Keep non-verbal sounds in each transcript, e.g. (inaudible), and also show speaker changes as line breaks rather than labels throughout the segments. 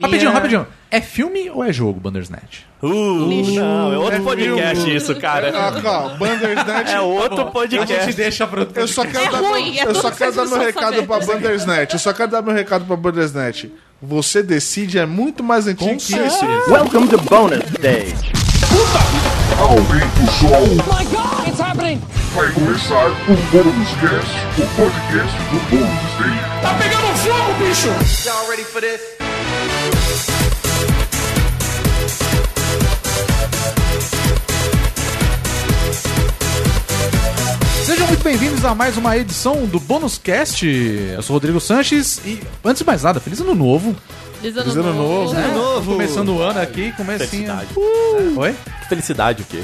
Rapidinho, rapidinho. É filme ou é jogo, Bandersnatch?
Uh, não, é outro podcast isso, cara.
Ah, calma, Bandersnatch.
É outro podcast.
deixa pra outro
Eu só quero
É
dar,
ruim, é
eu
tudo
só
que
quero
vocês
dar meu
precisam
recado
saber.
pra Bandersnet. Eu só quero dar meu recado pra Bandersnet. Você decide é muito mais antigo que isso.
Welcome to Bonus Day.
Aumente o som,
Oh my god, it's happening!
vai começar o Bônus Cast, o podcast do Bônus Day.
Tá pegando fogo, bicho!
Sejam muito bem-vindos a mais uma edição do Bônus Cast. Eu sou o Rodrigo Sanches e, antes de mais nada, feliz ano novo. É,
Feliz ano,
Feliz ano novo.
né?
novo.
Começando o ano aqui, comecinho.
Felicidade.
Uh! Oi?
Felicidade o quê?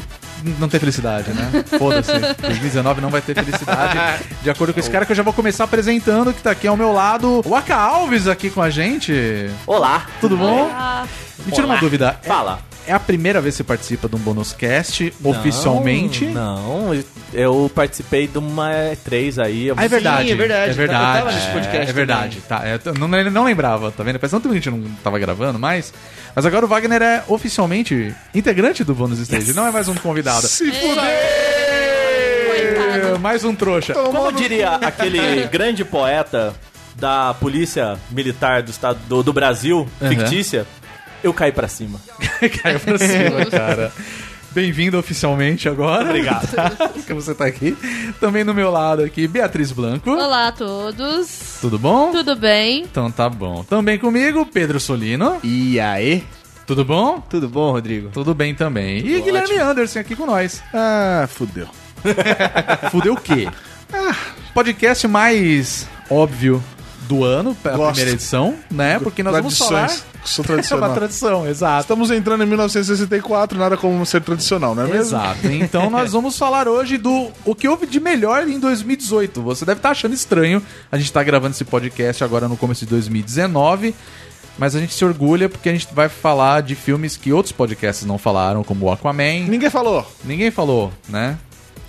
Não tem felicidade, né? Foda-se. 2019 não vai ter felicidade. De acordo com esse cara que eu já vou começar apresentando, que tá aqui ao meu lado. O Aka Alves aqui com a gente.
Olá.
Tudo bom?
Ah,
Me tira uma
Olá.
dúvida. É-
Fala.
É a primeira vez que você participa de um Bônus Cast oficialmente?
Não, eu participei de uma E3 aí. eu-
Ah, é verdade.
Sim, é verdade.
É verdade.
Eu tava nesse podcast
É verdade. Tá, eu t- não, ele não lembrava, tá vendo? Faz tanto tempo que a gente não tava gravando, mas. Mas agora o Wagner é oficialmente integrante do Bônus Stage, não é mais um convidado.
Se fuder!
É,
coitado.
mais um trouxa.
Como diria
(laughs)
aquele grande poeta da polícia militar do estado do, do Brasil,
Uhum.
fictícia, eu caí pra cima.
(laughs) Caiu pra
(laughs)
cima, cara. Bem-vindo oficialmente agora. (laughs)
Obrigado.
que você tá aqui. Também do meu lado aqui, Beatriz Blanco.
Olá a todos.
Tudo bom?
Tudo bem?
Então tá bom. Também comigo, Pedro Solino.
E aí?
Tudo bom?
Tudo bom, Rodrigo?
Tudo bem também. E Guilherme Anderson aqui com nós.
Ah, fudeu.
Fudeu o quê? Ah, podcast mais óbvio do ano, a
Gosto.
primeira edição, né? Porque nós vamos falar
Tradições.
(laughs)
Sou
é uma
tradicional.
tradição, exato.
Estamos entrando em 1964, nada como ser tradicional, não é mesmo?
Exato. Então nós vamos falar hoje do o que houve de melhor em 2018. Você deve estar achando estranho. A gente está gravando esse podcast agora no começo de 2019. Mas a gente se orgulha porque a gente vai falar de filmes que outros podcasts não falaram, como o Aquaman.
Ninguém falou.
Ninguém falou, né?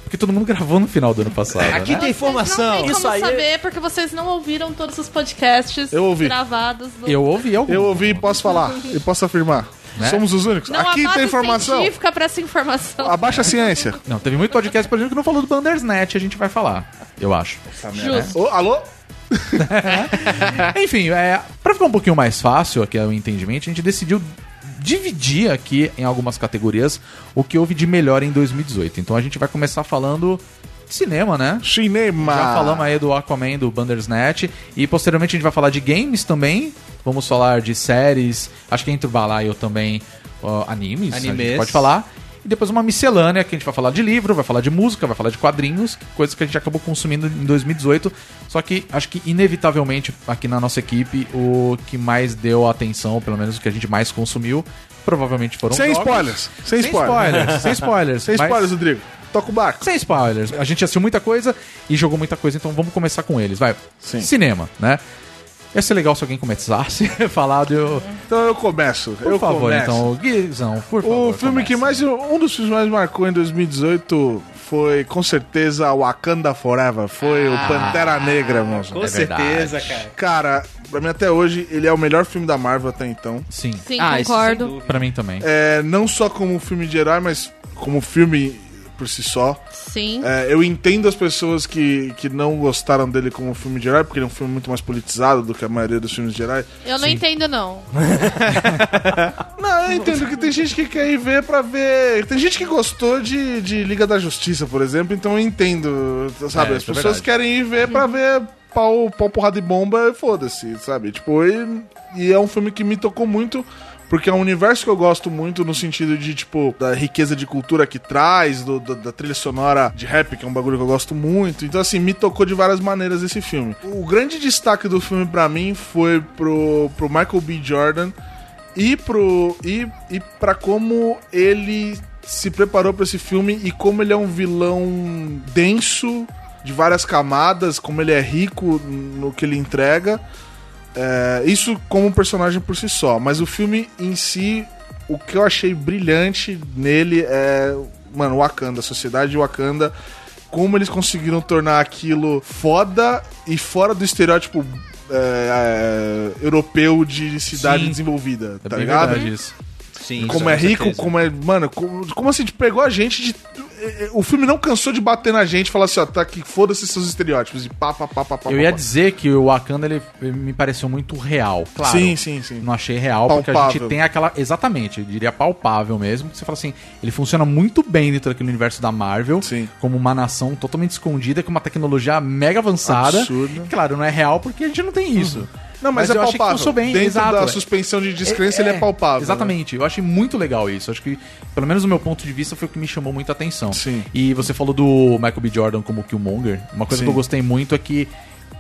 Porque todo mundo (laughs) gravou no final do ano passado.
Aqui
né?
tem
Não
informação.
tem como
Isso aí é-
saber, porque vocês não ouviram todos os podcasts
Eu ouvi.
gravados. No...
Eu ouvi algum.
Eu ouvi e posso falar. E posso afirmar.
Né?
Somos os únicos.
Não
Aqui tem
há base
informação.
científica pra essa informação.
Abaixa a ciência.
Não, teve muito podcast, por exemplo, que não falou do Bandersnet, a gente vai falar, eu acho.
Ah,
Justo.
Ô, alô?
Enfim, é, pra ficar um pouquinho mais fácil aqui é o entendimento, a gente decidiu dividir aqui em algumas categorias o que houve de melhor em 2018. Então a gente vai começar falando de cinema, né?
Cinema.
Já falamos aí do Aquaman, do Bandersnatch. E posteriormente a gente vai falar de games também. Vamos falar de séries. Acho que entre o Balaio também, ó, animes. A gente
Animes.
pode falar. E depois uma miscelânea que a gente vai falar de livro, vai falar de música, vai falar de quadrinhos, coisas que a gente acabou consumindo em 2018. Só que acho que inevitavelmente aqui na nossa equipe o que mais deu atenção, pelo menos o que a gente mais consumiu, provavelmente foram
Sem
jogos.
spoilers. Sem
Sem
spoilers.
spoilers. Sem spoilers.
(laughs) Sem
mas-
spoilers, Rodrigo. Toca o barco.
sem spoilers. A gente assistiu muita coisa e jogou muita coisa, então vamos começar com eles. Vai.
Sim.
Cinema, né? Ia ser legal se alguém começasse (laughs) a falar de.
Então eu começo.
Por
eu
favor,
começo.
então. Guizão, por favor.
O filme
comece.
que mais. Um dos filmes mais marcou em 2018 foi, com certeza, Wakanda Forever. Foi o Pantera Negra, moço.
Ah, Com
É
certeza,
verdade.
cara.
Cara, pra mim até hoje, ele é o melhor filme da Marvel até então.
Sim,
Sim,
Ah, isso sem
concordo.
dúvida.
pra mim também.
É, não só como filme de herói, mas como filme por si só.
Sim.
É, eu entendo as pessoas que, que não gostaram dele como filme de herói, porque ele é um filme muito mais politizado do que a maioria dos filmes de herói.
Eu não entendo, não.
Não, eu entendo que tem gente que quer ir ver pra ver. Tem gente que gostou de, de Liga da Justiça, por exemplo, então eu entendo, sabe?
É,
As
isso é
pessoas
verdade.
querem ir ver pra ver pau, pau porrada e bomba e foda-se, sabe? Tipo, e, e é um filme que me tocou muito. Porque é um universo que eu gosto muito no sentido de, tipo, da riqueza de cultura que traz, do- do- da trilha sonora de rap, que é um bagulho que eu gosto muito. Então, assim, me tocou de várias maneiras esse filme. O grande destaque do filme pra mim foi pro, pro Michael B. Jordan, e pro e, e para como ele se preparou pra esse filme e como ele é um vilão denso de várias camadas, como ele é rico no que ele entrega. É, isso como um personagem por si só, mas o filme em si, o que eu achei brilhante nele é, mano, Wakanda, a sociedade de Wakanda, como eles conseguiram tornar aquilo foda e fora do estereótipo é, é, europeu de cidade
Sim.
desenvolvida,
É
tá
bem
ligado?
verdade isso.
Sim,
Como é rico, como é. Mano, como, como assim? Tipo, pegou a gente de. eh, eh, O filme não cansou de bater na gente e falar assim, ó, tá aqui, foda-se seus estereótipos. E pá, pá, pá, pá, pá.
Eu
pá,
ia
pá.
dizer que o Wakanda ele, ele me pareceu muito real. Claro.
Sim, sim, sim.
Não achei real, porque a
Palpável.
gente tem aquela. Exatamente, eu diria palpável mesmo. Que você fala assim, ele funciona muito bem dentro daquele universo da Marvel.
Sim.
Como uma nação totalmente escondida, com uma tecnologia mega avançada.
Absurdo.
E, Claro, não é real porque a gente não tem isso.
Não, mas, é
eu achei que
palpável.
funcionou bem,
Dentro
exato.
da
é.
suspensão de descrença, ele é palpável.
Exatamente. Eu achei muito legal isso. Acho que, pelo menos do meu ponto de vista, foi o que me chamou muita atenção.
Sim.
E você falou do Michael B. Jordan como Killmonger. Uma coisa
Sim.
que eu gostei muito é que,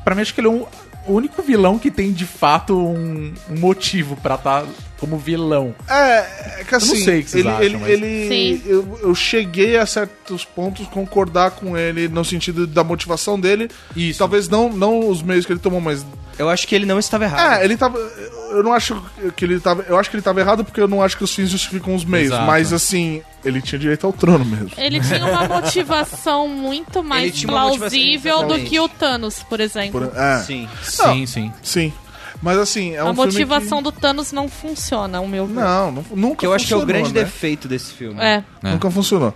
pra mim, acho que ele é um- o único vilão que tem, de fato, um, um motivo pra estar como vilão.
É, é que assim,
não sei o que vocês
ele,
acham,
ele,
mas-
ele-
Sim.
eu, eu cheguei a certos pontos concordar com ele no sentido da motivação dele.
Isso.
Talvez não, não os meios que ele tomou, mas
Eu acho que ele não estava errado.
Ah.
é, ele tava. Eu não acho que ele tava. Eu acho que ele tava errado porque eu não acho que os fins justificam os meios.
Exato.
Mas assim, ele tinha direito ao trono mesmo.
Ele tinha uma motivação muito mais
tinha uma motivação,
plausível do
exatamente.
que o Thanos, por exemplo.
Por- é, sim.
Sim.
Sim, sim.
Mas assim, é um
a
filme
motivação do Thanos não funciona, o meu
que-
ver.
Não, nu- nunca
Que eu acho que é o grande
né?
defeito desse filme.
É.
É.
Nunca funcionou.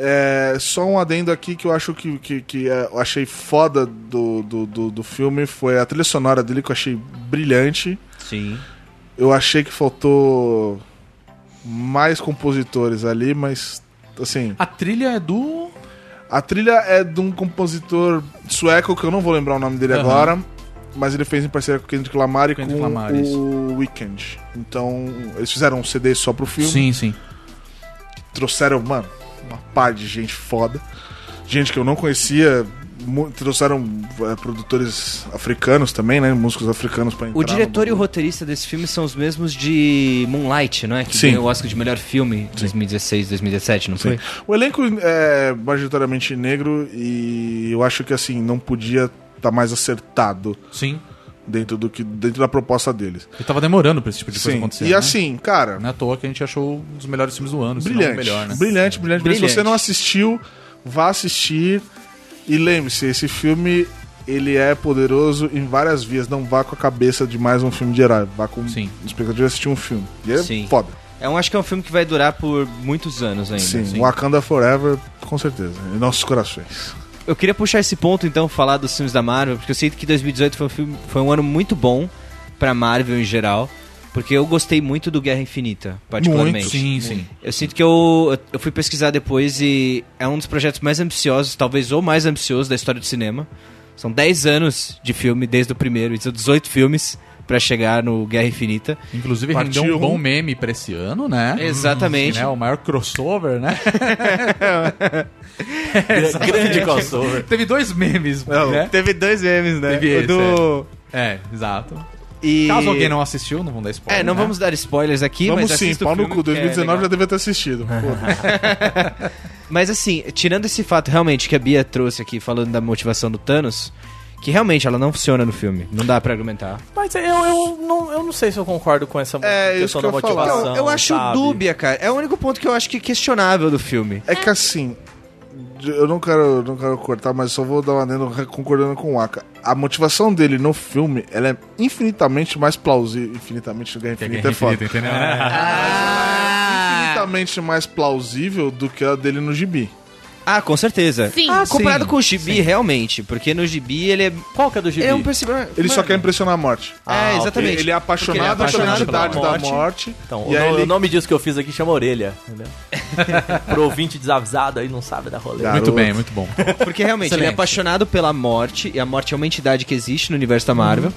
É, só um adendo aqui que eu acho que, que, que, é, eu achei foda do, do, do, do filme foi a trilha sonora dele que eu achei brilhante.
Sim.
Eu achei que faltou mais compositores ali, mas assim.
A trilha é do.
A trilha é de um compositor sueco que eu não vou lembrar o nome dele
Aham.
agora, mas ele fez em parceria com o Kendrick Lamar e
Kendrick
com
Lamar,
o Weekend. Então, eles fizeram um CD só pro filme,
Sim, sim.
trouxeram, mano, uma par de gente foda, gente que eu não conhecia, mu- trouxeram é, produtores africanos também, né, músicos africanos pra entrar.
O
no
diretor e o
bagulho.
roteirista desse filme são os mesmos de Moonlight, não é? Que
Sim.
ganhou o Oscar de melhor filme em 2016, 2017, não foi?
O elenco é majoritariamente negro e eu acho que, assim, não podia estar mais acertado
Sim.
dentro, do que, dentro da proposta deles.
Eu tava demorando pra esse tipo de coisa
Sim.
acontecer.
E
né?
assim, cara,
Não é à toa que a gente achou um dos melhores filmes do ano. se não o
brilhante,
melhor, né?
brilhante, brilhante, brilhante.
Brilhante.
Se você não assistiu, vá assistir. E lembre-se, esse filme ele é poderoso em várias vias. Não vá com a cabeça de mais um filme de herói. Vá com
Sim.
expectativa de assistir um filme. E é
Sim.
foda.
É um, acho que é um filme que vai durar por muitos anos ainda.
Sim, um
assim.
Wakanda Forever, com certeza. Em nossos corações.
Eu queria puxar esse ponto, então, falar dos filmes da Marvel, porque eu sei que 2018 foi um, filme- foi um ano muito bom pra Marvel em geral, porque eu gostei muito do Guerra Infinita, particularmente.
Muito,
Sim, sim.
Eu sinto que eu, eu fui pesquisar depois e é um dos projetos mais ambiciosos, talvez o mais ambicioso da história do cinema. São 10 anos de filme desde o primeiro, e são 18 filmes pra chegar no Guerra Infinita.
Inclusive
Partiu
rendeu um
um.
bom meme pra esse ano, né?
Exatamente.
Que, né, o maior crossover, né?
Grande crossover.
(laughs) Teve dois memes, né?
Teve dois memes, né?
Teve
O
esse,
do...
É, exato.
E...
Caso alguém não assistiu, não vão dar spoiler.
É, não
né?
vamos dar spoilers aqui,
Vamos
mas
sim,
assista o
pau no
filme,
cu.
que é
2019
legal.
já devia ter assistido.
(laughs)
Foda-se.
Mas assim, tirando esse fato realmente que a Bia trouxe aqui, falando da motivação do Thanos, que realmente ela não funciona no filme. Não dá pra argumentar.
Mas é, eu, eu, não, eu não sei se eu concordo com essa
É, isso
questão
que
da
eu ia falar.
motivação.
eu acho
sabe?
dúbia, cara. É o único ponto que eu acho que é questionável do filme.
é que assim. Eu não quero, não quero cortar, mas só vou dar uma adendo concordando com o Waka. A motivação dele no filme, ela é infinitamente mais plausível. Infinitamente, Guerra
Que é
Infinita
Guerra
é foda.
Infinita, entendeu?
infinitamente mais plausível do que a dele no gibi.
Ah, com certeza.
Sim.
Ah, comparado
sim,
com o Gibi, realmente. Porque no Gibi ele é.
Qual que é do gibi?
É um personagem.
Ele só
Mano,
quer impressionar a morte.
É,
Ah,
exatamente.
Ele é apaixonado,
Porque ele é apaixonado
pela
pela
entidade da
morte.
morte.
Então,
e
o,
aí
no-
ele...
o nome disso que eu fiz aqui chama orelha, entendeu?
(laughs)
Pro ouvinte desavisado aí não sabe da rolê.
Garoto.
Muito bem, muito bom.
Porque realmente, ele é
Excelente.
apaixonado pela morte, e a morte é uma entidade que existe no universo da Marvel.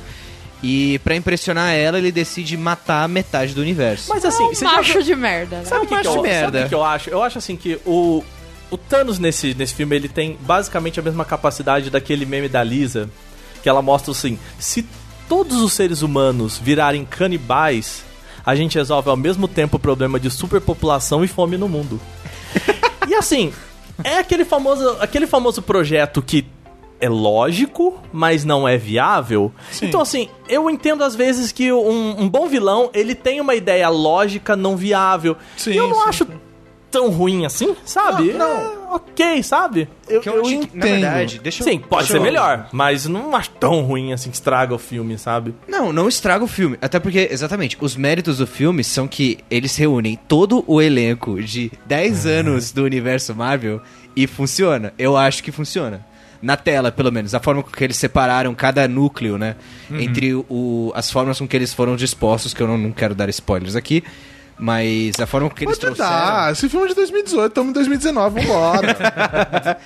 E pra impressionar ela, ele decide matar metade do universo.
Mas assim,
Um
você já-
macho de merda, né?
É um
Sabe o que, que,
macho
eu,
merda.
sabe o que eu acho? Eu acho assim que o, o Thanos nesse, nesse filme ele tem basicamente a mesma capacidade daquele meme da Lisa, que ela mostra assim: se todos os seres humanos virarem canibais, a gente resolve ao mesmo tempo o problema de superpopulação e fome no mundo. e assim, é aquele famoso, aquele famoso projeto que é lógico, mas não é viável. Então, assim, eu entendo às vezes que um, um bom vilão ele tem uma ideia lógica não viável.
Sim,
e eu não
sim,
acho tão ruim assim, sabe?
Não,
É, ok, sabe?
Eu,
Que eu,
eu
acho que, na
entendo.
verdade, deixa eu-
Sim, pode
deixa
ser
eu-
melhor, mas não acho tão ruim assim que estraga o filme, sabe?
Não, não estraga o filme. Até porque, exatamente, os méritos do filme são que eles reúnem todo o elenco de 10 anos do universo Marvel e funciona. Eu acho que funciona. Na tela, pelo menos. A forma com que eles separaram cada núcleo, né?
Uhum.
Entre o, as formas com que eles foram dispostos, que eu não, não quero dar spoilers aqui. Mas a forma com que eles
Pode
trouxeram.
dar, esse filme é de 2018, estamos em 2019,
(laughs)
vambora.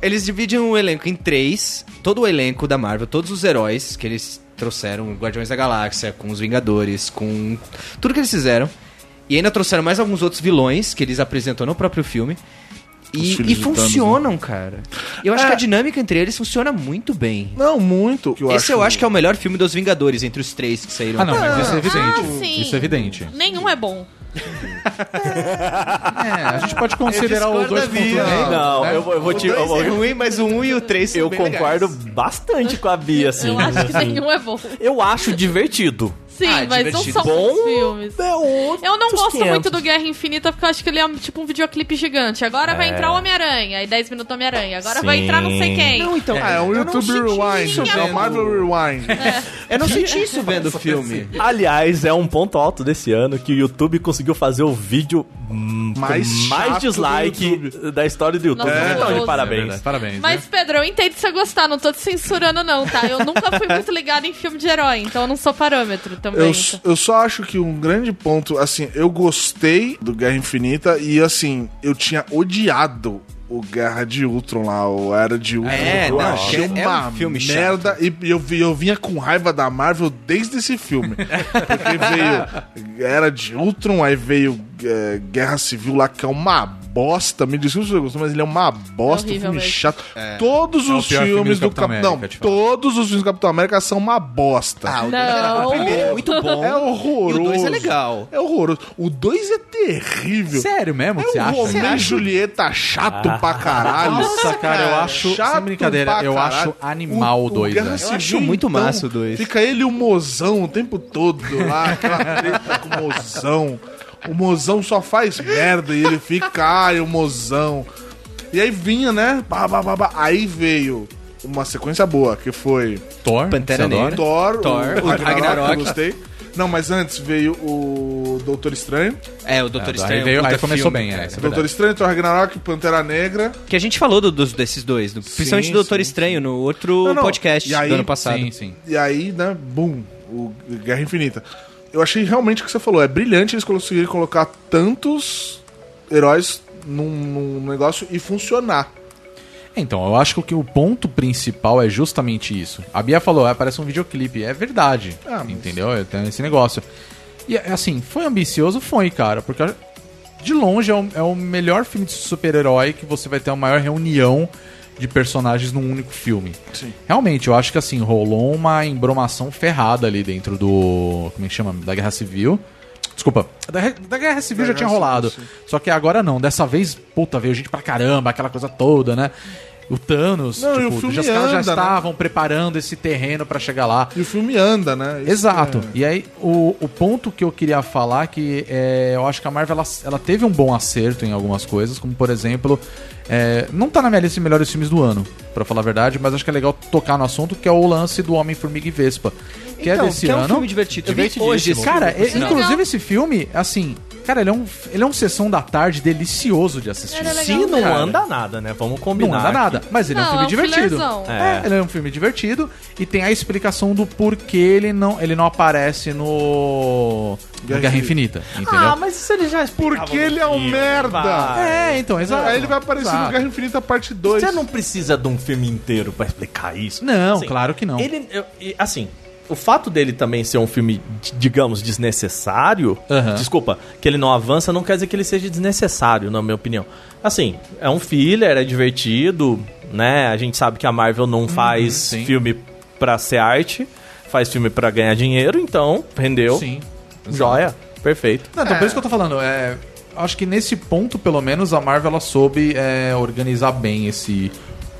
Eles dividem o elenco em três, todo o elenco da Marvel, todos os heróis que eles trouxeram, Guardiões da Galáxia, com os Vingadores, com tudo que eles fizeram. E ainda trouxeram mais alguns outros vilões que eles apresentam no próprio filme. E,
filhos
e
do Thanos,
funcionam, cara. Eu acho
É.
que a dinâmica entre eles funciona muito bem.
não, muito.
Esse eu acho que é o melhor filme dos Vingadores, entre os três que saíram.
Ah, não, mas isso é
Ah,
evidente.
sim.
Isso é evidente.
Nenhum é bom.
É, a gente pode considerar o dois
discordo da Bia.
pontos, né?
Não, eu vou, eu vou te. Eu, vou-
é ruim, mas o um e o três são
eu
bem
concordo
legais.
bastante com a Bia, assim.
Eu acho que nenhum é bom.
Eu acho divertido.
Sim,
Ah,
mas não
divertido.
são bons filmes.
É outro
Eu não
dos
gosto
500.
muito do Guerra Infinita porque eu acho que ele é um- tipo um videoclipe gigante. Agora vai entrar o Homem-Aranha, aí 10 minutos Homem-Aranha. Agora vai
Sim.
entrar não sei quem.
Não, então,
Ah, é um
eu não
YouTube
senti
Rewind,
isso
é o
vendo-
Marvel
(laughs)
Rewind.
Eu não senti isso vendo o
é
filme.
Aliás, é um ponto alto desse ano que o YouTube conseguiu fazer o vídeo hum, com
Mais chato
mais
do
dislike
YouTube.
da história do YouTube.
Nossa,
Vocês estão de
horroroso.
parabéns.
Parabéns. Parabéns.
Mas,
né?
Pedro, eu entendo você gostar, não tô te censurando, não, tá? Eu nunca fui muito ligada em filme de herói, então eu não sou parâmetro também.
então.
então.
Eu, s- eu só acho que um grande ponto, assim, eu gostei do Guerra Infinita e, assim, eu tinha odiado o Guerra de Ultron lá, o Era de Ultron.
É,
eu
não,
achei
é- é um
uma
filme chato.
merda e eu, vi- eu vinha com raiva da Marvel desde esse
(laughs)
filme. Porque veio Era de Ultron, aí veio é, Guerra Civil lá, que é uma bosta. Me desculpa se você gostou, mas ele é uma bosta, um
horrível
filme
mesmo.
chato. Todos
É o
os
pior filme
filmes
do
do
Capitão
Capitão...
América, tipo.
Não,
te falo.
todos os filmes do Capitão América são uma bosta.
Ah, o
Não.
primeiro é muito bom.
É horroroso.
E o dois é legal.
É horroroso. O 2 é terrível.
Sério mesmo? que Você
É um
acha?
Romeu e Julieta chato pra caralho.
Ah. Nossa, cara, eu acho.
Chato
sem brincadeira,
pra
eu
caralho.
acho animal o dois. né?
Guerra
velho.
Civil, então,
acho muito massa o dois.
Fica ele e o mozão o tempo todo lá, aquela treta com o mozão. O mozão só faz merda e ele fica, ai, o mozão. E aí vinha, né? Bah, bah, bah, bah. Aí veio uma sequência boa, que foi
Thor,
Pantera
você adora?
Negra.
Thor,
Thor, o
o Ragnarok, que
Ragnarok.
eu gostei. Não, mas antes veio o Doutor Estranho.
(laughs) É, o Doutor
É,
Estranho.
aí
é um
veio-
puta
aí começou
filme,
bem,
cara.
é, isso é
Doutor
verdade.
Estranho, Thor Ragnarok, Pantera Negra.
Que a gente falou do- dos, desses dois, do, principalmente do Doutor
sim,
Estranho, no outro
Não, não.
podcast
E aí-
do ano passado.
Sim, sim.
E aí, né, boom, o Guerra Infinita. Eu achei realmente o que você falou, é brilhante eles conseguirem colocar tantos heróis num, num negócio e funcionar.
Então, eu acho que o ponto principal é justamente isso. A Bia falou, ah, parece um videoclipe. É verdade.
Ah, mas-
Entendeu? É, Tem esse negócio. E assim, foi ambicioso? Foi, cara. Porque de longe é o, é o melhor filme de super-herói que você vai ter a maior reunião de personagens num único filme.
Sim.
Realmente, eu acho que assim, rolou uma embromação ferrada ali dentro do. Como é que chama? Da Guerra Civil. Desculpa, da, Re- da Guerra Civil
Da
já tinha
Guerra
rolado.
Civil,
Só que agora não. Dessa vez, puta, veio gente pra caramba, aquela coisa toda, né? O Thanos, tipo,
Não, e o filme
já, os caras já
anda, né?
estavam preparando esse terreno pra chegar lá.
E o filme anda, né? Isso
Exato.
é-
E aí, o, o ponto que eu queria falar que é, eu acho que a Marvel ela, ela teve um bom acerto em algumas coisas, como por exemplo, é, não tá na minha lista de melhores filmes do ano, pra falar a verdade, mas acho que é legal tocar no assunto que é o lance do Homem Formiga e Vespa, que é
Então,
desse
que é um
ano.
filme divertido. Eu vi
Divertidíssimo.
hoje esse
Cara,
filme, por
é-
sinal.
inclusive esse filme, assim, cara, ele é um, ele é um sessão da tarde delicioso de assistir.
Era legal.
Se não
cara.
anda nada, né? Vamos combinar.
Não anda
aqui.
nada, mas ele é um
Não,
filme
é um
divertido.
fillerzão.
É. ele é um filme divertido e tem a explicação do porquê ele não, ele não aparece no no Guerra,
Guerra
Infinita, entendeu?
Ah, mas isso ele já explicava
Porque
no
ele é um
filme,
merda.
vai.
é, então, exato.
Aí ele vai aparecer no
Exato.
Guerra Infinita parte 2.
Você não precisa de um filme inteiro pra explicar isso.
Não,
Assim,
claro que não.
Ele, eu- e, assim, o fato dele também ser um filme, d- digamos, desnecessário,
Aham.
desculpa, que ele não avança, não quer dizer que ele seja desnecessário, na minha opinião. Assim, é um filler, é divertido, né? A gente sabe que a Marvel não faz
Uhum, sim.
filme pra ser arte, faz filme pra ganhar dinheiro, então rendeu.
Sim. exato.
Joia, perfeito.
Não, então por isso que eu tô falando, é, acho que nesse ponto, pelo menos, a Marvel ela soube é, organizar bem esse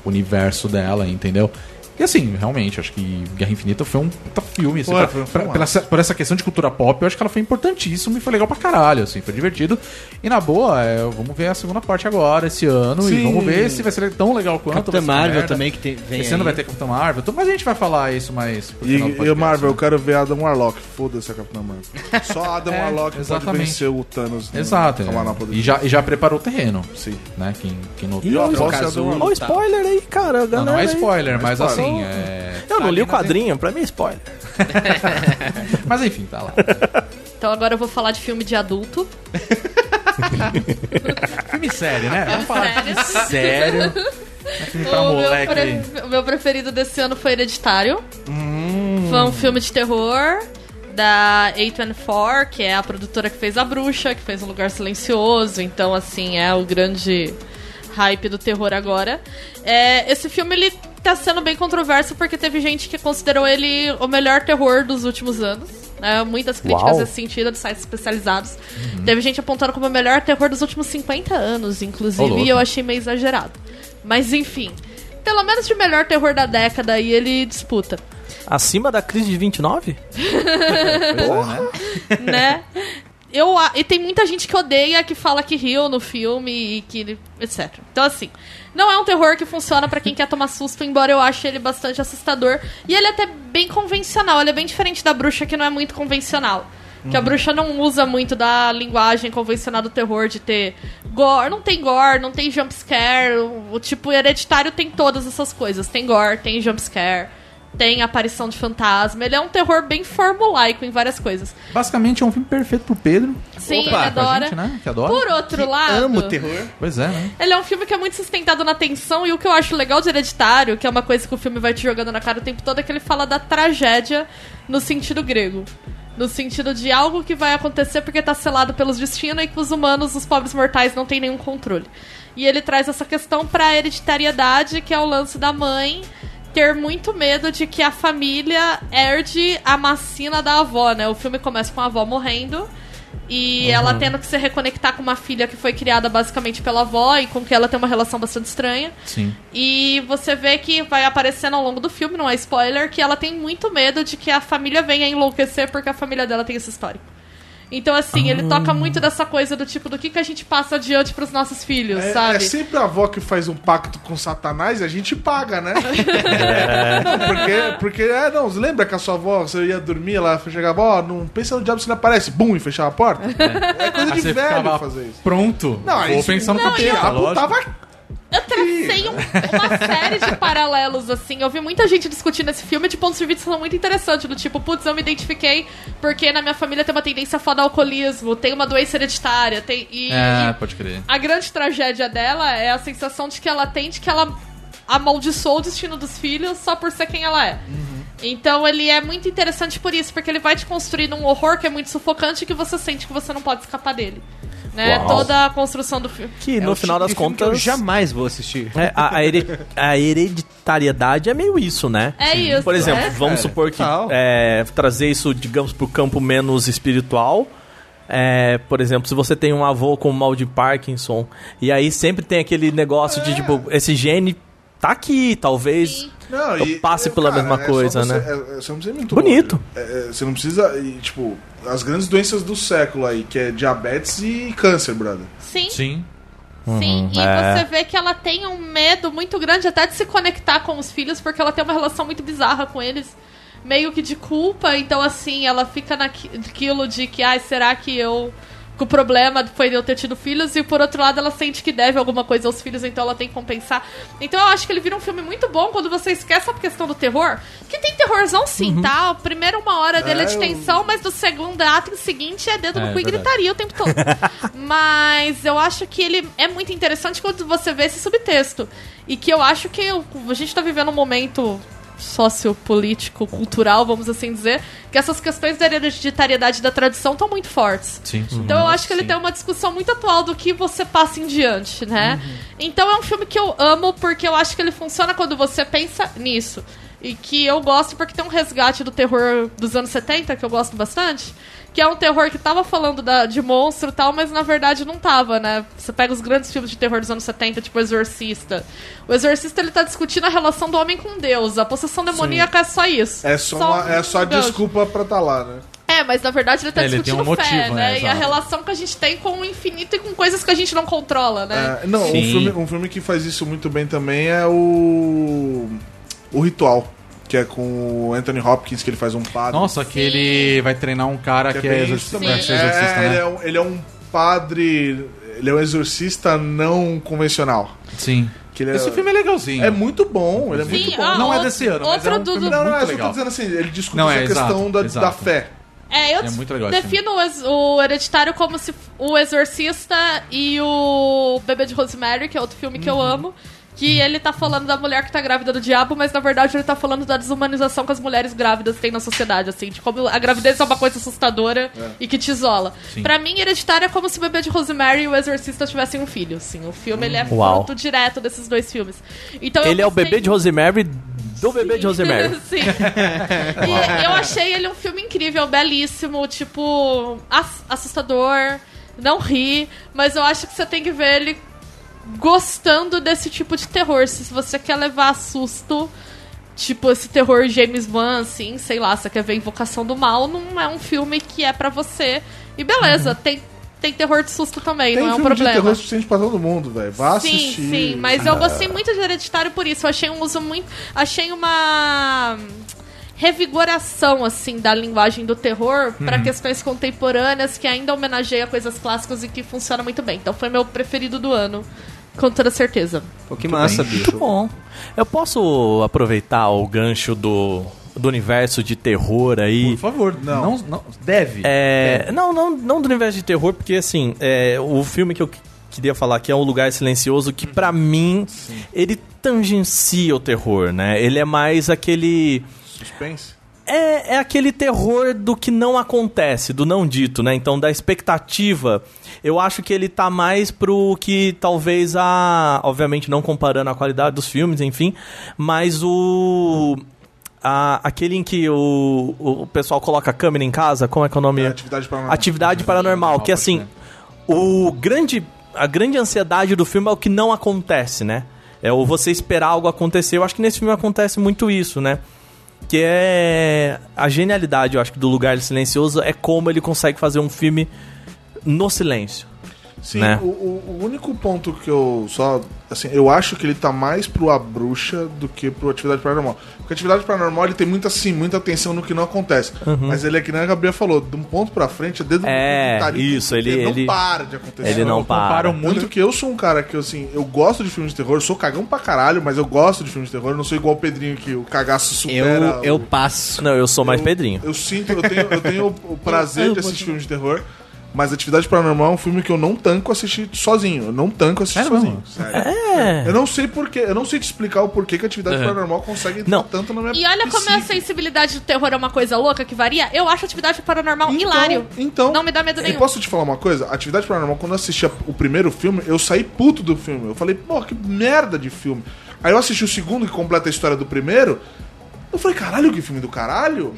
universo dela, entendeu? E assim, realmente, acho que Guerra Infinita foi um puta filme. assim,
Pô,
pra-
foi um
pra-
filmaço.
pela essa- por essa questão de cultura pop, eu acho que ela foi importantíssima e foi legal pra caralho, assim, foi divertido. E na boa, é, vamos ver a segunda parte agora, esse ano, e
Sim.
vamos ver se vai ser tão legal quanto.
Capitã
vai ser uma
Marvel
merda.
também, que tem, vem
Esse ano
aí.
vai ter Capitã Marvel, então, mas a gente vai falar isso mais pro
E,
final do
e o
podcast,
Marvel, eu
né?
quero ver Adam Warlock. Foda-se a Capitã Marvel. Só
(laughs)
Adam
É,
Warlock pode
exatamente.
vencer o Thanos. né?
Exato, é.
Lá na poder.
e, já, e já preparou o terreno,
Sim.
né? Quem, quem não
E
viu.
eu
Não,
aposto em Adam
Cazu.
Warlock.
Ó, o spoiler aí, cara.
Não,
a
não é
galera aí.
spoiler, mas
spoiler.
assim. é-
Eu não li o
Tá ali,
quadrinho, pra mim é spoiler.
Mas enfim, tá lá.
Então agora eu vou falar de filme de adulto.
Filme sério, né?
(laughs)
Vamos falar
Sério.
sério.
(laughs)
É filme pra
O meu,
moleque.
pre- o meu preferido desse ano foi Hereditário. Foi um filme de terror da A24, que é a produtora que fez A Bruxa, que fez Um Lugar Silencioso. Então, assim, é o grande hype do terror agora. É, esse filme, ele tá sendo bem controverso porque teve gente que considerou ele o melhor terror dos últimos anos. né? muitas críticas
Uau.
nesse sentido de sites especializados.
Uhum.
Teve gente apontando como o melhor terror dos últimos 50 anos,
Ô,
inclusive,
louco.
e eu achei meio exagerado. Mas enfim, pelo menos de melhor terror da década aí ele disputa.
Acima da crise de 29?
(laughs) né? Eu, a- e tem muita gente que odeia, que fala que riu no filme e que. etc. Então, assim, não é um terror que funciona pra quem quer tomar susto, embora eu ache ele bastante assustador. E ele é até bem convencional, ele é bem diferente da bruxa, que não é muito convencional. Que a bruxa não usa muito da linguagem convencional do terror de ter gore. Não tem gore, não tem jumpscare. O, o tipo hereditário tem todas essas coisas. Tem gore, tem jumpscare, tem aparição de fantasma. Ele é um terror bem formulaico em várias coisas.
Basicamente é um filme perfeito pro Pedro.
Sim,
Opa,
ele adora.
Pra gente, né? Que adora.
Por outro lado,
Ah, Amo terror.
Pois é, né?
ele é um filme que é muito sustentado na tensão, e o que eu acho legal de Hereditário, que é uma coisa que o filme vai te jogando na cara o tempo todo, é que ele fala da tragédia no sentido grego. No sentido de algo que vai acontecer porque tá selado pelos destinos e que os humanos, os pobres mortais, não têm nenhum controle. E ele traz essa questão pra hereditariedade, que é o lance da mãe ter muito medo de que a família herde a macina da avó, né? O filme começa com a avó morrendo e ela tendo que se reconectar com uma filha que foi criada basicamente pela avó e com que ela tem uma relação bastante estranha.
Sim.
E você vê que vai aparecendo ao longo do filme, não é spoiler, que ela tem muito medo de que a família venha enlouquecer porque a família dela tem esse histórico. Então, assim, ele toca muito dessa coisa do tipo do que, que a gente passa adiante pros nossos filhos,
É,
sabe?
é sempre a avó que faz um pacto com Satanás e a gente paga, né? Não, porque, porque, é, não, você lembra que a sua avó, você ia dormir, ela chegava, ó, não pensa no diabo se não aparece, bum, e fechava a porta. É, coisa de velho fazer isso.
Pronto.
Não, Tá
Vou
isso-
pensar no
Não,
capeta,
diabo
lógico.
tava
Eu tracei um- uma série de paralelos, assim. Eu vi muita gente discutindo esse filme de pontos de vista muito interessantes. Do tipo, putz, eu me identifiquei porque na minha família tem uma tendência foda ao alcoolismo, tem uma doença hereditária, tem. E,
É,
e
pode crer.
a grande tragédia dela é a sensação de que ela tem de que ela amaldiçoou o destino dos filhos só por ser quem ela é.
Uhum.
Então ele é muito interessante por isso, porque ele vai te construindo um horror que é muito sufocante e que você sente que você não pode escapar dele. Né?
Uau.
Toda a construção do filme.
É
Que no
o
final
tipo
das
de filme que
contas.
Eu jamais vou assistir.
É, a, a here- a hereditariedade é meio isso, né?
É isso.
Por exemplo,
é
vamos supor que
Total.
é, trazer isso, digamos, pro campo menos espiritual. É, por exemplo, se você tem um avô com mal de Parkinson, e aí sempre tem aquele negócio de tipo, esse gene tá aqui, talvez.
É. Sim.
Não,
Eu passe pela mesma
só
coisa,
você-
né?
É, é só você muito
Bonito.
É, é, você não precisa, e, tipo, as grandes doenças do século aí, que é diabetes e câncer, brother.
Sim.
Sim.
Sim, e
é.
você vê que ela tem um medo muito grande até de se conectar com os filhos, porque ela tem uma relação muito bizarra com eles, meio que de culpa. Então, assim, ela fica naquilo de que, ai, será que eu. que o problema foi de eu ter tido filhos? E por outro lado, ela sente que deve alguma coisa aos filhos, então ela tem que compensar. Então, eu acho que ele vira um filme muito bom quando você esquece a questão do terror. Que tem terrorzão sim, tá? A primeira uma hora dele é, de
eu-
tensão, mas do segundo ato em seguinte é dedo
É,
no cu e
verdade.
gritaria o tempo
(laughs)
todo. Mas eu acho que ele é muito interessante quando você vê esse subtexto. E que eu acho que o- a gente tá vivendo um momento sociopolítico, cultural, vamos assim dizer, que essas questões da hereditariedade e da tradição estão muito fortes.
Sim, Uhum. sim.
Então eu acho que ele tem uma discussão muito atual do que você passa em diante, né? Então é um filme que eu amo porque eu acho que ele funciona quando você pensa nisso. E que eu gosto porque tem um resgate do terror dos anos 70, que eu gosto bastante. Que é um terror que tava falando da- de monstro e tal, mas na verdade não tava, né? Você pega os grandes filmes de terror dos anos 70, tipo Exorcista. O Exorcista, ele tá discutindo a relação do homem com Deus. A possessão demoníaca é só isso.
É só, uma- é só
um Deus.
desculpa pra tá lá, né?
É, mas na verdade ele tá
É, ele
discutindo
tem um
fé,
motivo,
né?
né?
E a
Exato.
relação que a gente tem com o infinito e com coisas que a gente não controla, né?
É, não, um
Sim.
filme, um filme que faz isso muito bem também é o. O Ritual, que é com o Anthony Hopkins, que ele faz um padre.
Nossa, que ele vai treinar um cara que, é
bem
exorcista,
isso também.
vai ser exorcista,
É,
né?
ele, é um, ele é um padre. Ele é um exorcista não convencional.
Sim.
Que ele é-
Esse filme é legalzinho.
é muito bom, ele é muito
Sim,
bom.
ah,
Não é
outro-
desse ano, mas é
outro
um
do-
filme
do-
Não, não, é
muito
só tô
legal.
dizendo assim, ele discute
Não,
essa
é,
questão
exato,
da,
exato.
da fé.
É, eu
É muito legal esse
defino o, ex- o Hereditário como se f- o Exorcista e o Bebê de Rosemary, que é outro filme que
Uhum.
eu amo. Que ele tá falando da mulher que tá grávida do diabo, mas na verdade ele tá falando da desumanização que as mulheres grávidas têm na sociedade, assim, de como a gravidez é uma coisa assustadora
É.
e que te isola. Pra mim, hereditário é como se o bebê de Rosemary e o Exorcista tivessem um filho, assim. O filme ele é
Hum.
Uau.
fruto direto desses dois filmes. Então eu
Ele é o bebê
gostei-
de Rosemary do bebê de
(laughs)
Rosemary.
Sim. E eu achei ele um filme incrível, belíssimo, tipo, ass- assustador, não ri, mas eu acho que você tem que ver ele gostando desse tipo de terror. Se você quer levar susto, tipo esse terror James Wan, assim, sei lá, você quer ver Invocação do Mal, não é um filme que é pra você. E beleza, tem, tem terror de susto
Uhum.
também,
Tem
não é um
filme de terror
problema.
suficiente pra todo mundo, velho. Vá
sim,
assistir. Ah.
sim, mas eu gostei muito de Hereditário por isso. Eu achei um uso muito. Achei uma revigoração, assim, da linguagem do terror pra
Uhum.
questões contemporâneas que ainda homenageia coisas clássicas e que funciona muito bem. Então foi meu preferido do ano, com toda certeza.
Pô, que massa, bicho.
Muito bom. Eu posso aproveitar o gancho do, do universo de terror aí.
Por favor, não. não, deve.
É, não, não, não do universo de terror, porque assim, é, o filme que eu qu- queria falar aqui é um lugar silencioso que pra mim ele tangencia o terror, né? Ele é mais aquele
Suspense.
é, é aquele terror do que não acontece, do não dito, né? Então, da expectativa, eu acho que ele tá mais pro que talvez a. Obviamente, não comparando a qualidade dos filmes, enfim, mas o. a- aquele em que o, o pessoal coloca a câmera em casa, como é que é o nome?
É, atividade paranormal.
Atividade paranormal, que assim, o grande, a grande ansiedade do filme é o que não acontece, né? É o você esperar algo acontecer. Eu acho que nesse filme acontece muito isso, né? Que é a genialidade, eu acho que do lugar silencioso é como ele consegue fazer um filme no silêncio.
Sim,
né?
o, o- o único ponto que eu só. Assim, eu acho que ele tá mais pro A Bruxa do que pro Atividade Paranormal. Porque Atividade Paranormal ele tem muita, sim, muita atenção no que não acontece. Mas ele é que nem a Gabriela falou, de um ponto pra frente, é dedo
Uhum. É,
tá,
isso, ele-
não
ele-
para de acontecer.
Ele não para.
Comparam
Muito (laughs)
muito.
que eu sou um cara que, assim, eu gosto de filmes de terror, eu sou cagão pra caralho, mas eu gosto de filmes de terror, eu não sou igual o Pedrinho que o cagaço supera.
Eu, eu
o-
passo.
Não, eu sou mais Pedrinho.
eu sinto, eu tenho, eu tenho o prazer de assistir filmes de terror, mas Atividade Paranormal é um filme que eu não tanco assistir sozinho. Eu não tanco assistir
Sério
sozinho. Sério. Eu não sei porquê, eu não sei te explicar o porquê que Atividade Paranormal consegue entrar
Não.
tanto na minha
E olha como a
psique.
sensibilidade do terror é uma coisa louca que varia. Eu acho atividade paranormal
Então-
hilário.
Então,
Não me dá medo
eu
nenhum.
posso te falar uma coisa? Atividade Paranormal, quando eu assisti a- o primeiro filme, eu saí puto do filme. Eu falei, pô, que merda de filme. Aí eu assisti o segundo, que completa a história do primeiro. Eu falei, caralho, que filme do caralho?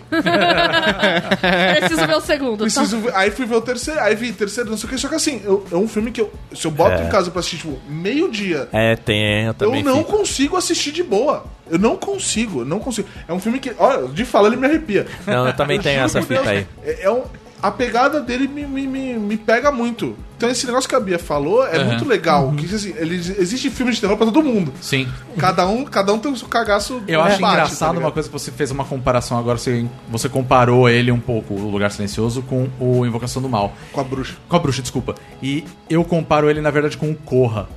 Preciso ver o segundo. tá?
é. Preciso ver- Aí fui ver o terceiro, aí vi terceiro, não sei o que. Só que assim, eu- é um filme que eu, se eu boto em casa pra assistir, tipo, meio-dia,
É, tem, eu É. também.
eu não
fico.
consigo assistir de boa. Eu não consigo, eu não consigo. É um filme que, olha, de fala ele me arrepia.
Não, (laughs) eu também tenho
Juro
essa
por
fita
Deus,
aí.
É, é um- a pegada dele me, me, me, me pega muito. Então esse negócio que a Bia falou é muito legal.
Uhum.
Que, assim, ele, existe filme de terror pra todo mundo.
Sim.
Cada um, cada um tem o seu cagaço.
Eu acho
bate,
engraçado
tá
uma coisa que você fez uma comparação agora, você, você comparou ele um pouco, o Lugar Silencioso, com o Invocação do Mal.
Com a bruxa.
Com a bruxa, desculpa. E eu comparo ele, na verdade, com o Corra.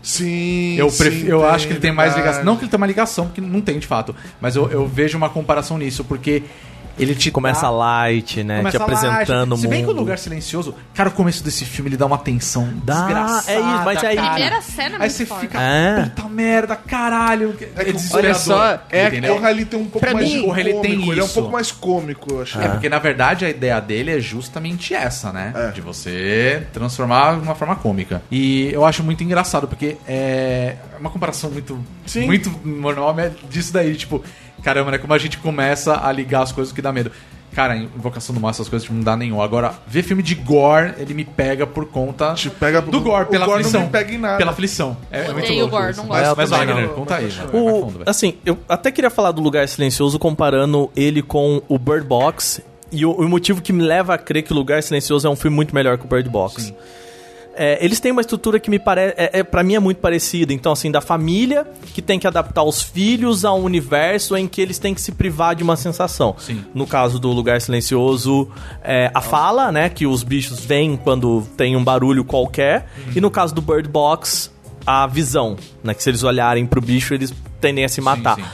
Sim.
Eu,
sim, é
prefiro, eu acho que ele tem mais
verdade.
ligação. Não que ele tenha uma ligação, porque não tem de fato. Mas eu, eu vejo uma comparação nisso, porque ele te
Começa
dá-
light, né?
Tá. começa
te apresentando
lá, tipo,
o
Se
mundo.
bem que o lugar silencioso, cara, o começo desse filme ele dá uma tensão
Dá,
desgraçada.
é isso, mas aí-
cara.
Primeira cena é
Aí
muito
você
forte.
fica,
É.
puta merda, caralho.
É que o-
Olha só, é
O
entendeu?
Corra ele tem um pouco
Pra
mais
mim,
de
Corra,
cômico.
ele
Ele,
tem
é um
isso.
pouco mais cômico, eu achei.
É, porque na verdade a ideia dele é justamente essa, né?
É.
De você transformar de uma forma cômica. E eu acho muito engraçado, porque é uma comparação muito,
Sim.
muito normal é disso daí, tipo. Caramba, né? Como a gente começa a ligar as coisas que dá medo. Cara, Invocação do Mal, essas coisas tipo, não dá nenhum. Agora, ver filme de gore, ele me pega por conta
Te pega-
do
o-
gore,
o
pela
gore não
aflição.
me pega em nada.
Pela aflição. É, é
Odeio
muito louco
gore,
isso.
não
Mas,
gosto
mas
também,
Wagner,
não.
conta aí. É, vai, vai
O,
fundo, vai.
assim, eu até queria falar do Lugar Silencioso comparando ele com o Bird Box. E o, o motivo que me leva a crer que o Lugar Silencioso é um filme muito melhor que o Bird Box. É, eles têm uma estrutura que me parece. É, é, para mim é muito parecida. Então, assim, da família que tem que adaptar os filhos a um universo em que eles têm que se privar de uma sensação.
Sim.
No caso do Lugar Silencioso, é, a fala, né? Que os bichos vêm quando tem um barulho qualquer. E no caso do Bird Box, a visão, né? Que se eles olharem pro bicho, eles tendem a se matar.
sim.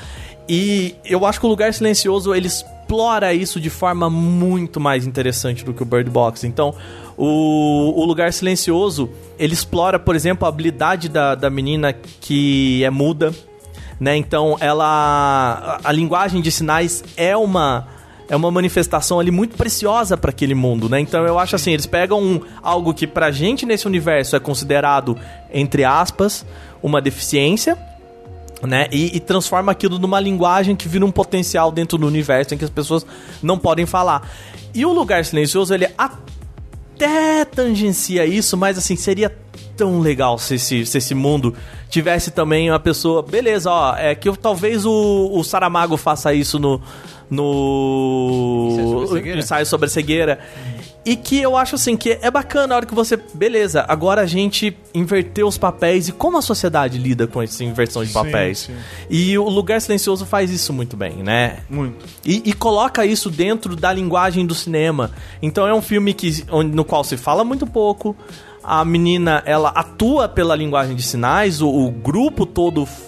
E eu acho que o Lugar Silencioso ele explora isso de forma muito mais interessante do que o Bird Box. Então, o, o Lugar Silencioso ele explora, por exemplo, a habilidade da, da menina que é muda, né? Então, ela. A, a linguagem de sinais é uma. É uma manifestação ali muito preciosa para aquele mundo, né? Então eu acho assim, eles pegam um, algo que pra gente nesse universo é considerado, entre aspas, uma deficiência, né? E, e transforma aquilo numa linguagem que vira um potencial dentro do universo em que as pessoas não podem falar. E o lugar silencioso, ele até tangencia isso, mas assim, seria tão legal se esse, se esse mundo tivesse também uma pessoa. Beleza, ó, é que eu, talvez o, o Saramago faça isso no.
Ensaio
No.
é sobre a cegueira?
Ensaio sobre a cegueira. E que eu acho assim que é bacana a hora que você. Beleza, agora a gente inverteu os papéis e como a sociedade lida com essa inversão de papéis.
sim.
E o Lugar Silencioso faz isso muito bem, né?
Muito.
E, e coloca isso dentro da linguagem do cinema. Então é um filme que, onde- no qual se fala muito pouco. A menina, ela atua pela linguagem de sinais. O, o grupo todo f-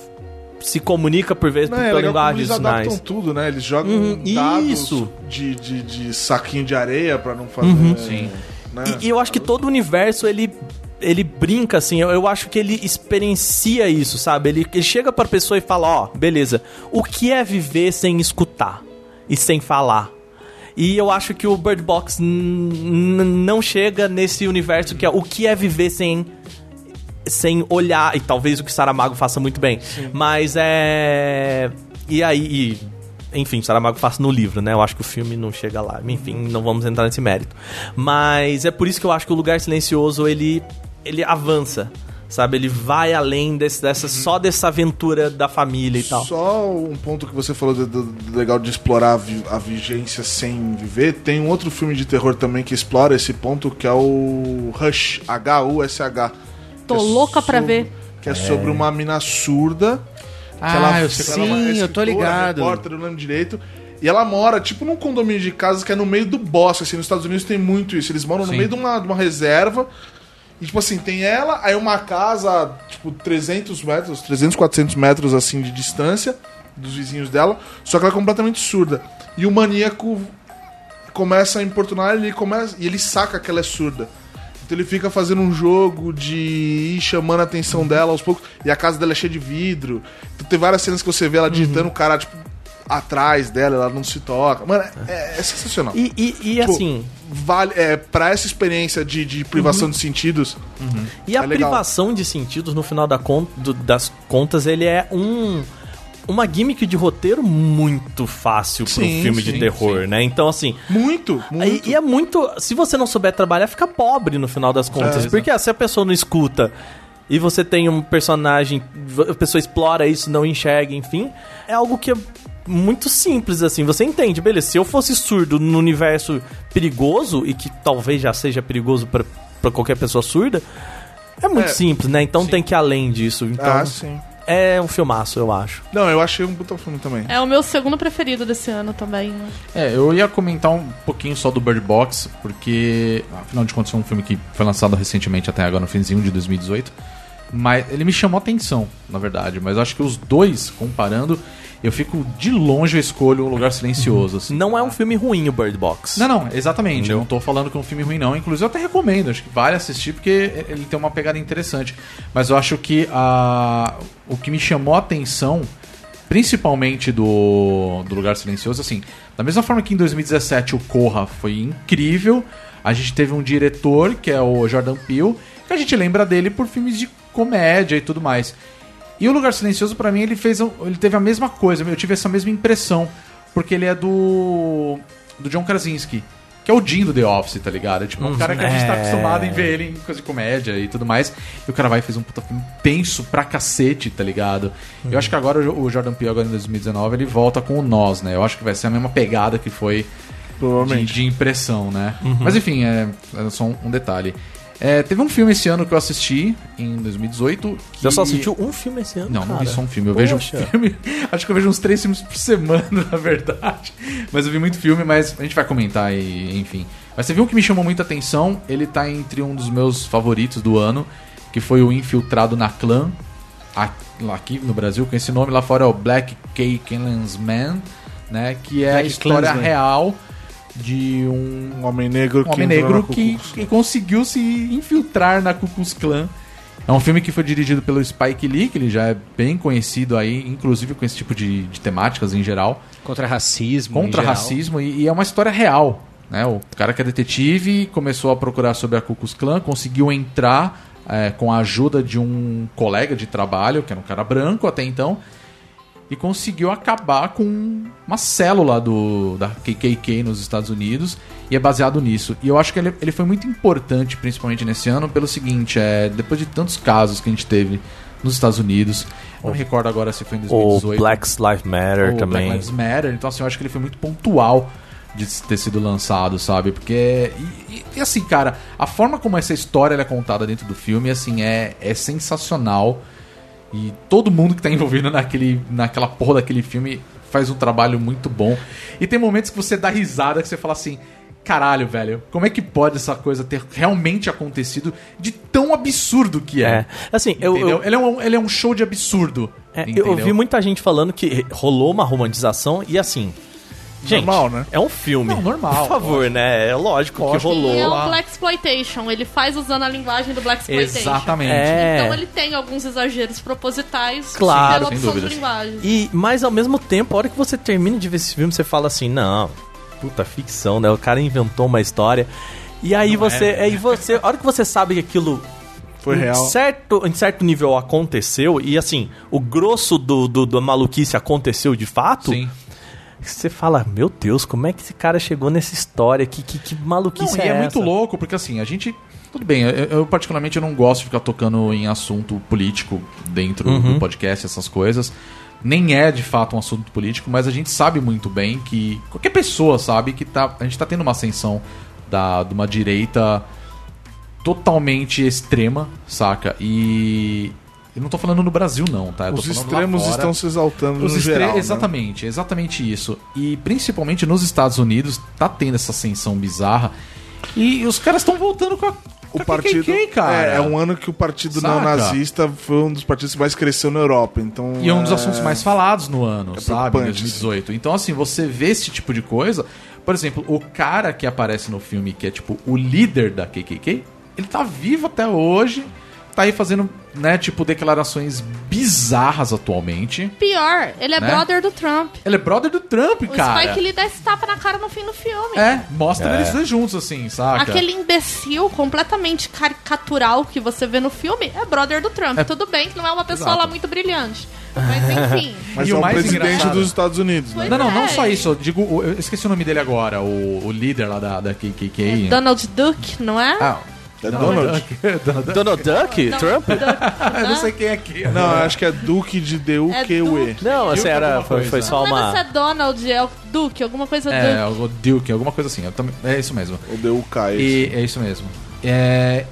se comunica por vezes
Não,
pela
é legal como
linguagem de
eles adaptam
sinais.
tudo, né? Eles jogam
Uhum,
dados
isso.
De, de, de saquinho de areia pra não fazer...
Sim.
né?
E, e eu acho que todo o universo, ele. Ele brinca, assim, eu, eu acho que ele experiencia isso, sabe? Ele, ele chega pra pessoa e fala, ó, beleza, o que é viver sem escutar e sem falar? E eu acho que o Bird Box n- n- não chega nesse universo que é o que é viver sem sem olhar, e talvez o que Saramago faça muito bem. Mas é. E aí. e- Enfim, Saramago faça no livro, né? Eu acho que o filme não chega lá. Enfim, não vamos entrar nesse mérito. Mas é por isso que eu acho que o Lugar Silencioso ele, ele avança, sabe? Ele vai além desse, dessa, só dessa aventura da família e tal.
Uhum. Só um ponto que você falou do, do- do legal de explorar a, vi- a vigência sem viver. Tem um outro filme de terror também que explora esse ponto, que é o Hush, H-U-S-H.
Tô
Que é
louca pra
sobre-
ver.
Que é, sobre uma mina surda. que
Ah, eu sei
que
qual é.
é uma
Sim, eu tô
escritora,
ligado.
Repórter, eu não lembro direito. E ela mora, tipo, num condomínio de casas que é no meio do bosque, assim, nos Estados Unidos tem muito isso. Eles moram
Sim.
no meio de uma, de uma reserva. E, tipo assim, tem ela, aí uma casa, tipo, 300 metros, 300, 400 metros, assim, de distância dos vizinhos dela. Só que ela é completamente surda. E o maníaco começa a importunar ele começa, e ele saca que ela é surda. Então ele fica fazendo um jogo de ir chamando a atenção dela aos poucos. E a casa dela é cheia de vidro. Então tem várias cenas que você vê ela
Uhum.
digitando o cara, tipo, atrás dela, ela não se toca. Mano, é- é, é sensacional.
E, e, e
Tipo,
assim.
Vale, é, pra essa experiência de, de privação
Uhum.
de sentidos,
E a
É legal.
privação de sentidos, no final da con- do- das contas, ele é um. Uma gimmick de roteiro muito fácil pra um
Sim,
filme de
sim,
terror, né? Então, assim.
muito, muito.
E, e é muito. Se você não souber trabalhar, fica pobre no final
É,
das contas. porque ah, se a pessoa não escuta e você tem um personagem, v- a pessoa explora isso, não enxerga, enfim, é algo que é muito simples, assim. Você entende, beleza? Se eu fosse surdo num universo perigoso, e que talvez já seja perigoso pra pra qualquer pessoa surda. É muito
É.
simples, né? Então tem que ir além disso. Então,
Ah, sim.
é um filmaço, eu acho.
Não, eu achei um puta filme também.
É o meu segundo preferido desse ano também. né?
É, eu ia comentar um pouquinho só do Bird Box, porque, afinal de contas, é um filme que foi lançado recentemente, até agora, no finzinho de 2018. Mas ele me chamou atenção, na verdade. Mas eu acho que os dois, comparando, eu fico de longe, eu escolho um lugar silencioso. Assim.
Não é um filme ruim o Bird Box.
Não, não, exatamente. Eu não tô falando que é um filme ruim, não. Inclusive, eu até recomendo. Acho que vale assistir porque ele tem uma pegada interessante. Mas eu acho que a... o que me chamou a atenção, principalmente do... do Lugar Silencioso, assim, da mesma forma que em 2017 o Corra foi incrível, a gente teve um diretor, que é o Jordan Peele, que a gente lembra dele por filmes de comédia e tudo mais. E o Lugar Silencioso, pra mim, ele fez. um- Ele teve a mesma coisa. Eu tive essa mesma impressão. Porque ele é do. do John Krasinski. Que é o Jim do The Office, tá ligado? É tipo um cara que a gente tá acostumado em ver ele em coisa de comédia e tudo mais. E o cara vai e fez um puta filme tenso pra cacete, tá ligado? Eu acho que agora o Jo- o Jordan Peele, agora em 2019, ele volta com o Nós, né? Eu acho que vai ser a mesma pegada que foi de,
Provavelmente.
de impressão, né? Mas enfim, é, é só um, um detalhe. É, teve um filme esse ano que eu assisti, em 2018. Que...
Você só assistiu um filme esse ano,
Não,
cara.
não vi só um filme. Eu vejo
Poxa.
filme. (laughs) Acho que eu vejo uns três filmes por semana, (laughs) na verdade. Mas eu vi muito filme, mas a gente vai comentar e, enfim. Mas você viu um que me chamou muita atenção? Ele tá entre um dos meus favoritos do ano, que foi o Infiltrado na Clã. a- lá Aqui no Brasil, com esse nome lá fora é o Black K. Klansman, né? Que é a
Black
história
Klansman.
real de um
Um homem negro
um homem
entrou
negro
na Ku
que,
Klux.
que conseguiu se infiltrar na Ku Klux Klan. É um filme que foi dirigido pelo Spike Lee, que ele já é bem conhecido aí, inclusive com esse tipo de, de temáticas em geral.
Contra racismo. em
Contra
geral.
racismo, e, e é uma história real. Né? O cara que é detetive começou a procurar sobre a Ku Klux Klan, conseguiu entrar eh, com a ajuda de um colega de trabalho, que era um cara branco até então, e conseguiu acabar com uma célula do, da KKK nos Estados Unidos e é baseado nisso. E eu acho que ele, ele foi muito importante, principalmente nesse ano, pelo seguinte, é, depois de tantos casos que a gente teve nos Estados Unidos, não me recordo agora se foi em
O
2018
Black Lives Matter
o
também.
Black Lives Matter. Então, assim, eu acho que ele foi muito pontual de ter sido lançado, sabe? Porque. é, E, e- e, assim, cara, a forma como essa história ela é contada dentro do filme, assim, é, é sensacional. E todo mundo que tá envolvido naquele, naquela porra daquele filme faz um trabalho muito bom. E tem momentos que você dá risada, que você fala assim. Caralho, velho, como é que pode essa coisa ter realmente acontecido de tão absurdo que é?
É. Assim, eu-
Entendeu?
eu,
Ele, é um, ele é um show de absurdo.
É, eu
entendeu?
ouvi muita gente falando que rolou uma romantização e assim. Gente,
Normal, né?
é um filme.
Não, normal,
Por favor, né? É lógico, que rolou.
E é
lá.
um Black Exploitation, ele faz usando a linguagem do Black Exploitation.
Exatamente.
É.
Então ele tem alguns exageros propositais
Claro,
pela
sem
opção de
dúvidas.
linguagem.
E, mas ao mesmo tempo, a hora que você termina de ver esse filme, você fala assim: não, puta ficção, né? O cara inventou uma história. E aí você. É, e você. A hora que você sabe que aquilo.
Foi
em
real.
Certo, em certo nível aconteceu, e assim, o grosso do, do, da maluquice aconteceu de fato.
Sim.
Você fala, meu Deus, como é que esse cara chegou nessa história? Que, que, que
Não,
maluquice
e é,
é essa?
muito louco, porque assim, a gente. Tudo bem, eu, eu particularmente eu não gosto de ficar tocando em assunto político dentro do
Uhum.
podcast, essas coisas. Nem é de fato um assunto político, mas a gente sabe muito bem que. Qualquer pessoa sabe que tá, a gente tá tendo uma ascensão da, de uma direita totalmente extrema, saca? E. Eu não tô falando no Brasil, não, tá? Eu tô
Os
falando lá
extremos
fora.
estão se exaltando
Os
no
estre-
geral. né?
Exatamente, exatamente isso. E principalmente nos Estados Unidos, tá tendo essa ascensão bizarra. E os caras estão voltando com a. com
O
a
partido
KKK, cara.
É, é um ano que o partido
Saca?
neonazista foi um dos partidos que mais cresceu na Europa. Então,
E é um dos assuntos mais falados no ano, sabe? Em
é preocupante,
2018. Então, assim, você vê esse tipo de coisa. Por exemplo, o cara que aparece no filme, que é tipo o líder da KKK, ele tá vivo até hoje. Tá aí fazendo, né, tipo, declarações bizarras atualmente.
Pior, ele é
Né?
brother do Trump.
Ele é brother do Trump,
O
cara.
Spike Lee dá esse tapa na cara no fim do filme.
É, mostra eles dois juntos, assim, saca?
Aquele imbecil completamente caricatural que você vê no filme é brother do Trump.
É.
Tudo bem que não é uma pessoa
Exato.
lá muito brilhante. Mas
(laughs)
enfim.
Mas
E
é
o
o
mais
presidente
engraçado-
dos Estados Unidos, né?
Pois
Não, não, não
é.
só isso. Eu digo, o- eu esqueci o nome dele agora, o, o líder lá da, da KKK.
É Donald Duck, não é?
Ah,
É Donald?
Donald Duck?
Não,
Trump?
eu não sei quem é aqui.
Não, eu acho que é Duque de
É
D-U-Q-U-E.
Duke.
Não, assim, era, foi, foi só
Não lembro se é
uma.
Donald, é o Duke, alguma coisa
É,
Duke.
o Duke, alguma coisa assim. eu também- é isso mesmo.
Ou D-U-K.
E é isso mesmo. É,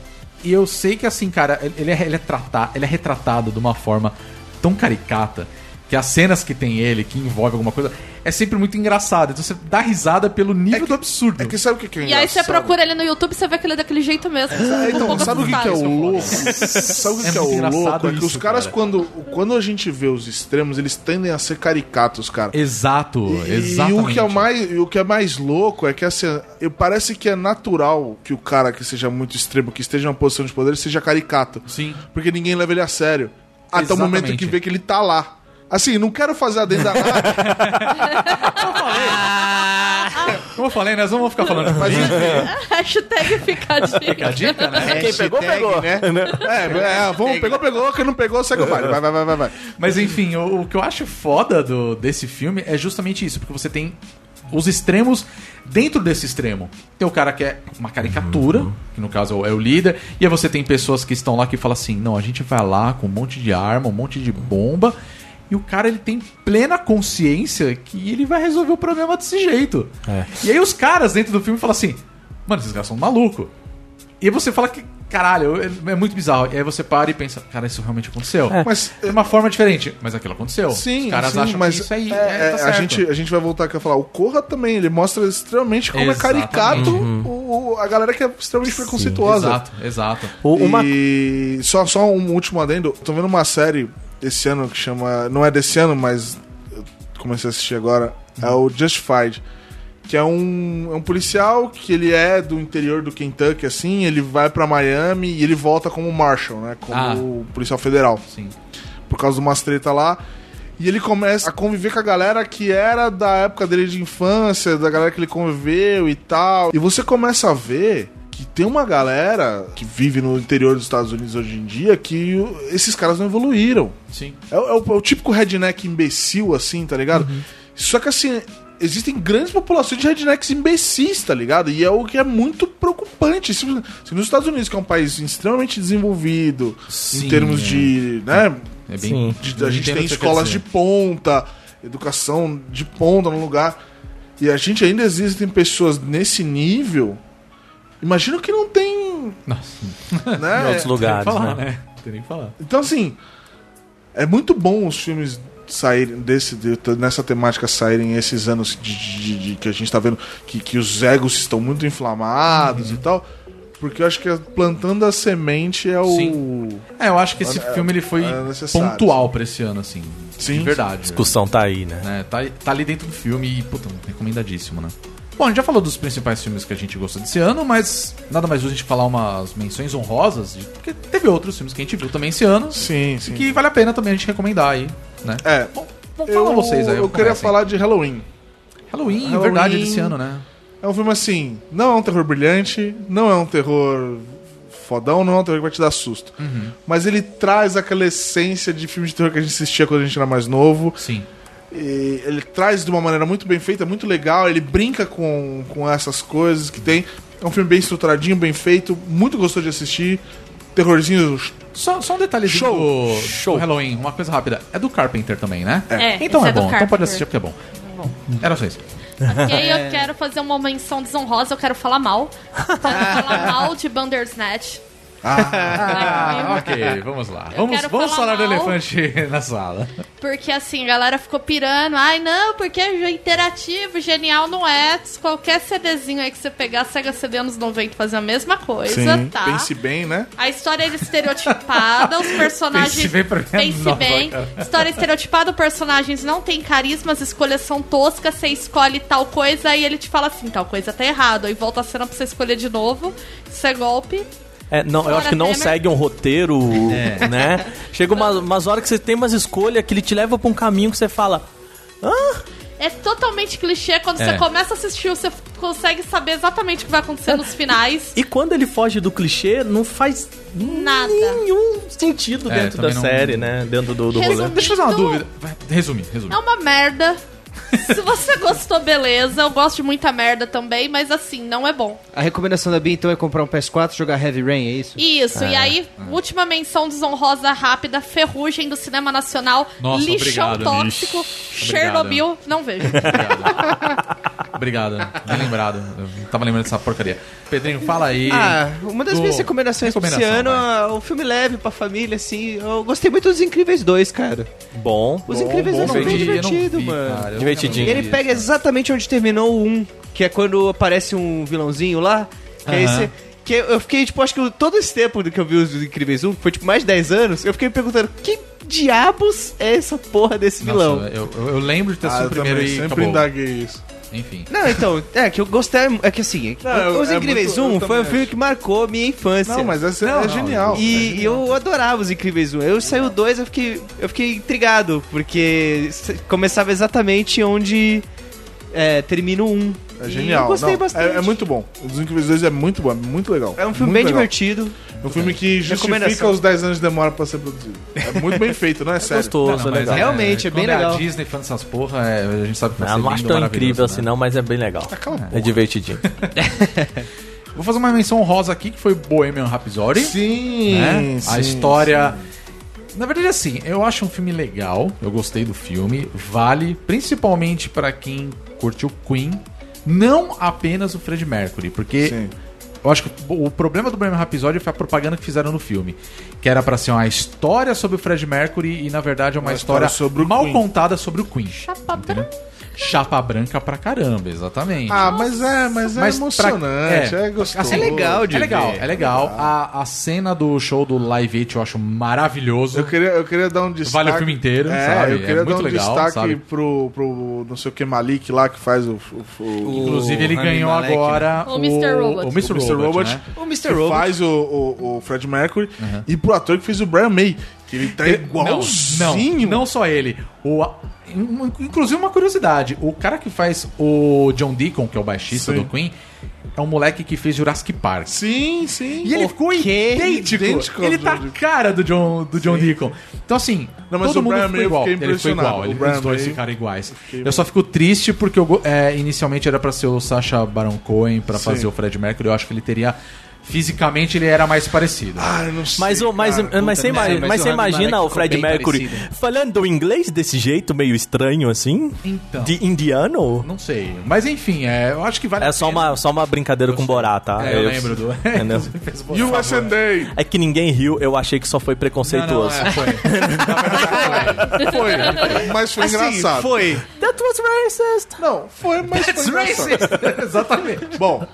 e eu sei que assim, cara, ele é, ele, é trata- ele é retratado de uma forma tão caricata que as cenas que tem ele, que envolve alguma coisa, é sempre muito engraçado. Então você dá risada pelo nível do absurdo.
É que sabe o que que é
E aí você
engraçado?
procura um ele no YouTube, você vê que ele é daquele
(laughs)
jeito mesmo.
É, então, sabe o que, que é o
(laughs)
louco? Sabe o que,
É
que é
muito
o
engraçado
louco? É que
isso,
os caras,
cara.
quando, quando a gente vê os extremos, eles tendem a ser caricatos, cara.
Exato,
E
exatamente.
o que, é mais, e o que é mais louco é que assim, eu- parece que é natural que o cara que seja muito extremo, que esteja em uma posição de poder, seja caricato.
Sim.
Porque ninguém leva ele a sério. Até o momento
Exatamente.
que vê que ele tá
(laughs)
né? lá. Assim, não quero fazer a dentro da
Como eu falei, nós não vamos ficar falando de
Mas
mim.
enfim,
(laughs) Hashtag fica
(laughs)
a dica.
Fica a dica, né?
Quem pegou, pegou.
Né?
é, é, vamos, pegou, pegou, quem não pegou, segue o baile. Vai, vai, vai, vai, vai.
Mas enfim, o, o que eu acho foda do, desse filme é justamente isso, porque você tem os extremos dentro desse extremo. Tem o cara que é uma caricatura, que no caso é o- é o líder, e aí você tem pessoas que estão lá que falam assim: não, a gente vai lá com um monte de arma, um monte de bomba. E o cara ele tem plena consciência que ele vai resolver o problema desse jeito. E aí os caras dentro do filme falam assim: mano, esses caras são malucos. E aí você fala que, caralho, é é muito bizarro. E aí você para e pensa: cara, isso realmente aconteceu.
Mas
De uma forma diferente, mas aquilo aconteceu.
Sim,
Os caras
sim,
acham
mas
que isso aí
é,
é, tá
é, a,
certo.
gente, a gente vai voltar aqui a falar. O Corra também, ele mostra extremamente como é
Exatamente. Uhum.
caricato o, o- a galera que é extremamente preconceituosa.
Exato, exato.
O- uma- (laughs)
E só, só um último adendo. Tô vendo uma série esse ano que chama. Não é desse ano, mas eu comecei a assistir agora. É o Justified. Que é um, é um policial que ele é do interior do Kentucky, assim. Ele vai pra Miami e ele volta como Marshall, né? Como
Ah.
policial federal
Sim.
por causa de umas treta lá. E ele começa a conviver com a galera que era da época dele de infância, da galera que ele conviveu e tal. E você começa a ver que tem uma galera que vive no interior dos Estados Unidos hoje em dia que o- esses caras não evoluíram.
Sim.
É, o- é o, é o típico redneck imbecil, assim, tá ligado?
Uhum.
Só que assim. Existem grandes populações de rednecks imbecis, tá ligado? E é o que é muito preocupante. Se, se nos Estados Unidos, que é um país extremamente desenvolvido
Sim,
em termos
é.
de. né?
É bem.
Sim.
De- a gente
Entendo
tem
o que você
escolas
quer
de
dizer.
ponta, educação de ponta no lugar. E a gente ainda existem pessoas nesse nível. Imagino que não tem.
Nossa, não (laughs)
Né?
Em outros
tem nem o
lugares,
que falar,
né?
né? Não tem nem o que falar.
Então, assim. É muito bom os filmes saírem desse, de- nessa temática saírem esses anos de, de- de- de- que a gente tá vendo que, que os egos estão muito inflamados e
Uhum.
tal. Porque eu acho que plantando a semente é o.
É, eu acho que esse filme ele foi
é necessário,
pontual pra esse ano, assim.
Sim,
de verdade.
discussão tá aí, né?
Né? Tá, tá ali dentro do filme e, puta, recomendadíssimo, né? Bom, a gente já falou dos principais filmes que a gente gostou desse ano, mas nada mais justo a gente falar umas menções honrosas, de- porque teve outros filmes que a gente viu também esse ano,
Sim, sim.
que vale a pena também a gente recomendar aí, né?
É.
Bom, bom, fala
eu,
vocês aí.
eu queria
comecem.
falar de Halloween.
Halloween,
Halloween.
verdade, desse ano, né?
É um filme assim, não é um terror brilhante, não é um terror fodão, não é um terror que vai te dar susto.
Uhum.
Mas ele traz aquela essência de filme de terror que a gente assistia quando a gente era mais novo.
Sim.
E ele traz de uma maneira muito bem feita, muito legal, ele brinca com, com essas coisas que tem. É um filme bem estruturadinho, bem feito, muito gostoso de assistir. Terrorzinho.
Só, só um detalhezinho
Show.
do,
Show.
do Halloween, uma coisa rápida. É do Carpenter também, né?
É,
então
esse
é
é
bom,
do
então
Carpenter.
pode assistir porque é bom. Era só isso.
E aí eu quero fazer uma menção desonrosa, eu quero falar mal.
(laughs)
Eu Quero falar mal de Bandersnatch.
(laughs) Ah, ok, vamos lá. Vamos,
quero
vamos falar
falar
do
mal.
elefante na sala.
Porque assim, a galera ficou pirando. Ai, não, porque é interativo, genial não é. Qualquer CDzinho aí que você pegar, Sega CD anos 90 fazer a mesma coisa, tá?
Pense bem, né?
A história era estereotipada, os
(laughs)
personagens.
Pense bem pra mim é
Pense
nova,
bem.
cara.
História estereotipada, os personagens não têm carisma, as escolhas são toscas, você escolhe tal coisa e ele te fala assim, tal coisa tá errado. Aí volta a cena pra você escolher de novo. Isso é golpe.
É, não, eu acho que não
Temer.
segue um roteiro,
É.
né? Chega uma- umas horas que você tem umas escolhas que ele te leva pra um caminho que você fala.
É totalmente clichê. Quando
É.
você começa a assistir, você f- consegue saber exatamente o que vai acontecer
(laughs)
nos finais.
E quando ele foge do clichê, não faz
Nada.
nenhum sentido
É,
dentro da
também não-
série, né? Dentro do, do rolê.
Resumo-
Deixa eu fazer uma
Então-
dúvida. Vai, Resume, resume.
É uma merda. (laughs) Se você gostou, beleza. Eu gosto de muita merda também, mas assim, não é bom.
A recomendação da Bia então é comprar um PS4 e jogar Heavy Rain, é isso?
Isso, e aí,
É.
última menção desonrosa rápida, Ferrugem do Cinema Nacional,
Nossa,
Lixão
obrigado,
Tóxico, Chernobyl, não vejo.
Obrigado, bem lembrado. Eu tava lembrando dessa porcaria. Pedrinho, fala aí.
Ah, uma das
Do-
minhas recomendações pra esse ano,
Recomendação,
é um filme leve pra família, assim. Eu gostei muito dos Incríveis 2, cara.
Bom.
Os Incríveis
Eu não
2 são bem
vi, eu não
divertido,
vi,
mano.
cara. Eu
Divertidinho.
não
E
vi
ele
isso.
pega exatamente onde terminou o 1, que é quando aparece um vilãozinho lá. Que é
Aham.
esse. Que eu fiquei, tipo, acho que todo esse tempo do que eu vi os Incríveis 1, que foi tipo mais de 10 anos, eu fiquei me perguntando: que diabos é essa porra desse
Nossa,
vilão?
eu, eu- eu lembro de ter
Ah,
sido
eu
o primeiro
também
e
sempre
acabou.
indaguei isso.
Enfim.
Não, então, é que eu gostei. É que assim, é que
Não,
Os
é
Incríveis
muito- eu
1 foi
também
um filme que marcou minha infância.
Não, mas essa
Não,
é
não,
genial.
E eu adorava os Incríveis 1. Eu saiu o 2, eu fiquei, eu fiquei intrigado, porque se- começava exatamente onde é, termina o 1.
É genial.
eu gostei
Não, é-
bastante.
É, muito bom. Os Incríveis 2 é muito bom, é muito legal.
É um filme
Muito
bem
legal.
divertido.
É um filme que justifica
Recomendação.
os 10 anos de demora pra ser produzido. É muito bem feito, não é sério.
Gostoso, é legal.
Realmente, é bem
quando
legal.
A Disney fazendo essas porra, é, a gente
Tá
sabe que vai ser
Ah, não
lindo,
acho tão incrível
maravilhoso,
assim,
né?
não, mas é bem legal. É
(laughs)
divertidinho.
Vou fazer uma menção honrosa aqui, que foi Bohemian Rhapsody.
Sim,
né?
sim,
a história. Na verdade, assim, eu acho um filme legal. Eu gostei do filme. Vale, principalmente pra quem curtiu Queen. Não apenas o Fred Mercury, porque
Sim.
eu acho que o problema do Bohemian Rhapsody foi a propaganda que fizeram no filme, que era pra ser uma história sobre o Fred Mercury e na verdade é uma,
Uma
história,
história sobre o
mal
Queen.
contada sobre o Queen.
Chapa
Entendeu?
branca.
Chapa branca pra caramba, exatamente.
Ah, mas é, mas é
Mas pra-
emocionante,
é.
é, gostoso.
É legal de
É legal,
ver.
é legal. A, a cena do show do Live 8 eu acho maravilhoso.
Eu queria, eu queria dar um destaque.
Vale o filme inteiro,
é,
sabe?
Eu
É
queria dar
muito
um
legal,
destaque
sabe?
pro, pro não sei o que Malik lá que faz o. o, o-
Inclusive, ele
O
ganhou
Rami Malek,
agora
O Mr. Robot.
O Mr.
né? o Mr.
Robot.
Robot,
né?
O Mr.
que
Robot.
faz o, o, o Fred Mercury, e pro ator que fez o Brian May, que ele tá igualzinho.
Não, não só ele. O, in- inclusive, uma curiosidade: o cara que faz o John Deacon, que é o baixista
Sim.
do Queen, é um moleque que fez Jurassic Park.
Sim, sim.
E ele ficou
quê?
idêntico.
Idêntico ao
Ele tá
John
a
Deacon.
cara do John, do John Deacon. Então, assim,
Não, mas
todo
o
mundo
Brian
ficou
May eu
igual.
fiquei
Ele ficou
impressionado.
igual. Ele,
O Brian
os dois
May-
ficaram iguais.
fiquei
Eu só fico triste porque eu go- é, inicialmente era pra ser o Sacha Baron Cohen pra fazer o Fred Mercury. Eu acho que ele teria... Fisicamente, ele era mais parecido.
Ah, eu não sei.
Mas, o- mas,
cara.
mas, você,
merda,
imagina,
mas
mas
o
você
Rami Malek
imagina o
ficou
Fred
bem
Mercury
parecido.
falando inglês desse jeito, meio estranho assim?
Então.
De indiano?
Não sei. Mas enfim, é, eu acho que vale
É
a
só
pena.
uma, só uma brincadeira com o Borá, tá?
É, eu, lembro do. (laughs)
(laughs)
Entendeu?
E o SNA?
É que ninguém riu, eu achei que só foi
Não, não,
preconceituoso.
é, foi.
(laughs)
Foi. (laughs) Mas foi engraçado.
Foi.
That was racist!
Não, foi, mas foi
(laughs)
engraçado.
Exatamente.
Bom,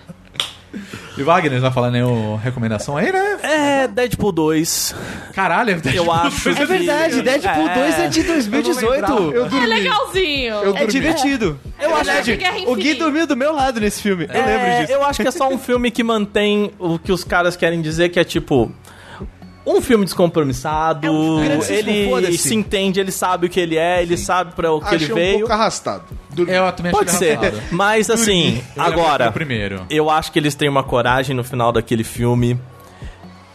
E Wagner vai falar nenhuma recomendação aí, né?
É, Deadpool 2.
Caralho, é verdade. (laughs)
(laughs)
Eu acho.
É verdade, Deadpool 2 é de 2018.
Eu não
Eu
É legalzinho. Eu,
é divertido.
eu acho que Guerra
O Gui
Infinita.
dormiu do meu lado nesse filme. Eu lembro disso.
Eu acho que é só um filme que mantém o que os caras querem dizer, que é tipo. Um filme descompromissado,
grandíssimo
ele
foda-se.
se entende, ele sabe o que ele é, ele sabe pra o que
achei
ele
um
veio.
pouco arrastado. Dur-
Eu também acho
Pode
que
ser,
é errado.
mas assim,
O
agora,
primeiro.
eu acho que eles têm uma coragem no final daquele filme,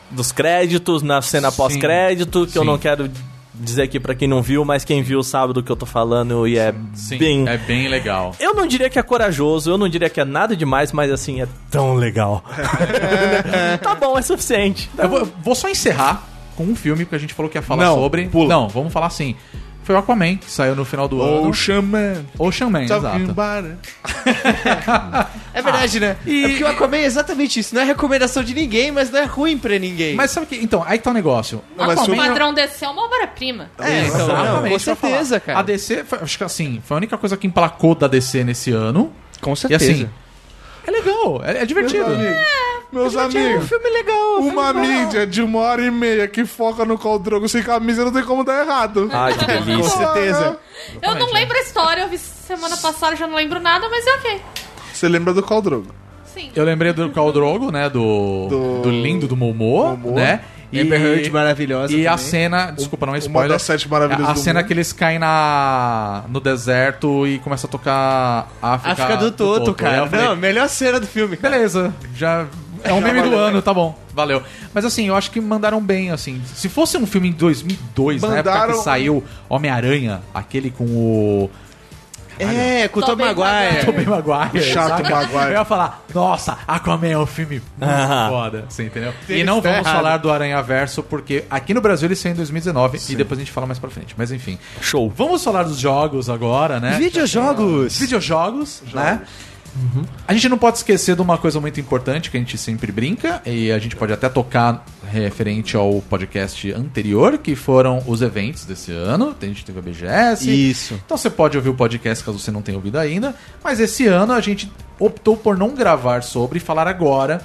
dos créditos, na cena
Sim,
pós-crédito, que eu
sim.
não quero dizer aqui pra quem não viu, mas quem viu sabe do que eu tô falando e é
Sim,
bem...
é bem legal.
Eu não diria que é corajoso, eu não diria que é nada demais, mas assim, é tão legal. tá bom, é suficiente.
Eu vou, vou só encerrar com um filme que a gente falou que ia falar
Então- Não,
sobre.
pula.
Não, vamos falar assim. Foi o Aquaman, que saiu no final do ano.
Ocean Man.
Ocean Man,
Talking
exato.
about it.
É verdade, né?
e-
É porque o Aquaman é exatamente isso. Não é recomendação de ninguém, mas não é ruim pra ninguém.
Mas sabe que. Então, aí que tá o negócio.
Não, mas
O
filme-
padrão desse é uma obra-prima.
é, então, não,
Exatamente,
com
isso que eu ia
certeza,
falar.
cara.
A DC, foi- acho que assim, foi a única coisa que emplacou da DC nesse ano.
Com
E
certeza.
assim, é legal, é, é divertido.
Meus
é um
amigos,
filme legal.
uma mídia de uma hora e meia que foca no Khal Drogo sem camisa não tem como dar errado. né?
Ai,
(laughs)
que delícia.
certeza.
Eu não
é.
lembro a história, eu vi semana passada, já não lembro nada, mas é ok.
Você lembra do Khal Drogo?
Sim.
Eu lembrei do Khal Drogo, né, do, do...
Do-
lindo do Momo,
Momoa.
né?
E Amber Heard maravilhosa
E a
também.
cena, desculpa, não é
Uma
spoiler.
das sete maravilhas
a
do
cena
mundo.
que eles caem na no deserto e começa a tocar África,
África do Toto,
Aí
cara.
eu falei,
Não, melhor cena do filme, cara.
Beleza, já é um meme do ano, tá bom, valeu. Mas assim, eu acho que mandaram bem, assim. Se fosse um filme em 2002, na né, época
Mandaram-
que saiu Homem-Aranha, aquele com o
É, com o Tom
Tobey
Maguire.
Tobey Maguire.
Chato
saca?
Maguire.
Eu ia falar, nossa, Aquaman é um filme muito
Ah.
foda, você entendeu?
Ele
e não
está
vamos
errado.
falar do Aranha Verso, porque aqui no Brasil ele saiu em 2019 e depois a gente fala mais pra frente, mas enfim.
Show.
Vamos falar dos jogos agora, né?
Videojogos.
videojogos, né? A gente não pode esquecer de uma coisa muito importante que a gente sempre brinca, e a gente pode até tocar referente ao podcast anterior, que foram os eventos desse ano. A gente teve a BGS.
Isso.
Então você pode ouvir o podcast caso você não tenha ouvido ainda. Mas esse ano a gente optou por não gravar sobre e falar agora,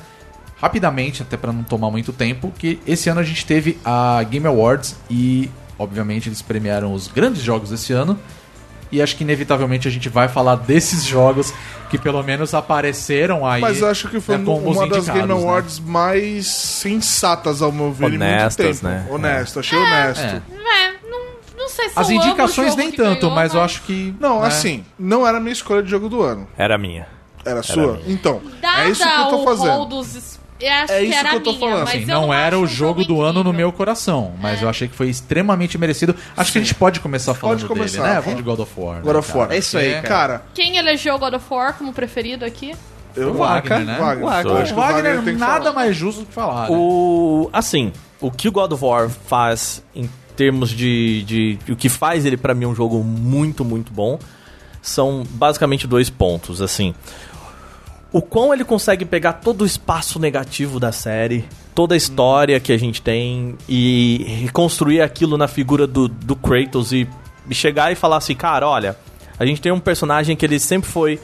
rapidamente, até pra não tomar muito tempo, que esse ano a gente teve a Game Awards e, obviamente, eles premiaram os grandes jogos desse ano. E acho que inevitavelmente a gente vai falar desses (laughs) jogos que pelo menos apareceram aí.
Mas eu acho que foi
né, como os
uma das Game
indicados, né?
Awards mais sensatas, ao meu ver,
Honestas,
em muito
né?
tempo. Honesto, achei honesto.
É.
É, não, não sei se
As
eu amo o
indicações
jogo
nem
que
tanto,
ganhou,
mas eu acho que.
Não,
né?
assim, não era a minha escolha de jogo do ano.
Era minha.
Era sua? Então,
Dada
é isso que eu tô
o rol
fazendo.
dos es- eu acho
É isso
que, era
que eu tô
minha,
falando,
mas
assim,
Assim,
eu
não era
acho
o
um
jogo do ano no
incrível.
meu coração, mas eu achei que foi extremamente merecido. Acho que a gente pode começar falando
Pode começar,
dele, né?
vamos.
Vamos de God of War. né,
Agora
cara?
fora.
É isso aí, cara.
Quem elegeu God of War como preferido aqui?
eu
O Wagner, né?
Wagner.
Wagner.
Eu
O
acho que o Wagner tem
Wagner,
que
nada
falar.
mais justo do que falar. né?
O. Assim, o que o God of War faz em termos de. de o que faz ele pra mim um jogo muito, muito bom são basicamente dois pontos. Assim, o quão ele consegue pegar todo o espaço negativo da série, toda a história que a gente tem e reconstruir aquilo na figura do, do Kratos e, e chegar e falar assim, cara, olha, a gente tem um personagem que ele sempre foi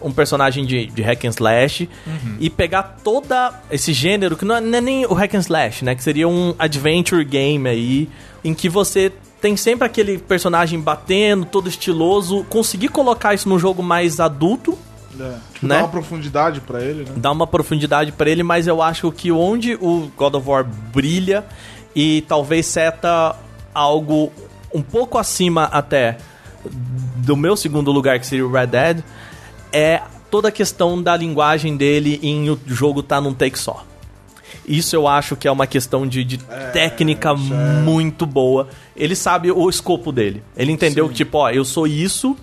um personagem de, de hack and slash e pegar toda esse gênero que não é, não é nem o hack and slash, né, que seria um adventure game aí em que você tem sempre aquele personagem batendo, todo estiloso, conseguir colocar isso num jogo mais adulto
É. Tipo,
né?
Dá uma profundidade pra ele, né?
dá uma profundidade pra ele, mas eu acho que onde o God of War brilha e talvez seta algo um pouco acima até do meu segundo lugar, que seria o Red Dead, é toda a questão da linguagem dele em o jogo tá num take só. Isso eu acho que é uma questão de, de técnica muito boa. Ele sabe o escopo dele. Ele entendeu que, tipo, ó, eu sou isso,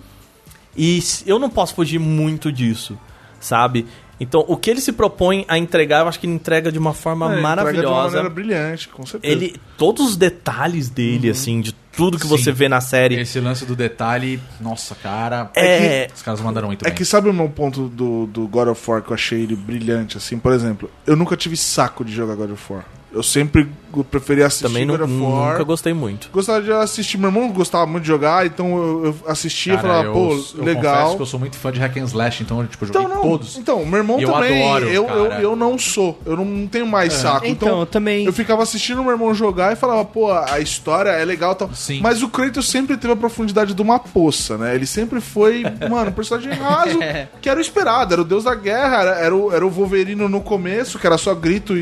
e s- eu não posso fugir muito disso, sabe? Então, o que ele se propõe a entregar, eu acho que ele entrega de uma forma
É, entrega de uma
maravilhosa.
maneira brilhante, com certeza.
Ele, todos os detalhes dele, assim, de tudo que
Sim.
você vê na série.
Esse lance do detalhe, nossa, cara.
É que-
Os caras mandaram muito
É
bem.
que sabe o meu ponto do, do God of War que eu achei ele brilhante, assim? Por exemplo, eu nunca tive saco de jogar God of War. Eu sempre go- preferi assistir
Também nu-
God of War.
nunca gostei muito.
Gostava de assistir. Meu irmão gostava muito de jogar, então eu, eu assistia e
Cara,
falava,
eu-
pô,
eu
legal.
confesso que eu sou muito fã de hack and slash, então eu, tipo, eu joguei
Então, não.
todos.
Então, meu irmão
E eu
também.
adoro,
eu, eu,
cara.
eu não sou. Eu não tenho mais saco. Então,
Então, eu também-
Eu ficava assistindo meu irmão jogar e falava, pô, a história é legal e tal.
Sim.
Mas o Kratos sempre teve a profundidade de uma poça, né? Ele sempre foi, mano, um personagem raso, que era o esperado. Era o deus da guerra, era, era, o, era o Wolverine no começo, que era só grito e,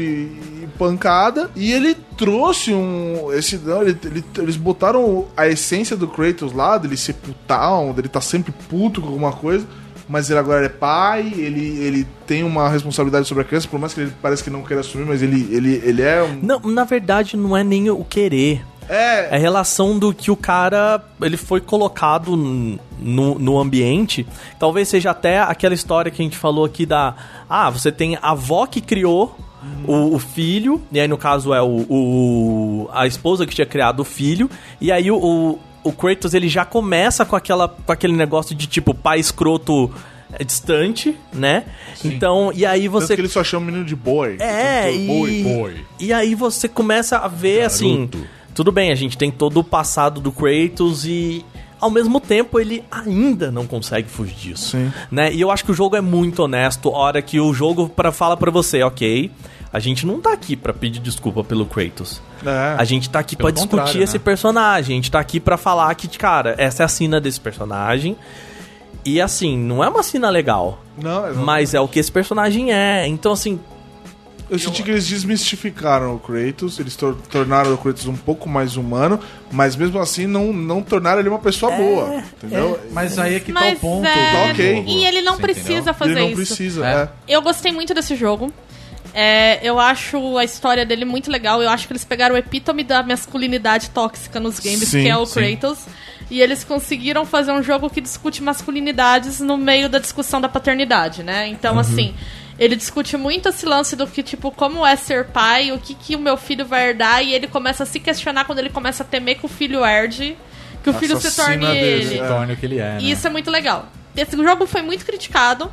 e pancada. E ele trouxe um. Esse, não, ele- ele- eles botaram a essência do Kratos lá, dele ser putão, dele tá sempre puto com alguma coisa mas ele agora é pai, ele, ele tem uma responsabilidade sobre a criança, por mais que ele pareça que não queira assumir, mas ele, ele, ele é um.
Não, na verdade, não é nem o querer.
É,
É a relação do que o cara ele foi colocado n- no, no ambiente. Talvez seja até aquela história que a gente falou aqui da. Ah, você tem a avó que criou o, o filho, e aí no caso é o, o- a esposa que tinha criado o filho, e aí o, o, o Kratos ele já começa com, aquela, com aquele negócio de tipo pai escroto é, distante, né? Então, e aí
tanto
você.
que ele só chama o menino de boy.
É,
Tanto-
e,
um Boy, boy.
e aí você começa a ver assim. Tudo bem, a gente tem todo o passado do Kratos e ao mesmo tempo ele ainda não consegue fugir disso,
Sim.
né? E eu acho que o jogo é muito honesto, a hora que o jogo para fala pra você, OK? A gente não tá aqui pra pedir desculpa pelo Kratos.
É.
A gente tá aqui pra
Pelo
discutir
contrário,
esse
né?
personagem, a gente tá aqui pra falar que, cara, essa é a sina desse personagem. E assim, não é uma sina legal,
Não, exato.
mas é o que esse personagem é. Então assim,
eu senti que eles desmistificaram o Kratos, eles tor- tornaram o Kratos um pouco mais humano, mas mesmo assim não, não tornaram ele uma pessoa
É,
boa. Entendeu?
Mas aí é que tá
Mas
o ponto.
é...
tá ok.
E ele não
Você
precisa
entendeu?
fazer
ele não
isso.
precisa,
É.
é.
Eu gostei muito desse jogo. É, eu acho a história dele muito legal. Eu acho que eles pegaram o epítome da masculinidade tóxica nos games,
Sim,
que é o
sim.
Kratos. E eles conseguiram fazer um jogo que discute masculinidades no meio da discussão da paternidade, né? Então,
Uhum.
assim, ele discute muito esse lance do que, tipo, como é ser pai, o que, que o meu filho vai herdar, e ele começa a se questionar quando ele começa a temer que o filho herde, que o filho se
Assassina
torne
dele, então.
ele.
Se torne o que ele é. né?
E isso é muito legal. Esse jogo foi muito criticado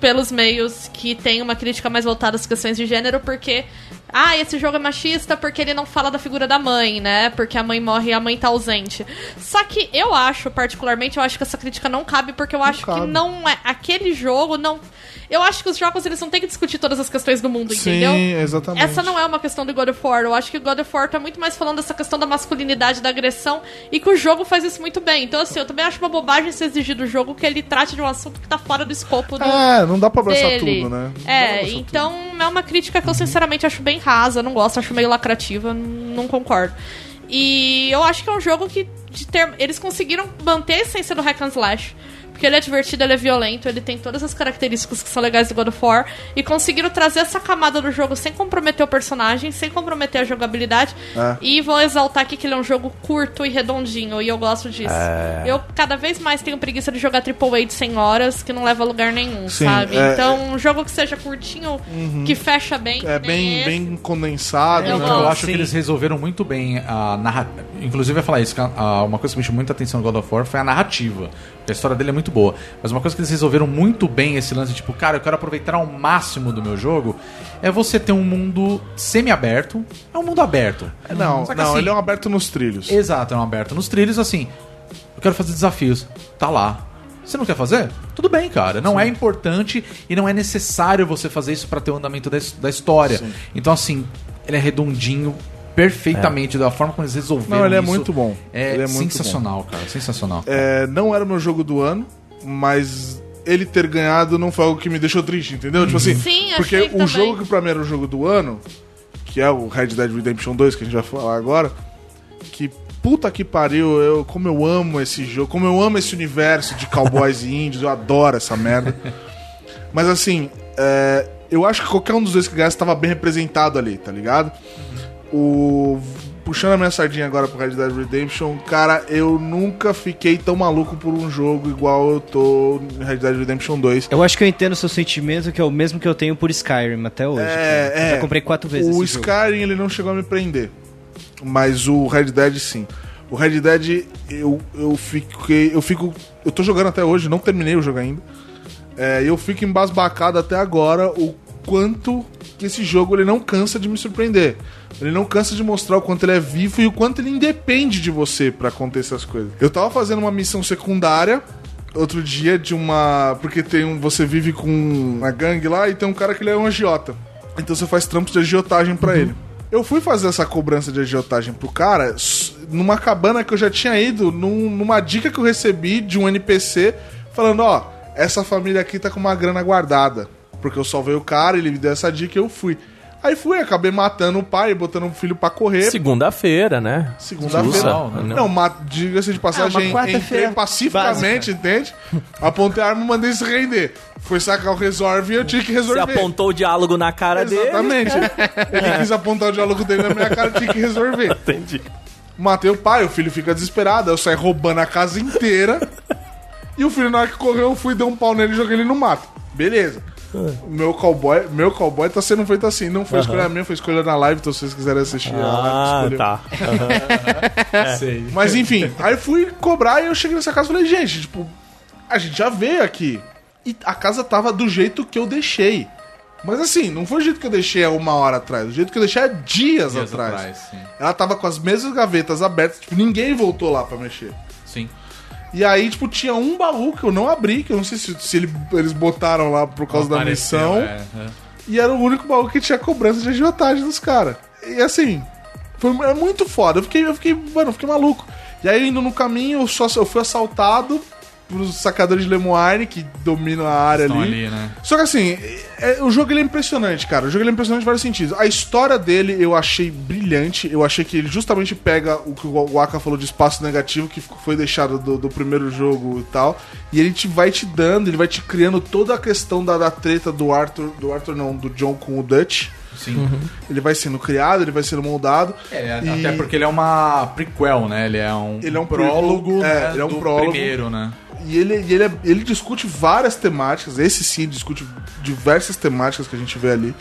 pelos meios que tem uma crítica mais voltada às questões de gênero, porque. Ah, esse jogo é machista porque ele não fala da figura da mãe, né? Porque a mãe morre e a mãe tá ausente. Só que eu acho, particularmente, eu acho que essa crítica não cabe, porque eu acho que
cabe.
não é. Aquele jogo não. Eu acho que os jogos eles não têm que discutir todas as questões do mundo, entendeu?
Sim, exatamente.
Essa não é uma questão do God of War. Eu acho que o God of War tá muito mais falando dessa questão da masculinidade, da agressão, e que o jogo faz isso muito bem. Então, assim, eu também acho uma bobagem se exigir do jogo que ele trate de um assunto que tá fora do escopo do.
É, não dá pra abraçar
dele.
tudo, Uhum. né? Não dá pra
É,
abraçar
então é uma crítica que eu sinceramente acho bem rasa, não gosto, acho meio lacrativa, n- não concordo. E eu acho que é um jogo que de ter- eles conseguiram manter a essência do hack and slash. Porque ele é divertido, ele é violento, ele tem todas as características que são legais do God of War. E conseguiram trazer essa camada do jogo sem comprometer o personagem, sem comprometer a jogabilidade.
É.
E vou exaltar aqui que ele é um jogo curto e redondinho, e eu gosto disso.
É.
Eu cada vez mais tenho preguiça de jogar AAA de 100 horas, que não leva a lugar nenhum,
Sim,
sabe?
é-
então, um jogo que seja curtinho, que fecha bem.
É
que nem
bem,
esse.
bem condensado,
Eu
né?
Eu
gosto.
acho que eles resolveram muito bem a narrativa. Inclusive, eu ia falar isso. que a- a- Uma coisa que me chamou muita atenção no God of War foi a narrativa. A história dele é muito boa. Mas uma coisa que eles resolveram muito bem esse lance, tipo, cara, eu quero aproveitar ao máximo do meu jogo, é você ter um mundo semi-aberto. É um mundo aberto.
Não,
Só que
não,
assim-
ele é um aberto nos trilhos.
Exato, é um aberto nos trilhos, assim. Eu quero fazer desafios. Tá lá. Você não quer fazer? Tudo bem, cara. Não é importante e não é necessário você fazer isso pra ter o andamento da, his- da história. Então, assim, ele é redondinho
É.
perfeitamente da forma como eles resolveram.
Não, ele é
isso.
muito bom.
É,
Ele é muito
sensacional, cara. Sensacional.
É, não era o meu jogo do ano, mas ele ter ganhado não foi algo que me deixou triste, entendeu? Tipo assim,
Sim, achei
porque
que
o
também.
jogo que pra mim era o jogo do ano, que é o Red Dead Redemption 2, que a gente vai falar agora, que puta que pariu, eu, como eu amo esse jogo, como eu amo esse universo de cowboys e índios, eu adoro essa merda. Mas assim, é, eu acho que qualquer um dos dois que ganhasse estava bem representado ali, tá ligado? O. Puxando a minha sardinha agora pro Red Dead Redemption, cara, eu nunca fiquei tão maluco por um jogo igual eu tô em Red Dead Redemption 2.
Eu acho que eu entendo o seu sentimento, que é o mesmo que eu tenho por Skyrim até hoje.
É,
cara. Eu
é.
Já comprei quatro vezes
O
esse jogo.
Skyrim ele não chegou a me prender. Mas o Red Dead sim. O Red Dead eu, eu fiquei. Eu fico. Eu tô jogando até hoje, não terminei o jogo ainda. É, eu fico embasbacado até agora o quanto que esse jogo ele não cansa de me surpreender. Ele não cansa de mostrar o quanto ele é vivo e o quanto ele independe de você pra acontecer as coisas. Eu tava fazendo uma missão secundária outro dia de uma, porque tem um, você vive com uma gangue lá e tem um cara que ele é um agiota. Então você faz trampos de agiotagem pra ele. Eu fui fazer essa cobrança de agiotagem pro cara s- numa cabana que eu já tinha ido, num- numa dica que eu recebi de um NPC falando, ó, essa família aqui tá com uma grana guardada. Porque eu salvei o cara, ele me deu essa dica e eu fui. Aí fui, acabei matando o pai, botando o filho pra correr.
Segunda-feira, né?
Segunda-feira.
Não,
Não,
não.
ma- diga-se de passagem, entrei pacificamente, entende? Apontei a arma e mandei se render. Foi sacar o resolve e eu tinha que
Você
resolver.
apontou o diálogo na cara É dele.
Exatamente. Ele quis apontar o diálogo dele na minha cara, eu tinha que resolver.
Entendi.
Matei o pai, o filho fica desesperado, eu saí roubando a casa inteira. e o filho, na hora que correu, eu fui, dei um pau nele e joguei ele no mato. Beleza. O Meu cowboy, meu cowboy tá sendo feito assim. Não foi escolha minha, foi escolha na live. Então, se vocês quiserem assistir a live,
Ah,
escolheu.
tá.
Mas enfim, aí fui cobrar e eu cheguei nessa casa e falei, gente, tipo, a gente já veio aqui. E a casa tava do jeito que eu deixei. Mas assim, não foi o jeito que eu deixei há uma hora atrás, o jeito que eu deixei há dias,
Dias
atrás.
atrás, sim.
Ela tava com as mesmas gavetas abertas, tipo, ninguém voltou lá pra mexer.
Sim.
E aí, tipo, tinha um baú que eu não abri, que eu não sei se, se ele- eles botaram lá por causa da
Apareceu,
missão.
é, é.
E era o único baú que tinha cobrança de agiotagem dos caras. E assim, foi é muito foda. Eu fiquei, eu fiquei, mano, eu fiquei maluco. E aí, indo no caminho, eu, só, eu fui assaltado pelos sacadores de Lemoine, que dominam a área
Estão
ali.
ali, né?
Só que assim, é- é- o jogo ele é impressionante, cara. O jogo ele é impressionante em vários sentidos. A história dele eu achei brilhante. Eu achei que ele justamente pega o que o Waka falou de espaço negativo, que ficou- foi deixado do, do primeiro jogo e tal. E ele te vai te dando, ele vai te criando toda a questão da, da treta do Arthur, do Arthur não, do John com o Dutch.
Sim.
Ele vai sendo criado, ele vai sendo moldado.
É,
Uhum. E-
Até porque ele é uma prequel, né? Ele é um,
Ele é um
prólogo
prequel, é,
né,
ele é um
do
prólogo.
primeiro, né?
E ele, e ele, é- ele discute várias temáticas, esse sim discute diversas temáticas que a gente vê ali,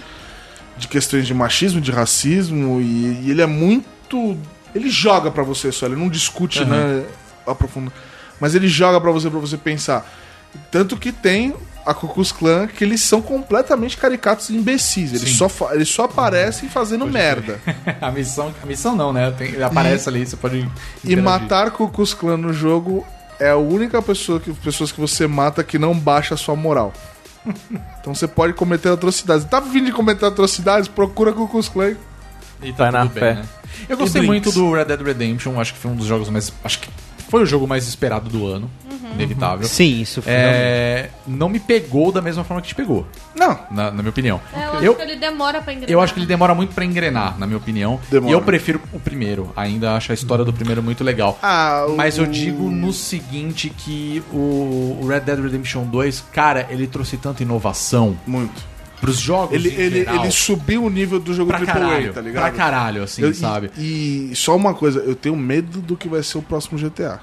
de questões de machismo, de racismo, e, e ele é muito. Ele joga pra você só, ele não discute, né? Aprofunda. Mas ele joga pra você, pra você pensar. Tanto que tem a Cucus Clan que eles são completamente caricatos e imbecis. Eles,
Sim.
só, fa- eles só aparecem fazendo merda.
(laughs) A missão, a missão não, né? Tem- ele aparece ali, você pode.
E
interagir.
matar Cucus Clan no jogo é a única pessoa que, pessoas que você mata que não baixa a
(laughs)
sua moral. Então você pode cometer atrocidades. Tá vindo de cometer atrocidades? Procura Cucus Clan. e
E
Vai na
tudo
fé.
né? Eu gostei
E
muito
drinks.
do Red Dead Redemption, acho que foi um dos jogos mais. Acho que foi o jogo mais esperado do ano,
Uhum.
inevitável.
Sim, isso foi.
É, não me pegou da mesma forma que te pegou,
Não.
na, na minha opinião.
É, eu acho que ele demora pra engrenar.
Eu acho que ele demora muito pra engrenar, na minha opinião.
Demora.
E eu prefiro o primeiro. Ainda acho a história do primeiro muito legal.
Ah, o-
Mas eu digo no seguinte que o o Red Dead Redemption 2, cara, ele trouxe tanta inovação
Muito.
pros jogos
Ele,
em
ele,
geral,
ele subiu o nível do jogo
pra
AAA,
caralho,
tá ligado?
pra caralho, assim,
Eu- e-
sabe?
E, só uma coisa, eu tenho medo do que vai ser o próximo GTA.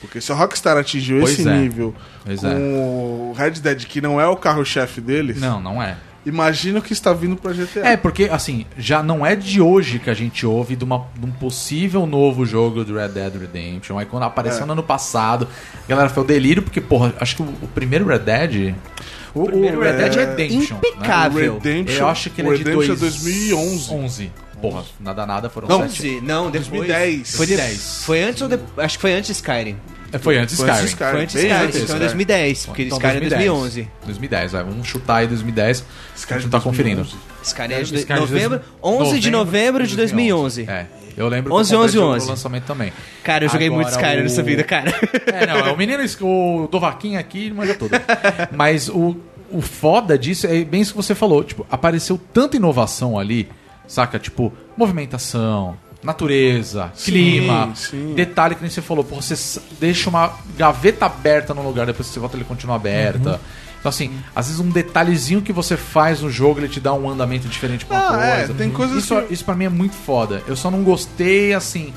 Porque se a Rockstar atingiu
Pois
esse
é.
nível
Pois
com
é.
o Red Dead, que não é o carro-chefe deles,
Não, não é.
imagina o que está vindo pra GTA.
É, porque, assim, já não é de hoje que a gente ouve de, uma- de um possível novo jogo do Red Dead Redemption. Aí quando apareceu
É.
no ano passado, a galera foi o delírio, porque, porra, acho que o, o primeiro Red Dead. O, o
primeiro
Red Dead
é
Redemption. né?
impecável.
Eu acho que ele
o
é de
Redemption é
dois-
2011.
11. Porra, nada, nada, foram
Não,
7.
Não, depois.
2010.
Foi, de-
10.
foi antes ou depois? Acho que foi antes de Skyrim.
É, Foi antes
Foi
Skyrim.
antes Skyrim.
Foi antes de
Tá, bem
Skyrim,
antes de
então
Skyrim.
é 2010, porque
Então,
Skyrim é 2011.
2010, vai. Vamos chutar aí 2010. a gente não tá conferindo.
Skyrim é de
Skyrim de
novembro,
dois-
11 de novembro de 2011.
É. Eu lembro
11,
que eu comprei
11,
o jogo no
11.
lançamento também.
Cara, eu joguei
Agora
muito Skyrim
o-
nessa vida,
(laughs)
cara.
É, não, é o menino, es- o Dovaquinha aqui, ele manja
(laughs)
tudo. Mas o, o foda disso é bem isso que você falou. Tipo, apareceu tanta inovação ali, saca? Tipo, movimentação, natureza, clima,
sim.
detalhe que nem você falou. Pô, você s- deixa uma gaveta aberta no lugar, depois que você volta ele continua aberta.
Uhum.
Então, assim, às vezes um detalhezinho que você faz no jogo, ele te dá um andamento diferente pra uma
Ah, é,
coisa.
tem coisas
isso,
que-
isso pra mim é muito foda. Eu só não gostei, assim.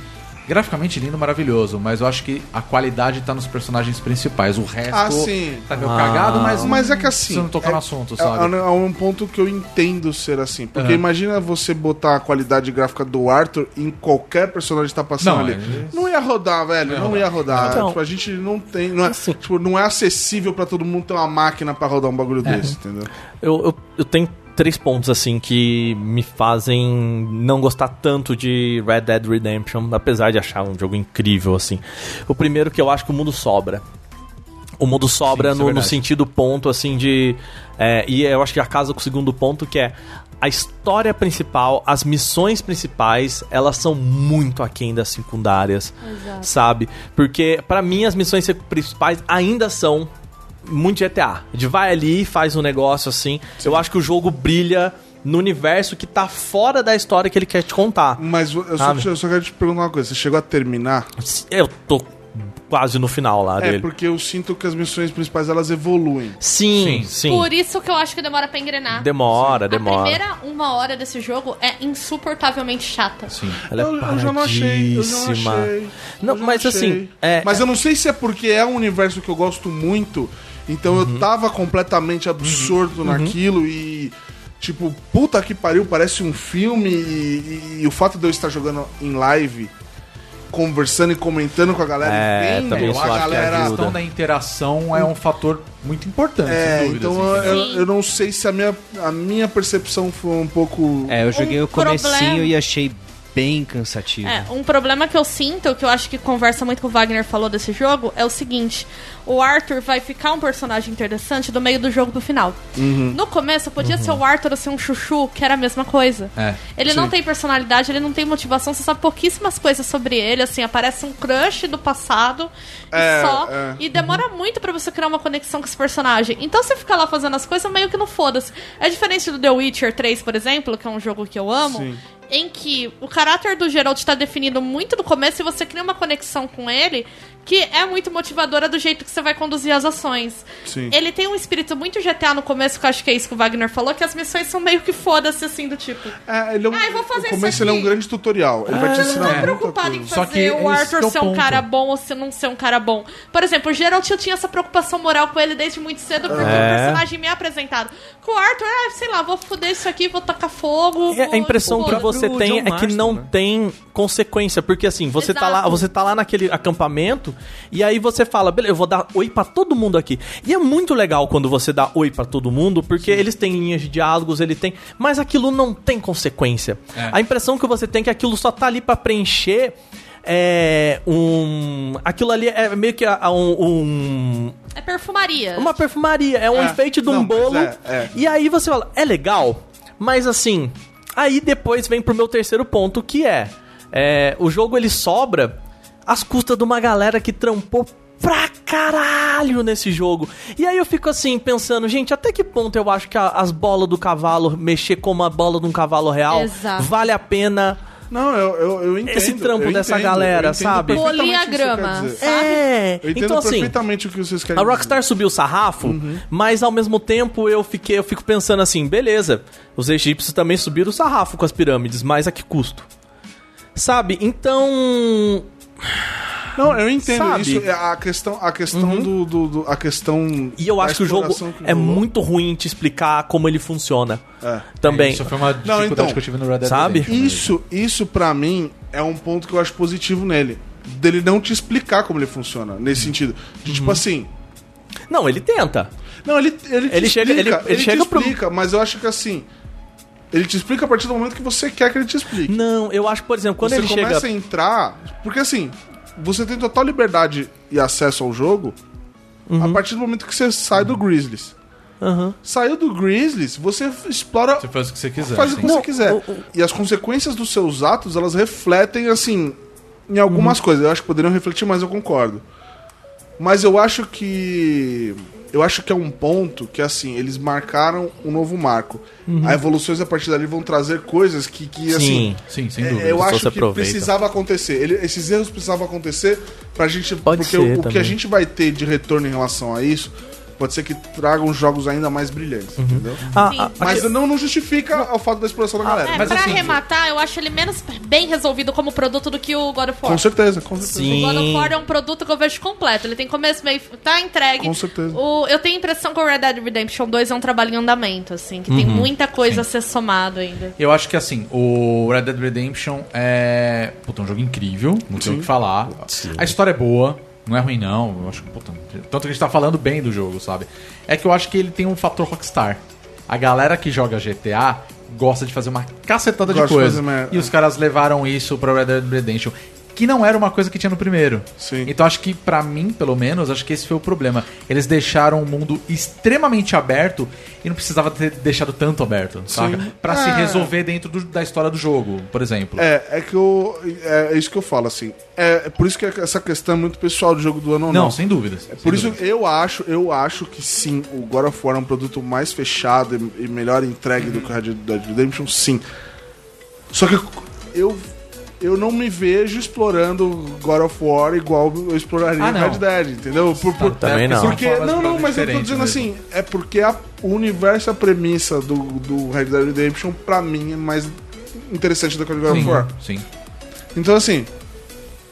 Graficamente lindo, maravilhoso, mas eu acho que a qualidade tá nos personagens principais. O resto
Ah, sim.
tá meio cagado, mas.
Mas é que assim.
Você não tocar
é-
no assunto,
é-
sabe?
É, um ponto que eu entendo ser assim. Porque
Aham.
imagina você botar a qualidade gráfica do Arthur em qualquer personagem que tá passando
Não,
ali.
é-
Não ia rodar, velho. Não ia rodar.
Então-
tipo, a gente não tem. Não é,
Assim.
tipo, não é acessível pra todo mundo ter uma máquina pra rodar um bagulho
É.
desse, entendeu?
Eu, eu, eu tenho três pontos, assim, que me fazem não gostar tanto de Red Dead Redemption, apesar de achar um jogo incrível, assim. O primeiro que eu acho que o mundo sobra. O mundo sobra
isso é
no, no
verdade.
sentido ponto, assim, de... é, e eu acho que casa com o segundo ponto, que é... A história principal, as missões principais, elas são muito aquém das secundárias, sabe? Porque, pra mim, as missões sec- principais ainda são muito GTA. De vai ali, faz um negócio assim. Eu acho que o jogo brilha no universo que tá fora da história que ele quer te contar.
Mas eu só,
Sabe?
eu só quero te perguntar uma coisa. Você chegou a terminar?
Eu tô quase no final lá
É,
dele.
porque eu sinto que as missões principais elas evoluem.
Sim, sim.
Por isso que eu acho que demora pra engrenar.
Demora, demora.
A primeira uma hora desse jogo é insuportavelmente chata.
Sim.
Ela é
eu, eu já não achei. Eu já não
paradíssima.
achei.
Não,
eu já
mas
achei.
assim, é-
mas eu não sei se é porque é um universo que eu gosto muito, então
Uhum.
eu tava completamente absorto naquilo e. Tipo, puta que pariu, parece um filme e, e- e o fato de eu estar jogando em live, conversando e comentando com a galera
É,
e vendo
também
a
isso eu acho que é
galera.
A
ajuda.
questão da interação é um fator muito importante,
é,
sem dúvida.
então
assim.
eu,
Sim.
eu não sei se a minha, a minha percepção foi um pouco.
É, eu joguei
Um
o comecinho
problema.
e achei bem cansativo.
É, um problema que eu sinto, que eu acho que conversa muito com o Wagner falou desse jogo, é o seguinte: o Arthur vai ficar um personagem interessante do meio do jogo pro final.
Uhum.
No começo, podia ser o Arthur ou ser um chuchu, que era a mesma coisa.
É,
Ele não tem personalidade, ele não tem motivação, você sabe pouquíssimas coisas sobre ele, assim, aparece um crush do passado
É,
e só.
é.
E demora muito pra você criar uma conexão com esse personagem. Então você fica lá fazendo as coisas meio que não foda-se. É diferente do The Witcher 3, por exemplo, que é um jogo que eu amo.
Sim.
Em que o caráter do Geralt tá definido muito no começo e você cria uma conexão com ele que é muito motivadora do jeito que você vai conduzir as ações.
Sim.
Ele tem um espírito muito GTA no começo, que eu acho que é isso que o Wagner falou, que as missões são meio que foda-se, assim, do tipo.
É, ele é um,
Ah, eu vou fazer
o começo
isso
ele é um
aqui.
grande tutorial. Ele vai te ensinar
Não tô
muita
preocupado
coisa.
em
é. Só que
fazer o
esse que é
Arthur
o
ser um
ponto.
cara bom ou se não ser um cara bom. Por exemplo, o Geralt eu tinha essa preocupação moral com ele desde muito cedo, porque o personagem me é apresentado. Com o Arthur, ah, sei lá, vou foder isso aqui, vou tacar fogo.
É,
vou- tipo,
A impressão que
foda-se.
você
John
tem é que
Marston,
não
né?
tem consequência, porque assim, você tá lá,
Exato.
você tá lá naquele acampamento e aí você fala, beleza, eu vou dar oi pra todo mundo aqui. E é muito legal quando você dá oi pra todo mundo, porque eles têm linhas de diálogos, ele tem, mas aquilo não tem consequência. A impressão que você tem é que aquilo só tá ali pra preencher é um aquilo ali é meio que a- a um- um
É perfumaria.
uma perfumaria, é um
É,
enfeite de um
não, mas
bolo.
é, é.
E aí você fala, é legal, mas assim. Aí depois vem pro meu terceiro ponto, que é. é, o jogo ele sobra às custas de uma galera que trampou pra caralho nesse jogo. E aí eu fico assim, pensando, gente, até que ponto eu acho que a- as bolas do cavalo, mexer com uma bola de um cavalo real,
Exato.
vale a pena.
Não, eu, eu, eu entendo.
Esse trampo
eu
dessa
entendo,
galera,
eu entendo
sabe?
perfeitamente
Polir a
o que você quer
grama.
dizer.
É,
Eu entendo
então assim.
perfeitamente o que vocês querem
A Rockstar subiu o sarrafo, mas ao mesmo tempo eu fiquei, eu fico pensando assim, beleza, os egípcios também subiram o sarrafo com as pirâmides, mas a que custo? Sabe? Então,
dizer. Não, eu entendo
Sabe? Uhum.
isso. é A questão, a questão do, do- do- A questão.
e eu
da
acho que o jogo
exploração que
é
rolou.
muito ruim te explicar como ele funciona.
É.
Também.
Isso foi uma dificuldade
então,
que eu tive no Red Dead
sabe?
Redemption.
Isso, isso pra mim é um ponto que eu acho positivo nele. Dele não te explicar como ele funciona, nesse sentido. De
Uhum.
tipo assim.
um
Não, ele tenta.
Não, ele, ele, te
Ele chega-
explica,
ele- ele chega
te
pro-
explica, mas eu acho que assim. Ele te explica a partir do momento que você quer que ele te explique.
Não, eu acho, que, por exemplo, quando
você
ele
começa
chega.
a entrar. Porque assim, você tem total liberdade e acesso ao jogo
Uhum.
a partir do momento que você sai do Grizzlies.
Aham.
Saiu do Grizzlies, você explora.
Você faz o que você quiser.
faz o
sim.
que você
Não,
quiser.
o- o-
E as consequências dos seus atos, elas refletem, assim, em algumas
Uhum.
coisas. Eu acho que poderiam refletir, mas eu concordo. Mas eu acho que. Eu acho que é um ponto que, assim, eles marcaram um novo marco. A evoluções a partir dali vão trazer coisas que, que assim,
Uhum. Sim.
Sim, sem
é,
dúvida.
eu
Só
acho
se
que
aproveita.
precisava acontecer. Ele- esses erros precisavam acontecer pra gente.
Pode
porque
ser
o, o que
também.
a gente vai ter de retorno em relação a isso pode ser que tragam jogos ainda mais brilhantes, entendeu?
Ah,
Sim.
ah,
Mas não, não justifica o fato da exploração da galera.
É,
mas
pra
assim-
arrematar, eu acho ele menos bem resolvido como produto do que o God of War.
Com certeza, com certeza.
O God of
Sim.
War é um produto que eu vejo completo. Ele tem começo, meio. Tá entregue.
Com certeza.
O- eu tenho a impressão que o Red Dead Redemption 2 é um trabalho em andamento, assim, que
Uhum.
tem muita coisa a ser somado ainda.
Eu acho que assim, o Red Dead Redemption é. Puta, é um jogo incrível, não tem o que falar. A história é boa, não é ruim não. Eu acho que, puta, tanto que a gente tá falando bem do jogo, sabe? É que eu acho que ele tem um fator Rockstar. A galera que joga GTA gosta de fazer uma cacetada de
Gosta de
coisa.
fazer uma-
E os caras levaram isso pra Red Dead Redemption. Que não era uma coisa que tinha no primeiro.
Sim.
Então acho que, pra mim, pelo menos, acho que esse foi o problema. Eles deixaram o mundo extremamente aberto e não precisava ter deixado tanto aberto, saca? Pra se
Ah.
resolver dentro do- da história do jogo, por exemplo.
É, é que eu. É, é isso que eu falo, assim. É, é por isso que essa questão é muito pessoal do jogo do ano ou
não,
não.
sem dúvidas.
É Por isso eu acho, eu acho que sim, o God of War é um produto mais fechado e, e melhor entregue do que o Red Dead Redemption, sim. Só que eu eu não me vejo explorando God of War igual eu exploraria
Ah, não. É,
Red Dead, entendeu? Por- por-
Tá, Também não.
porque não, não, mas eu tô dizendo
né?
assim, é porque a- o universo, a premissa do, do Red Dead Redemption pra mim é mais interessante do que o God of War.
Sim, sim.
Então assim,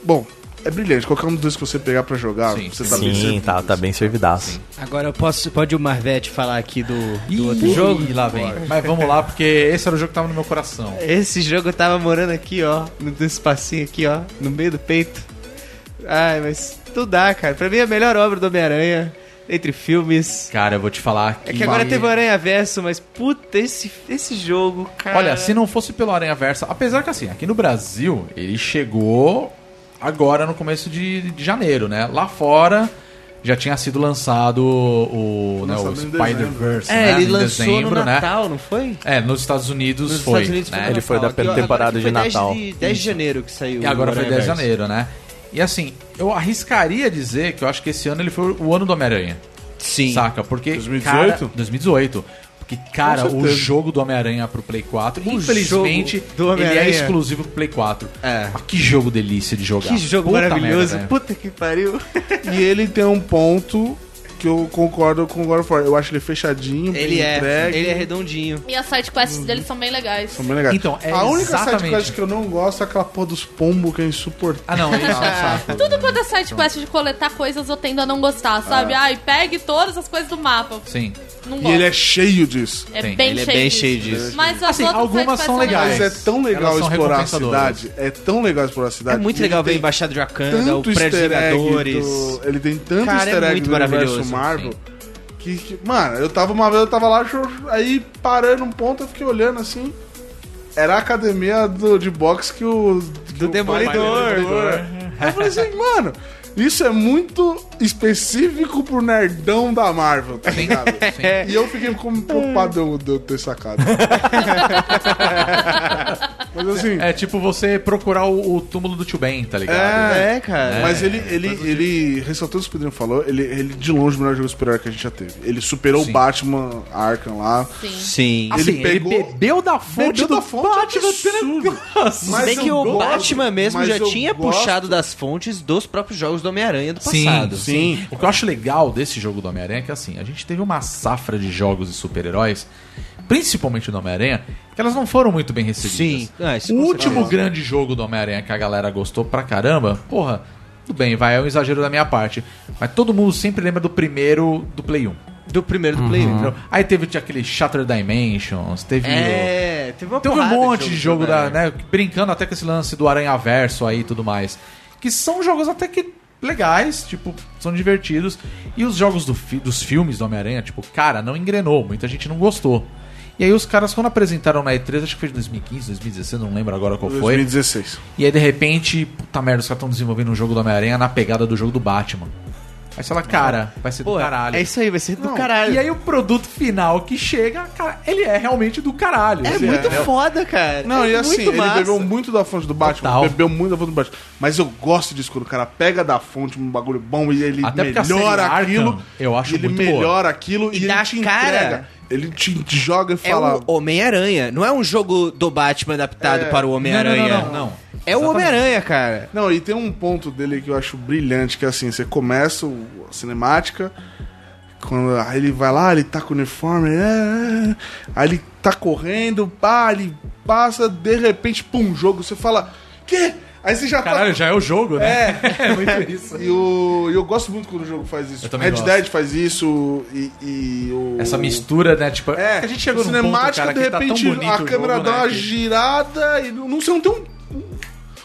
bom, é brilhante, qualquer um dos dois que você pegar pra jogar,
Sim.
você tá bem
Sim,
servido.
tá, tá bem servidaço.
Agora eu posso, pode o Marvete falar aqui do, do outro
Ih,
jogo? É.
lá vem. Mas vamos lá, porque esse era o jogo que tava no meu coração.
Esse jogo eu tava morando aqui, ó, no no espacinho aqui, ó, no meio do peito. Ai, mas tu dá, cara. Pra mim é a melhor obra do Homem-Aranha, entre filmes.
Cara, eu vou te falar que...
É que agora teve o Aranha Verso, mas puta, esse, esse jogo, cara.
Olha, assim, se não fosse pelo Aranha Versa, apesar que assim, aqui no Brasil, ele chegou agora no começo de, de janeiro, né? Lá fora já tinha sido lançado o, né, o
Lançado em dezembro.
Spider-Verse.
É,
né?
ele
Em
lançou
dezembro,
no
né?
Natal, não foi?
É, nos Estados Unidos foi. né?
no
Ele foi da
Natal. Aqui, ó,
temporada
agora que
de
foi 10
Natal.
10 de, janeiro que saiu.
E agora
o
foi
Aranha
10 de
Verso.
janeiro, né? E assim, eu arriscaria dizer que eu acho que esse ano ele foi o ano do Homem-Aranha.
Sim.
Saca? Porque.
2018?
cara- 2018. Porque, cara,
Com
o
certeza.
jogo do Homem-Aranha pro Play 4,
O
infelizmente,
jogo do
ele é
Homem-Aranha.
exclusivo pro Play 4.
É.
Mas que jogo delícia de jogar.
Que jogo
Puta
maravilhoso.
merda, velho.
puta que pariu.
E ele tem um ponto que eu concordo com o God of War. Eu acho ele fechadinho, bem
Ele é,
entregue.
ele é redondinho.
E as sidequests dele são bem legais.
Uhum. São bem legais.
Então, é
a única
exatamente.
sidequest que eu não gosto é aquela porra dos pombos que é insuportável.
Ah, não, ele é um saco.
Tudo quanto é sidequest de coletar coisas eu tendo a não gostar,
É.
sabe? Ai, pegue todas as coisas do mapa.
Sim.
Não
E
gosto.
ele é cheio disso.
É
Tem.
bem
Ele é
cheio
bem
disso.
cheio disso.
Mas as
Assim,
outras
algumas
sidequests
são legais.
Mas é tão legal
Elas são
explorar a
recompensadoras.
cidade. É tão legal explorar a cidade.
É muito
E
legal
ele
ver a
tem
Embaixada de Wakanda, o
Tanto
Prédio
easter
de
egg
Vingadores.
do, Ele tem tanto
Cara, é
easter egg
muito
do universo
maravilhoso,
Marvel. Que, que- mano, eu tava uma vez, eu tava lá, cho- aí parando um ponto, eu fiquei olhando assim. Era a academia do- de boxe que o. Do
Demolidor.
Aí eu falei assim, mano, isso é muito específico pro nerdão da Marvel, tá ligado? um
(laughs)
E eu fiquei como preocupado de eu, de eu ter sacado. Mas assim.
É tipo você procurar o, o túmulo do Tio Ben, tá ligado?
É, cara.
Mas ele, ele, ele ressaltou o que o Pedrinho falou, ele, ele de longe o melhor jogo superior que a gente já teve. Ele superou
Sim.
o Batman Arkham lá.
Sim.
Sim.
Assim, ele pegou-
bebeu da fonte
Bebeu da
do
fonte,
Batman
absurdo.
Tenebroso.
Mas
Bem que
eu
o
gosto,
Batman mesmo
mas
já
eu
tinha
gosto.
puxado das fontes dos próprios jogos do Homem-Aranha do
Sim,
passado. assim,
sim. O que eu acho legal desse jogo do Homem-Aranha é que assim, a gente teve uma safra de jogos de super-heróis, principalmente do Homem-Aranha, que elas não foram muito bem recebidas.
Sim. Ah, isso
o
com
último grande jogo do Homem-Aranha que a galera gostou pra caramba, porra, tudo bem, vai, é um exagero da minha parte. Mas todo mundo sempre lembra do primeiro do Play 1.
Do primeiro do Play. um.
entendeu? Aí teve aquele Shattered Dimensions, teve o-
É, teve uma
Teve um
porrada
monte de jogo, da,
Homem-Aranha.
né, brincando até com esse lance do Aranha Verso aí e tudo mais. Que são jogos até que legais, tipo, são divertidos. E os jogos do fi- dos filmes do Homem-Aranha, tipo, cara, não engrenou, muita gente não gostou. E aí os caras, quando apresentaram na E3, acho que foi de 2015, 2016, não lembro agora qual foi.
2016.
E aí, de repente, puta merda, os caras estão desenvolvendo um jogo do Homem-Aranha na pegada do jogo do Batman. Aí você fala, cara, vai ser
Pô,
do caralho.
É isso aí, vai ser do
Não,
caralho.
E aí o produto final que chega, cara, ele é realmente do caralho.
é
Assim,
muito foda, cara.
Não,
é
e assim,
muito
ele
massa.
bebeu muito da fonte do Batman,
Total.
bebeu muito da fonte do Batman. Mas eu gosto disso quando o cara pega da fonte um bagulho bom e ele
Até porque a
melhora
série
aquilo.
Arkham, eu acho
ele
muito
melhora aquilo e,
E
ele
dá
te
cara.
entrega. Ele te te joga e
É
fala.
o Homem-Aranha. Não é um jogo do Batman adaptado para o Homem-Aranha.
Não, não, não, não.
É o Homem-Aranha, cara.
Não, e tem um ponto dele que eu acho brilhante, que é assim, você começa o- a cinemática, quando aí ele vai lá, ele tá com o uniforme, é, é, é. aí ele tá correndo, pá, ele passa, de repente, pum, jogo, você fala, quê? Aí você já
Caralho,
(laughs) tá...
já é o jogo, né? É, muito isso.
E o, e eu gosto muito quando o jogo faz isso.
Eu também
Red
gosto.
Dead faz isso e, e o...
Essa mistura, né? Tipo,
É,
a gente chegou num ponto,
cinemática,
cara,
de
que tá tão
repente
bonito
a
o
câmera
jogo,
dá
né,
uma
que-
girada e não, você não tem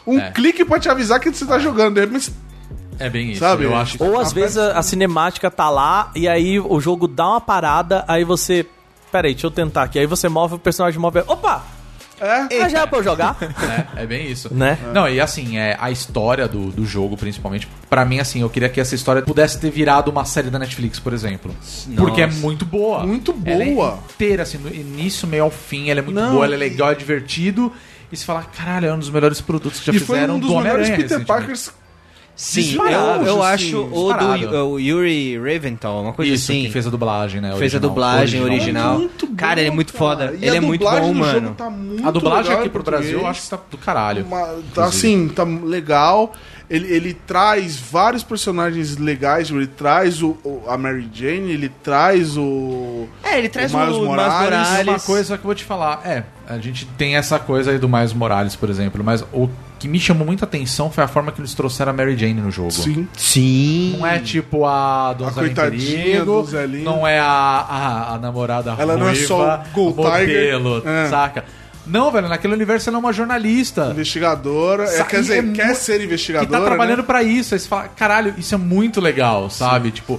um, um
É.
clique pra te avisar que você tá jogando. De repente você
É bem isso,
Sabe?
eu acho.
Ou às vezes a, a cinemática tá lá e aí o jogo dá uma parada, aí você. Peraí, deixa eu tentar aqui. Aí você move, o personagem move. Opa!
É?
Ah, já é pra eu jogar?
É, é bem isso.
Né?
Não, e assim, é, a história do, do jogo, principalmente, pra mim, assim, eu queria que essa história pudesse ter virado uma série da Netflix, por exemplo. Porque é muito boa.
Muito
Ela é
boa.
inteira, assim, do início, meio ao fim, ela é muito
Não,
boa, ela é
e-
legal, é divertido. E se fala, caralho, é um dos melhores produtos que já
e foi
fizeram
um dos
do
melhores
Homem-Aranha. assim, tipo, né?"
Peter
recentemente.
Parkers.
Sim, eu,
Disparado,
eu
sim,
acho o
disparado.
do é o Yuri Raventhal, uma coisa
Isso,
assim.
que fez a dublagem, né?
Fez a dublagem original.
Muito bom,
cara, ele é muito foda.
E
ele
a
é muito
dublagem
bom,
do jogo
mano.
tá muito
A dublagem
legal
aqui
em
pro
português.
Brasil, eu acho que tá do caralho.
Uma- tá,
inclusive.
assim, tá legal. Ele, ele traz vários personagens legais. Ele traz o, o- a Mary Jane, ele traz o.
É, ele traz
O
o
Miles
Miles
Morales,
Mas
Morales.
uma coisa que eu vou te falar, é, a gente tem essa coisa aí do Miles Morales, por exemplo, mas o que me chamou muita atenção foi a forma que eles trouxeram a Mary Jane no jogo.
Sim.
Sim.
Não é tipo a Donzela em
coitadinha
Perigo,
do Zé Lindo.
não é a, a, a namorada
Ela não é
ruiva,
só o Gold
modelo,
Tiger. É.
saca? Não, velho, naquele universo ela é uma jornalista.
Investigadora. É,
Sa-
quer dizer,
é mu-
quer ser
que
investigadora.
tá trabalhando
né?
pra isso. Aí você fala, caralho, isso é muito legal, sabe? Tipo,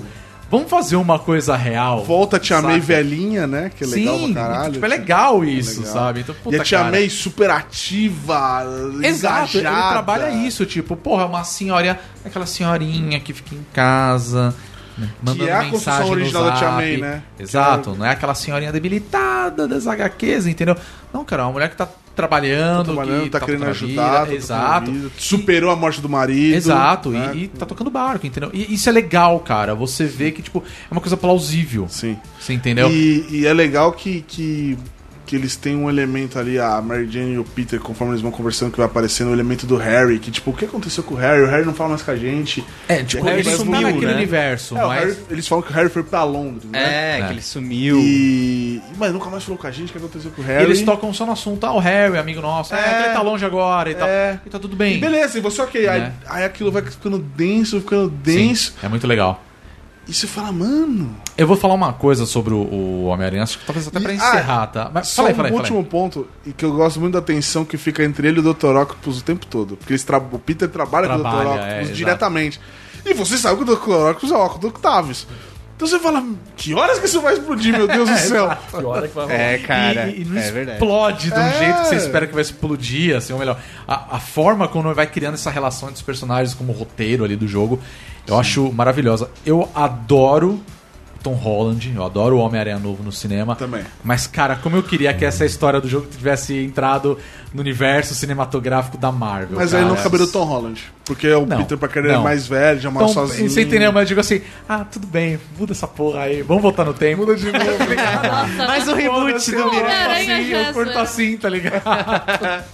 vamos fazer uma coisa real.
Volta a Tia
saca?
May velhinha, né? Que é legal
Sim,
pra caralho.
tipo, é
Tia-
legal isso,
legal.
sabe? Então, puta,
e a Tia
cara.
May super ativa,
Exato, ele
engajada.
trabalha isso, tipo, porra, uma senhora, aquela senhorinha que fica em casa, né, mandando
é a
mensagem
construção
no
original da Tia
Zap.
May, né?
Exato, não é aquela senhorinha debilitada das HQs, entendeu? Não, cara, é uma mulher que tá
Tá
trabalhando,
trabalhando,
que
tá
tocando
querendo
a
ajudar.
vida,
tá
exato.
tocando a vida. Superou a morte do marido.
Exato,
né?
e, e tá tocando barco, entendeu? E isso é legal, cara. Você vê que, tipo, é uma coisa plausível.
Sim.
Você entendeu?
E, e é legal que, que, que eles têm um elemento ali, a Mary Jane e o Peter, conforme eles vão conversando, que vai aparecendo o elemento do Harry, que tipo, o que aconteceu com o Harry? O Harry não fala mais com a gente.
É, tipo,
E aí
ele
vai
sumiu
sumiu,
naquele
né?
universo,
É, o
mas.
Harry- eles falam que o Harry foi pra Londres, né?
É,
É.
que ele sumiu.
E. Mas nunca mais falou com a gente o que aconteceu com o Harry.
Eles tocam só no assunto, ah, o Harry, amigo nosso, é,
É.
ele tá longe agora e tal.
É.
E tá tudo bem.
E beleza, e você ok. Aí,
Né?
aí aquilo vai ficando denso, ficando
Sim,
denso.
é muito legal.
E você fala, mano.
Eu vou falar uma coisa sobre o, o Homem-Aranha, acho que talvez até pra
E-
encerrar, tá? Mas
Só
fala aí,
um
fala aí, fala aí.
último ponto, e que eu gosto muito da tensão que fica entre ele e o Dr. Octopus o tempo todo. Porque eles tra- o Peter trabalha, com o Dr.
Trabalha, é,
Octopus
exato.
diretamente. E você sabe que o Dr. Octopus é o óculos do Octavius. Então você fala, que horas que isso vai explodir, meu
(laughs)
Deus do céu?
É, cara.
E, e não
é verdade.
explode de um
É.
jeito que você espera que vai explodir, assim, ou melhor, a, a forma como vai criando essa relação entre os personagens como roteiro ali do jogo, eu acho maravilhosa. Eu adoro Tom Holland. Eu adoro o Homem-Aranha novo no cinema.
Também.
Mas, cara, como eu queria que essa história do jogo tivesse entrado no universo cinematográfico da Marvel.
Mas
cara.
aí não caberia o Tom Holland. Porque o
Não,
Peter Parker é
não.
mais velho, já mora
Então,
sozinho.
você entendeu? Mas eu digo assim, ah, tudo bem, muda essa porra aí, vamos voltar no tempo.
Muda de
(laughs)
novo.
Nossa,
Mais um reboot do
Miranda.
Miranha. Homem-Aranha
Assim,
já
eu curto
zoeira.
assim, tá ligado? (laughs)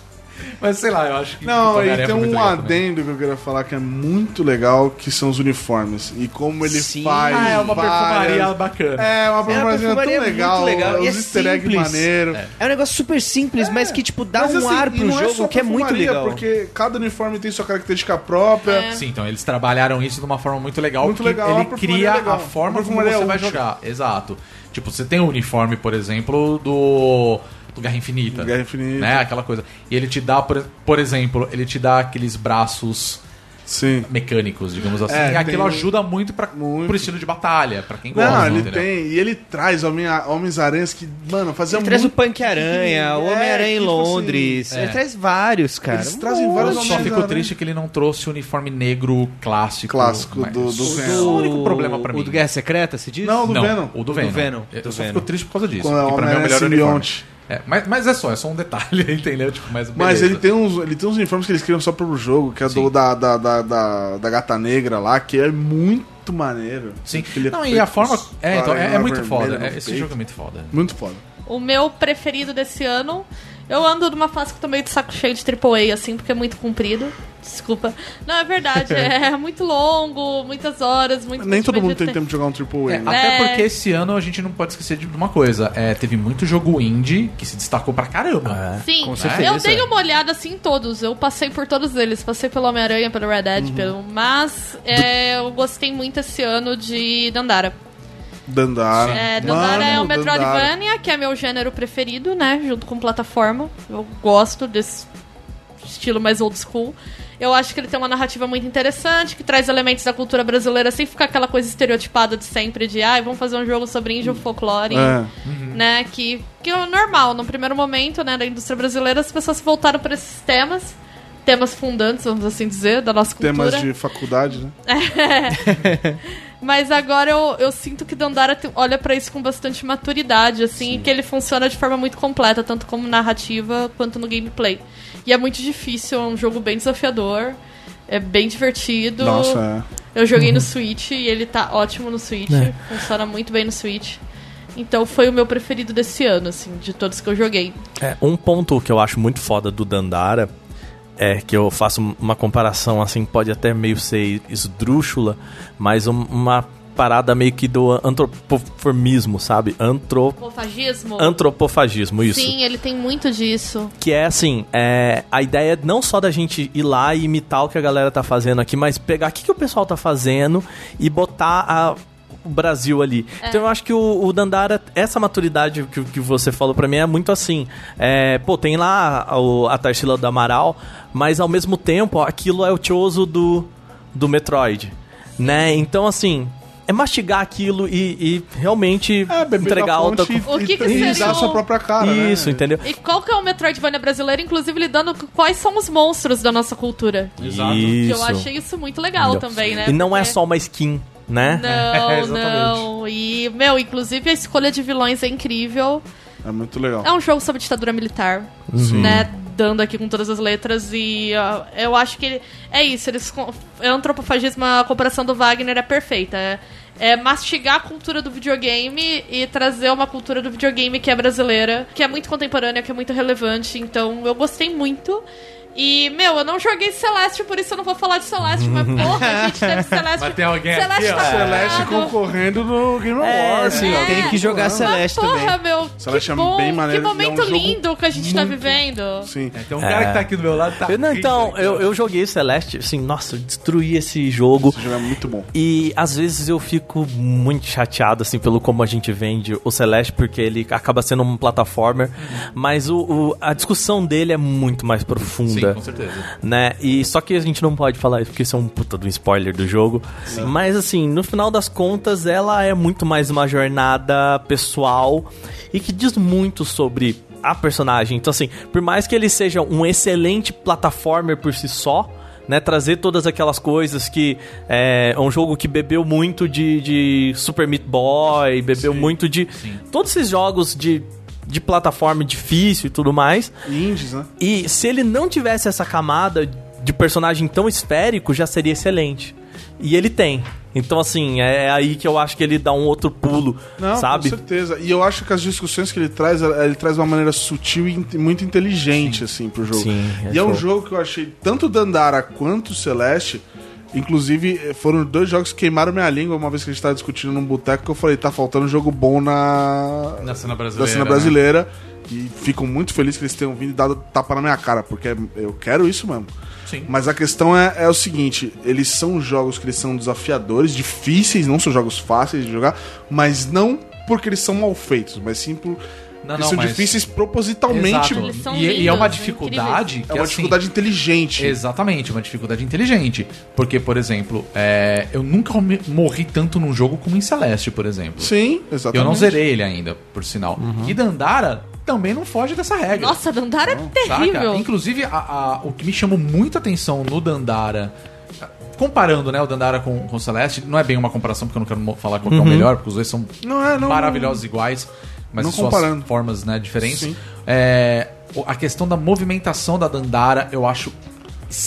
Mas sei lá, eu acho que. o
Não,
Homem-Aranha
e tem
foi muito
um
legal também.
adendo que eu queria falar que é muito legal, que são os uniformes. E como ele
Sim.
faz.
Ah, é uma perfumaria
várias-
bacana.
É, uma perfumaria,
perfumaria
tão
muito
legal.
legal, e
Os
é
easter egg
simples.
maneiro.
É um negócio super simples, mas que, tipo, dá
Mas,
um
assim,
ar
e
pro
não
jogo
só
que é muito
perfumaria,
legal.
Porque cada uniforme tem sua característica própria.
Sim, então eles trabalharam isso de uma forma muito legal.
Muito
porque
legal, a
Ele
perfumaria
cria
é legal.
a forma
A
como
perfumaria
você
é
vai
útil.
jogar. Exato. Tipo, você tem o uniforme, por exemplo, do. do Guerra Infinita.
Do Guerra Infinita.
Né? Aquela coisa. E ele te dá, por, por exemplo, ele te dá aqueles braços
Sim.
mecânicos, digamos assim.
É,
e aquilo
tem-
ajuda muito, pra,
Muito.
pro estilo de batalha, pra quem gosta.
Não, ele
entendeu?
tem. E ele traz homem, Homens-Aranhas que, mano, fazia
Ele traz o
muito.
Punk-Aranha, o
É,
Homem-Aranha em
tipo assim,
Londres.
é.
Ele traz vários, cara.
Eles trazem vários né?
Eu só
Homens-Aranha.
fico triste que ele não trouxe o uniforme negro clássico.
Clássico
mas-
do- do
Isso é
Venom.
o único problema pra mim.
O do Guerra Secreta, se diz?
Não, do
Não,
Venom.
o do
O do
Venom.
Venom.
Eu
Do
só
Venom.
fico triste por causa disso.
Quando é
que pra mim é o
Homem-Aranha
melhor uniforme.
simbionte.
É, mas, mas é só, é só um detalhe, (laughs) entendeu? Tipo, mas
Mas
beleza.
ele tem, uns, ele tem uns uniformes que eles criam só pro jogo, que é do,
Sim.
da, da, da, da, da gata negra lá, que é muito maneiro.
Sim.
Aquele
Não, e
efeito
a forma.
com
É, então, é, é
aranha
muito
vermelha
foda.
no
É, esse
peito.
jogo é muito foda.
Muito foda.
O meu preferido desse ano. Eu ando numa fase que eu tô meio de saco cheio de AAA, assim, porque é muito comprido. Desculpa. Não, é
(laughs)
verdade. É muito longo, muitas horas, muito
Nem todo mundo tem
divertido.
tempo de jogar um AAA,
É,
né?
Até
É.
porque esse ano a gente não pode esquecer de uma coisa. É, teve muito jogo indie que se destacou pra caramba.
Sim, é.
Com certeza.
eu dei uma olhada assim em todos. Eu passei por todos eles. Passei pelo Homem-Aranha, pelo Red Dead, pelo. Mas é, eu gostei muito esse ano de Dandara.
Dandara.
É, Dandara
Ah. Mano,
é o
Dandara.
Metroidvania, que é meu gênero preferido, né? Junto com plataforma. Eu gosto desse estilo mais old school. Eu acho que ele tem uma narrativa muito interessante, que traz elementos da cultura brasileira sem ficar aquela coisa estereotipada de sempre, de ai, vamos fazer um jogo sobre índio folclore,
É.
né? Que, que é o normal, no primeiro momento, né, da indústria brasileira, as pessoas se voltaram para esses temas, temas fundantes, vamos assim dizer, da nossa cultura.
Temas de faculdade, né?
Mas agora eu, eu sinto que Dandara te- olha pra isso com bastante maturidade, assim, e que ele funciona de forma muito completa, tanto como narrativa quanto no gameplay. E é muito difícil, é um jogo bem desafiador, é bem divertido.
Nossa, é.
Eu
(laughs)
joguei no Switch e ele tá ótimo no Switch, funciona muito bem no Switch. Então foi o meu preferido desse ano, assim, de todos que eu joguei.
É, um ponto que eu acho muito foda do Dandara é que eu faço um- uma comparação assim, pode até meio ser esdrúxula, mas um- uma parada meio que do antropoformismo, sabe? Antro,
Fofagismo?
antropofagismo, isso.
Sim, ele tem muito disso.
Que é assim, é, a ideia é não só da gente ir lá e imitar o que a galera tá fazendo aqui, mas pegar o que, que o pessoal tá fazendo e botar a- o Brasil ali. Então eu acho que o, o Dandara, essa maturidade que, que você falou pra mim é muito assim. é, pô, tem lá a, o- a Tarsila do Amaral, mas ao mesmo tempo ó, aquilo é o Choso do, do Metroid. Né? Então assim. É mastigar aquilo e, e realmente
é. É, beber
entregar
da
outra.
fonte
O que que
e, e
seria
dar a
um-
sua própria cara, né?
Isso, entendeu?
E qual que é o Metroidvania brasileiro, inclusive lidando com quais são os monstros da nossa cultura? Que
Isso.
Eu achei isso muito legal
Entendeu?
também, né?
E não é
Porque-
só uma skin, né?
Não,
(laughs) É, exatamente.
não. E, meu, inclusive a escolha de vilões é incrível.
É muito legal.
É um jogo sobre ditadura militar, né? Dando aqui com todas as letras e ó, eu acho que ele- é isso. Eles co- é antropofagismo, a comparação do Wagner é perfeita. É, é mastigar a cultura do videogame e trazer uma cultura do videogame que é brasileira, que é muito contemporânea, que é muito relevante. Então eu gostei muito. E, meu, eu não joguei Celeste, por isso eu não vou falar de Celeste,
(laughs)
mas porra, a gente teve Celeste.
Mas tem alguém aqui,
Celeste
ó.
tá
Celeste
errado.
concorrendo no Game Awards.
sim,
É.
tem que jogar
Mas,
Celeste
Mas,
também.
porra, meu,
Celeste é
que bom,
bem maneiro,
que
e é um
momento
jogo
lindo que a gente tá vivendo.
Sim.
É, tem um cara que tá aqui do meu lado tá.
Eu- não, então,
rindo aqui, ó.
eu, eu joguei Celeste, assim, nossa, eu destruí esse jogo.
Esse jogo é muito bom.
E às vezes eu fico muito chateado, assim, pelo como a gente vende o Celeste, porque ele acaba sendo um platformer. Mas o, o- a discussão dele é muito mais
Sim,
profunda.
com certeza.
né? E só que a gente não pode falar isso porque isso é um puta do spoiler do jogo. Mas assim, no final das contas, ela é muito mais uma jornada pessoal e que diz muito sobre a personagem. Então assim, por mais que ele seja um excelente plataformer por si só, né? Trazer todas aquelas coisas que é, é um jogo que bebeu muito de, de Super Meat Boy, bebeu muito de todos esses jogos de, de plataforma difícil e tudo mais.
Indies, né?
E se ele não tivesse essa camada de personagem tão esférico, já seria excelente. E ele tem. Então, assim, é aí que eu acho que ele dá um outro pulo,
Não,
sabe?
com certeza. E eu acho que as discussões que ele traz, eh, ele traz de uma maneira sutil e int- muito inteligente, assim, pro jogo.
Sim, é
e é um
show.
jogo que eu achei, tanto o Dandara quanto o Celeste, inclusive eh, foram dois jogos que queimaram minha língua uma vez que a gente tava discutindo num boteco, que eu falei, tá faltando jogo bom na...
Na cena brasileira,
da cena
né?
brasileira. E fico muito feliz que eles tenham vindo e dado tapa na minha cara, porque eu quero isso mesmo.
Sim.
Mas a questão é, é o seguinte: eles são jogos que eles são desafiadores, difíceis, não são jogos fáceis de jogar, mas não porque eles são mal feitos, mas sim por.
Não,
eles
não,
são
mas-
difíceis propositalmente.
Exato.
Eles são
E, e é
lindos,
uma
são
dificuldade que
É uma
assim,
dificuldade inteligente.
Exatamente, uma dificuldade inteligente. Porque, por exemplo, é, eu nunca me- morri tanto num jogo como em Celeste, por exemplo.
Sim, exatamente. Uhum.
Eu não zerei ele ainda, por sinal. E Dandara também não foge dessa regra.
Nossa, Dandara é
saca?
terrível.
Tá, Inclusive, a- a- o que me chamou muita atenção no Dandara. Comparando, né, o Dandara com, com o Celeste, não é bem uma comparação, porque eu não quero mo- falar qual que é o melhor, porque os dois são
Uhum. Não é, não.
maravilhosos iguais, mas
Não
em suas
comparando.
formas né, diferentes.
Sim.
É, o- a questão da movimentação da Dandara, eu acho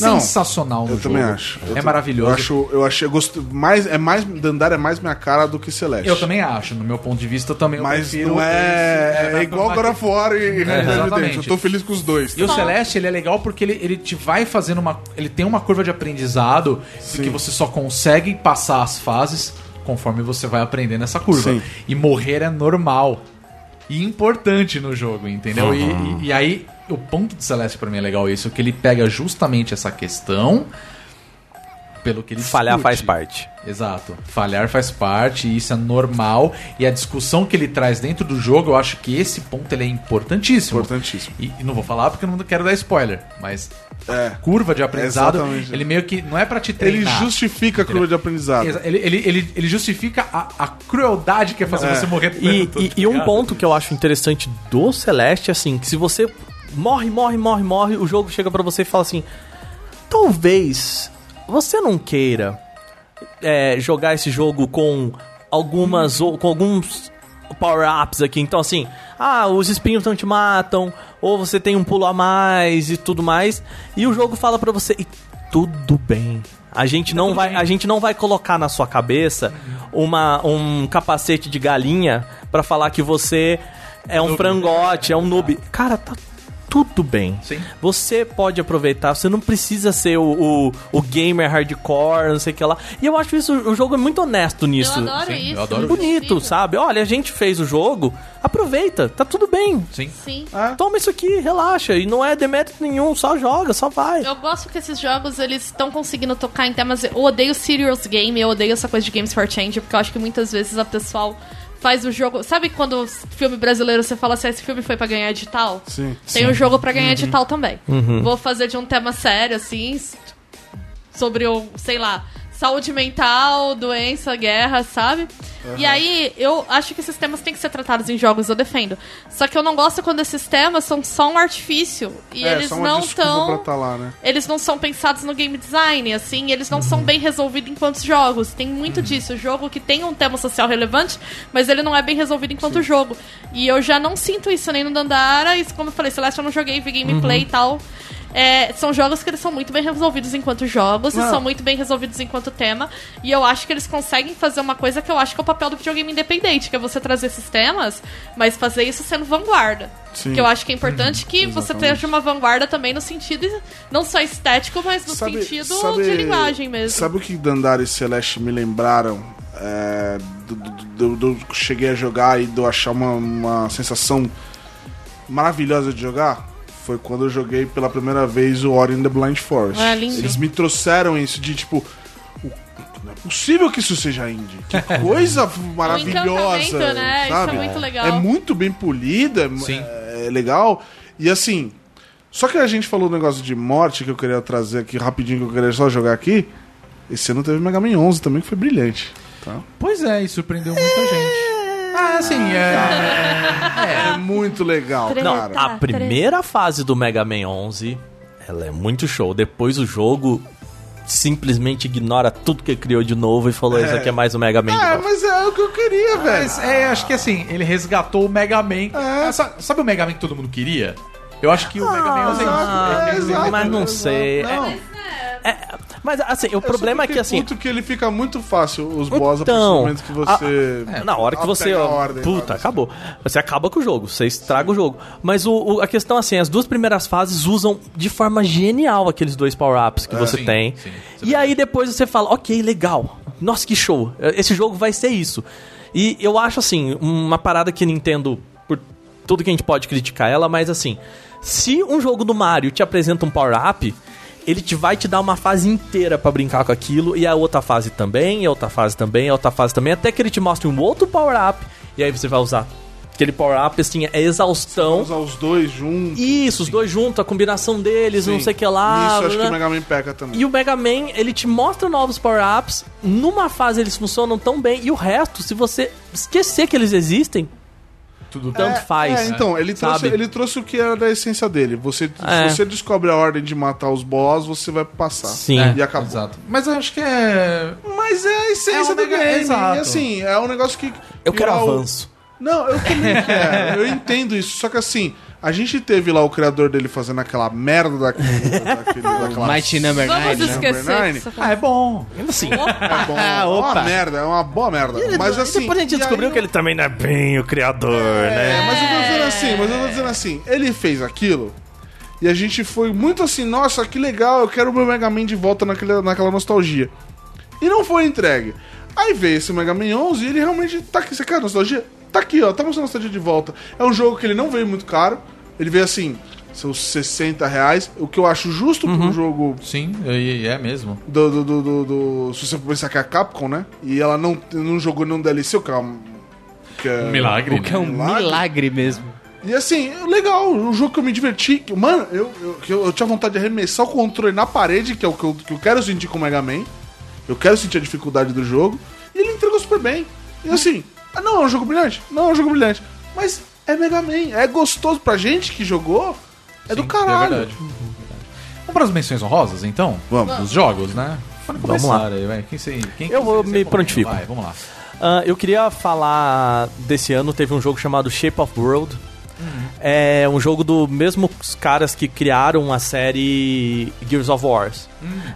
Não,
sensacional no
Eu
jogo.
também acho. Eu
é
tam-
maravilhoso.
Eu acho, eu achei, eu gosto mais, é mais Dandara é mais minha cara do que Celeste.
Eu também acho, no meu ponto de vista, eu também eu
Mas
prefiro
não é,
esse-
é igual agora fora e Red Dead
exatamente.
Redemption. Eu tô feliz com os dois. tá?
E o
Só.
Celeste, ele é legal porque ele, ele te vai fazendo uma. Ele tem uma curva de aprendizado que você só consegue passar as fases conforme você vai aprendendo essa curva.
Sim.
E morrer é normal e importante no jogo, entendeu? E- E, e aí, o ponto do Celeste pra mim é legal isso, que ele pega justamente essa questão. Pelo que ele
Falhar
discute.
faz parte.
Exato. Falhar faz parte, isso é normal. E a discussão que ele traz dentro do jogo, eu acho que esse ponto ele é importantíssimo.
Importantíssimo.
E, e não vou falar porque eu não quero dar spoiler, mas
É.
curva de aprendizado,
Exatamente.
ele meio que não é pra te
Ele
treinar.
justifica a curva de aprendizado.
Exa- Ele, ele, ele, ele justifica a, a crueldade que é fazer você morrer
E,
tanto,
e-
tá
e um
ligado?
ponto que eu acho interessante do Celeste, assim, que se você morre, morre, morre, morre, o jogo chega pra você e fala assim: talvez você não queira é, jogar esse jogo com algumas ou com alguns power-ups aqui. Então, assim, ah, os espinhos não te matam, ou você tem um pulo a mais e tudo mais. E o jogo fala pra você, e tudo bem. A gente, não vai, a gente não vai colocar na sua cabeça uma, um capacete de galinha pra falar que você é um frangote, é um noob. Cara, tá tudo bem.
Sim.
Você pode aproveitar, você não precisa ser o, o, o gamer hardcore, não sei o que lá. E eu acho isso, o jogo é muito honesto
Eu
nisso. É
adoro
Sim, eu
isso.
adoro
não
Bonito,
precisa.
sabe? Olha, a gente fez o jogo, aproveita, tá tudo bem.
Sim.
Sim.
Tá.
Toma isso aqui, relaxa. E não é demérito nenhum, só joga, só vai.
Eu gosto que esses jogos eles estão conseguindo tocar em temas. Eu odeio serious game, eu odeio essa coisa de games for change, porque eu acho que muitas vezes a pessoal faz o jogo. Sabe quando o filme brasileiro você fala assim, "Ah, esse filme foi pra ganhar edital?
Sim. Uhum.
Tem um jogo pra ganhar edital também. Vou fazer de um tema sério assim, s- sobre o, sei lá, saúde mental, doença, guerra, sabe? E aí, eu acho que esses temas têm que ser tratados em jogos, eu defendo. Só que eu não gosto quando esses temas são só um artifício. E
É,
eles
só uma
não
desculpa pra
estão
tá lá, né?
eles não são pensados no game design, assim, eles não são bem resolvidos enquanto jogos. Tem muito disso. Jogo que tem um tema social relevante, mas ele não é bem resolvido enquanto jogo. E eu já não sinto isso nem no Dandara, isso como eu falei, Celeste eu não joguei, vi gameplay e tal. É, são jogos que eles são muito bem resolvidos enquanto jogos, e são muito bem resolvidos enquanto tema. E eu acho que eles conseguem fazer uma coisa que eu acho que é o papel do videogame independente, que é você trazer esses temas, mas fazer isso sendo vanguarda.
Sim.
Que eu acho que é importante que você
Exatamente.
esteja uma vanguarda também no sentido, não só estético, mas no sentido de linguagem mesmo.
Sabe o que Dandara e Celeste me lembraram? É, do, do- do- do- do que eu cheguei a jogar e de eu achar uma, uma sensação maravilhosa de jogar? Foi quando eu joguei pela primeira vez o Ori and the Blind Forest.
Ah, lindo.
Eles me trouxeram isso de tipo. o- Não é possível que isso seja indie. Que coisa
Um
maravilhosa.
encantamento, né? Isso é
sabe?
muito legal.
É muito bem polida, é-
Sim.
é legal. E assim, só que a gente falou um negócio de morte que eu queria trazer aqui rapidinho, que eu queria só jogar aqui. Esse ano teve Mega Man 11 também, que foi brilhante. Tá?
Pois é, e surpreendeu muita gente. Ah, sim, é.
É, muito legal,
Três.
Não,
cara.
Ah,
a primeira fase do Mega Man 11, ela é muito show. Depois o jogo simplesmente ignora tudo que ele criou de novo e falou: Isso aqui é mais um Mega Man. de
Ah,
novo."
mas é o que eu queria, velho.
Mas é, acho que assim, ele resgatou o Mega Man.
É.
Ah, sa- Sabe, o Mega Man que todo mundo queria? Eu acho que o Mega Man é um
exato, é,
exemplo.
exato.
Ah, mas não
exato.
sei.
Não.
É, mas assim, o
Eu
problema é
só
que assim.
Muito que ele fica muito fácil, os boss,
Então,
a partir do momento que você.
É, na hora que você.
pega a
ó,
ordem,
puta,
lá,
acabou. Você acaba com o jogo, você estraga o jogo. Mas o, o- a questão é assim: as duas primeiras fases usam de forma genial aqueles dois power-ups que você
sim,
tem.
sim,
e aí depois você fala: ok, legal. Nossa, que show. Esse jogo vai ser isso. E eu acho assim: uma parada que Nintendo, por tudo que a gente pode criticar ela, mas assim, se um jogo do Mario te apresenta um power-up. Ele te vai te dar uma fase inteira pra brincar com aquilo, e a outra fase também, e a outra fase também, e a outra fase também, até que ele te mostre um outro power-up, e aí você vai usar. Aquele power-up, assim, é exaustão.
Usar os dois juntos.
Isso, os dois juntos, a combinação deles, não
Sim.
sei o que lá.
Isso, acho
né?
que é o Mega Man peca também.
E o Mega Man, ele te mostra novos power-ups. Numa fase eles funcionam tão bem. E o resto, se você esquecer que eles existem,
Tudo bem.
tanto faz.
É, então, ele trouxe,
sabe?
ele trouxe o que era da essência dele. Você,
É.
Se você descobre a ordem de matar os boss, você vai passar.
Sim.
E acabou.
Exato. Mas eu acho que é.
Mas é a essência
É o
do
Mega-
game.
exato.
E assim, é um negócio que.
um Eu quero
que é o-
avanço.
Não, eu também quero. Eu entendo isso. Só que assim, a gente teve lá o criador dele fazendo aquela merda daquele, daquele, daquela.
Mighty Number
Vamos
9, né?
esquecer
Number
(laughs)
disso.
Ah, é bom.
Ainda assim.
É bom, é uma merda, é uma boa merda. mas assim.
depois a gente
e aí
descobriu
eu-
que ele também não é bem o criador, né?
É, mas eu tô dizendo assim, mas eu tô dizendo assim, ele fez aquilo e a gente foi muito assim, nossa, que legal, eu quero o meu Mega Man de volta naquele, naquela nostalgia. E não foi entregue. Aí veio esse Mega Man 11 e ele realmente tá aqui, você quer nostalgia? Tá aqui, ó, tá mostrando nostalgia de volta. É um jogo que ele não veio muito caro, ele veio assim, seus 60 reais, o que eu acho justo pra um jogo
Sim, e e é mesmo.
do, do, do, do- do- Se você for pensar que é a Capcom, né? E ela não, não jogou nenhum DLC, o que é um... que é-
Milagre.
O que é um
Milagre.
milagre mesmo.
e assim, legal, um jogo que eu me diverti. que- Mano, eu, eu, que eu, eu tinha vontade de arremessar o controle na parede, que é o que eu, que eu quero sentir com o Mega Man. Eu quero sentir a dificuldade do jogo. E ele entregou super bem. E assim, ah, não é um jogo brilhante? Não é um jogo brilhante. Mas é Mega Man, é gostoso pra gente que jogou. É do
Sim,
caralho.
verdade. Vamos para as menções honrosas, então?
Vamos.
Dos jogos, né? Pode
Vamos
começar aí, vai. Quem sei, quem
Eu vou
quiser,
me
você começa.
prontifico.
Vai, vamos lá.
Ah, eu queria falar desse ano, teve um jogo chamado Shape of World. É um jogo do mesmo os caras que criaram a série Gears of War.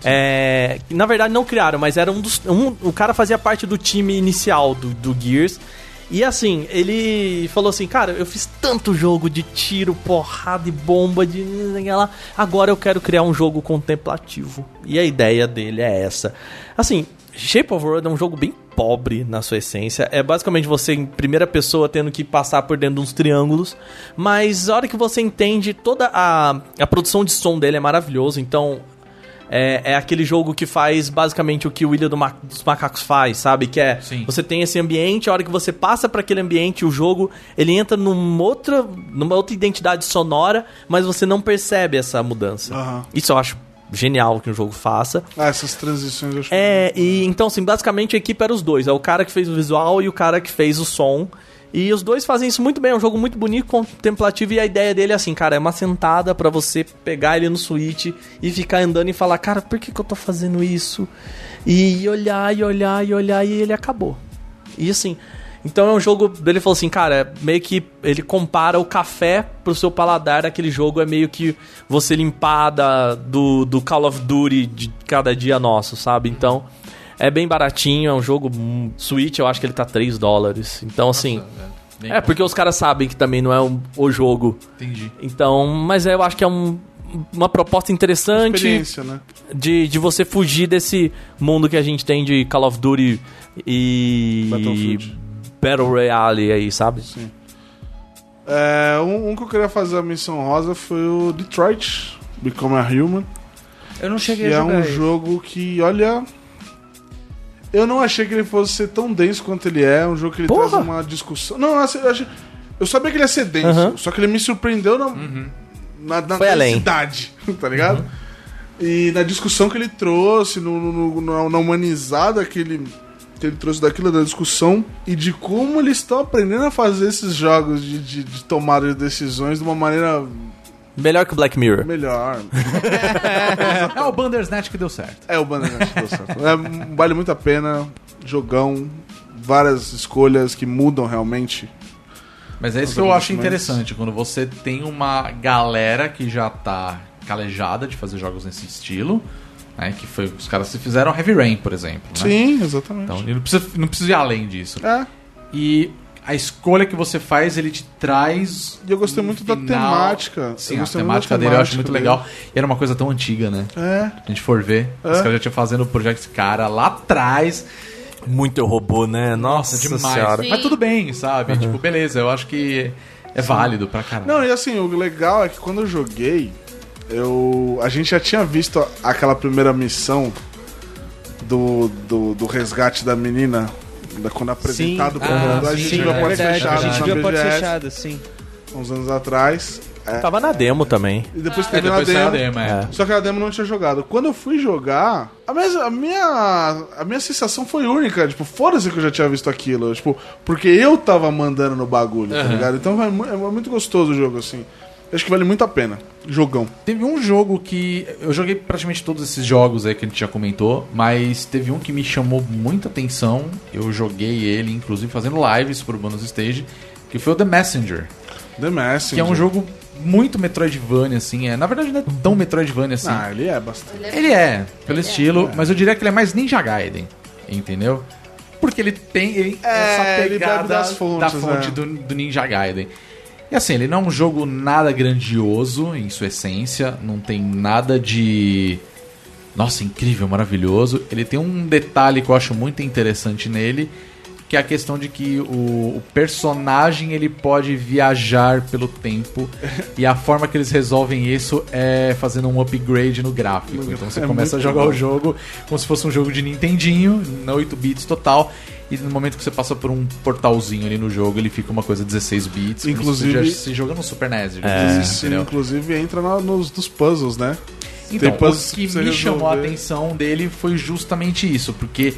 É, que, na verdade não criaram, mas era um dos. um- o cara fazia parte do time inicial do, do Gears. E assim, ele falou assim, cara, eu fiz tanto jogo de tiro, porrada e bomba, de lá. Agora eu quero criar um jogo contemplativo. E a ideia dele é essa. Assim, Shape of World é um jogo bem pobre na sua essência. É basicamente você em primeira pessoa tendo que passar por dentro de uns triângulos. Mas a hora que você entende, toda a, a produção de som dele é maravilhoso. Então, é, é aquele jogo que faz basicamente o que o Ilha do Ma- dos Macacos faz, sabe? Que é
Sim.
você tem esse ambiente, a hora que você passa para aquele ambiente, o jogo ele entra numa outra, numa outra identidade sonora, mas você não percebe essa mudança.
Aham.
Isso eu acho genial que um jogo faça.
Ah, essas transições eu acho
É, e então, assim, basicamente a equipe era os dois. É o cara que fez o visual e o cara que fez o som. E os dois fazem isso muito bem, é um jogo muito bonito, contemplativo, e a ideia dele é assim, cara, é uma sentada pra você pegar ele no Switch e ficar andando e falar, cara, por que, que eu tô fazendo isso? E olhar, e olhar, e olhar, e ele acabou. E assim, então é um jogo. Ele falou assim, cara, é meio que ele compara o café pro seu paladar daquele jogo. É meio que você limpar da, do, do Call of Duty de cada dia nosso, sabe? Então. É bem baratinho, é um jogo hum, Switch, eu acho que ele tá 3 dólares. Então, assim.
Nem-
É, porque os caras sabem que também não é um- o jogo.
Entendi.
Então, mas eu acho que é um- uma proposta
uma
interessante
experiência, né?
de, de você fugir desse mundo que a gente tem de Call of Duty e
Battlefield.
Battle Royale aí, sabe?
É, um, um que eu queria fazer a missão rosa foi o Detroit Become a Human.
Eu não cheguei
Que
a
é
jogar
um
ele.
jogo que, olha. Eu não achei que ele fosse ser tão denso quanto ele é. É um jogo que ele
Porra!
traz uma discussão. Não, eu achei. Eu, achei- eu sabia que ele ia ser denso,
Aham.
só que ele me surpreendeu na, na, na
Foi além. Uhum.
densidade, (laughs) tá ligado? E na discussão que ele trouxe, no, no- no- na humanizada que ele, que ele trouxe daquilo, da discussão, e de como eles estão aprendendo a fazer esses jogos de, de, de tomada de decisões de uma maneira
Melhor que Black Mirror.
Melhor.
É o Bandersnatch que deu certo.
É o Bandersnatch deu certo. É, um- vale muito a pena. Jogão. Várias escolhas que mudam realmente. né?
Mas é isso que eu acho interessante, quando você tem uma galera que já tá calejada de fazer jogos nesse estilo, né? Que foi. Os caras se fizeram Heavy Rain, por exemplo. né?
Sim, exatamente.
Então, ele não precisa, não precisa ir além disso.
É,
E a escolha que você faz, ele te traz. um
e eu gostei muito da
final-
temática.
Sim,
eu
a
gostei muito da
temática dele eu acho
temática
muito
dele.
legal. E era uma coisa tão antiga, né?
É,
A gente for ver, os caras já tinham fazendo o projeto cara lá atrás.
Muito robô, né? Nossa,
Nossa, demais.
senhora.
Mas tudo bem, sabe? Tipo, beleza, eu acho que é válido pra caralho.
Não, e assim, o legal é que quando eu joguei, eu. A gente já tinha visto a- aquela primeira missão do, do, do resgate da menina. da- Quando apresentado como
Ah,
a
sim,
gente viu
é
a porta
verdade,
fechada
a gente
na
viu
BGS,
sim.
uns anos atrás. É,
Tava na demo também.
e depois
É,
teve na
depois saiu a
demo.
demo, é.
Só que a demo não tinha jogado. Quando eu fui jogar, a minha, a minha, a minha sensação foi única. Tipo, foda-se que eu já tinha visto aquilo. Tipo, porque eu tava mandando no bagulho, tá
Aham.
ligado? Então é, mu- é muito gostoso o jogo, assim. Acho que vale muito a pena. Jogão.
Teve um jogo que. Eu joguei praticamente todos esses jogos aí que a gente já comentou, mas teve um que me chamou muita atenção. Eu joguei ele, inclusive, fazendo lives pro Bonus Stage, que foi o The Messenger.
The Messenger.
que é um jogo muito Metroidvania, assim. É, na verdade, não é tão Metroidvania assim.
Ah, ele é bastante.
Ele é, pelo estilo, mas eu diria que ele é mais Ninja Gaiden, entendeu? Porque ele tem ele- essa
É, ele
pegada
bebe das
da
fontes,
fonte
é.
do, do Ninja Gaiden. E assim, ele não é um jogo nada grandioso em sua essência, não tem nada de. Nossa, incrível, maravilhoso. Ele tem um detalhe que eu acho muito interessante nele, que é a questão de que o, o personagem ele pode viajar pelo
(laughs)
tempo e a forma que eles resolvem isso é fazendo um upgrade no gráfico. Então você
É
começa a
muito
jogar
bom.
o jogo como se fosse um jogo de Nintendinho, na 8 bits total. E no momento que você passa por um portalzinho ali no jogo, ele fica uma coisa 16 bits. como
Inclusive-
se você já- se joga no Super NES. já existe,
Isso,
entendeu?
inclusive entra na- nos dos puzzles, né?
Então,
Depois
o que me
você
chamou a
resolver.
atenção dele foi justamente isso, porque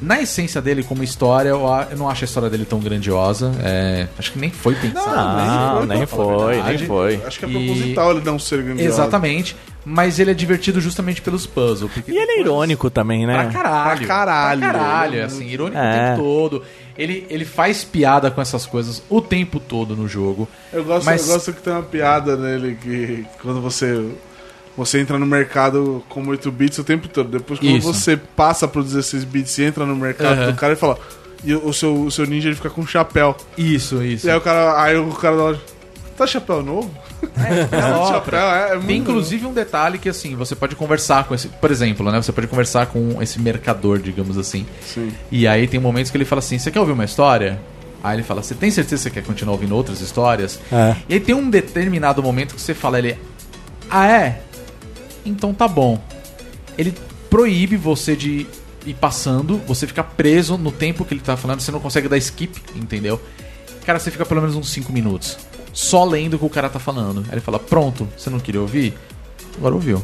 na essência dele, como história, eu, a- eu não acho a história dele tão grandiosa. é, acho que nem foi né? pensada.
Não, Ah, nem foi, nem
verdade.
foi.
Acho que é
E-
proposital ele dar um ser grandioso.
Exatamente, mas ele é divertido justamente pelos puzzles. porque
E ele é
depois-
irônico também, né?
Pra caralho.
Pra caralho.
Pra caralho, assim, irônico
É.
o tempo todo. Ele, ele faz piada com essas coisas o tempo todo no jogo.
Eu gosto,
Mas-
eu gosto que tem uma piada nele que quando você você entra no mercado com 8 bits o tempo todo. Depois quando
Isso.
você passa pro 16 bits e entra no mercado
Aham.
do cara e fala. E o seu, o seu ninja ele fica com um chapéu.
Isso, isso.
E aí o cara. Aí o cara da loja. Tá chapéu novo? (laughs)
Ela
chapéu, é, é muito.
Tem inclusive um detalhe que assim, você pode conversar com esse. Por exemplo, né? Você pode conversar com esse mercador, digamos assim.
Sim.
E aí tem momentos que ele fala assim: Você quer ouvir uma história? Aí ele fala: Você tem certeza que você quer continuar ouvindo outras histórias?
É.
E aí tem um determinado momento que você fala: Ele, ah, é? Então tá bom. Ele proíbe você de ir passando, você fica preso no tempo que ele tá falando, você não consegue dar skip, entendeu? Cara, você fica pelo menos uns 5 minutos só lendo o que o cara tá falando. Aí ele fala: Pronto, você não queria ouvir? Agora ouviu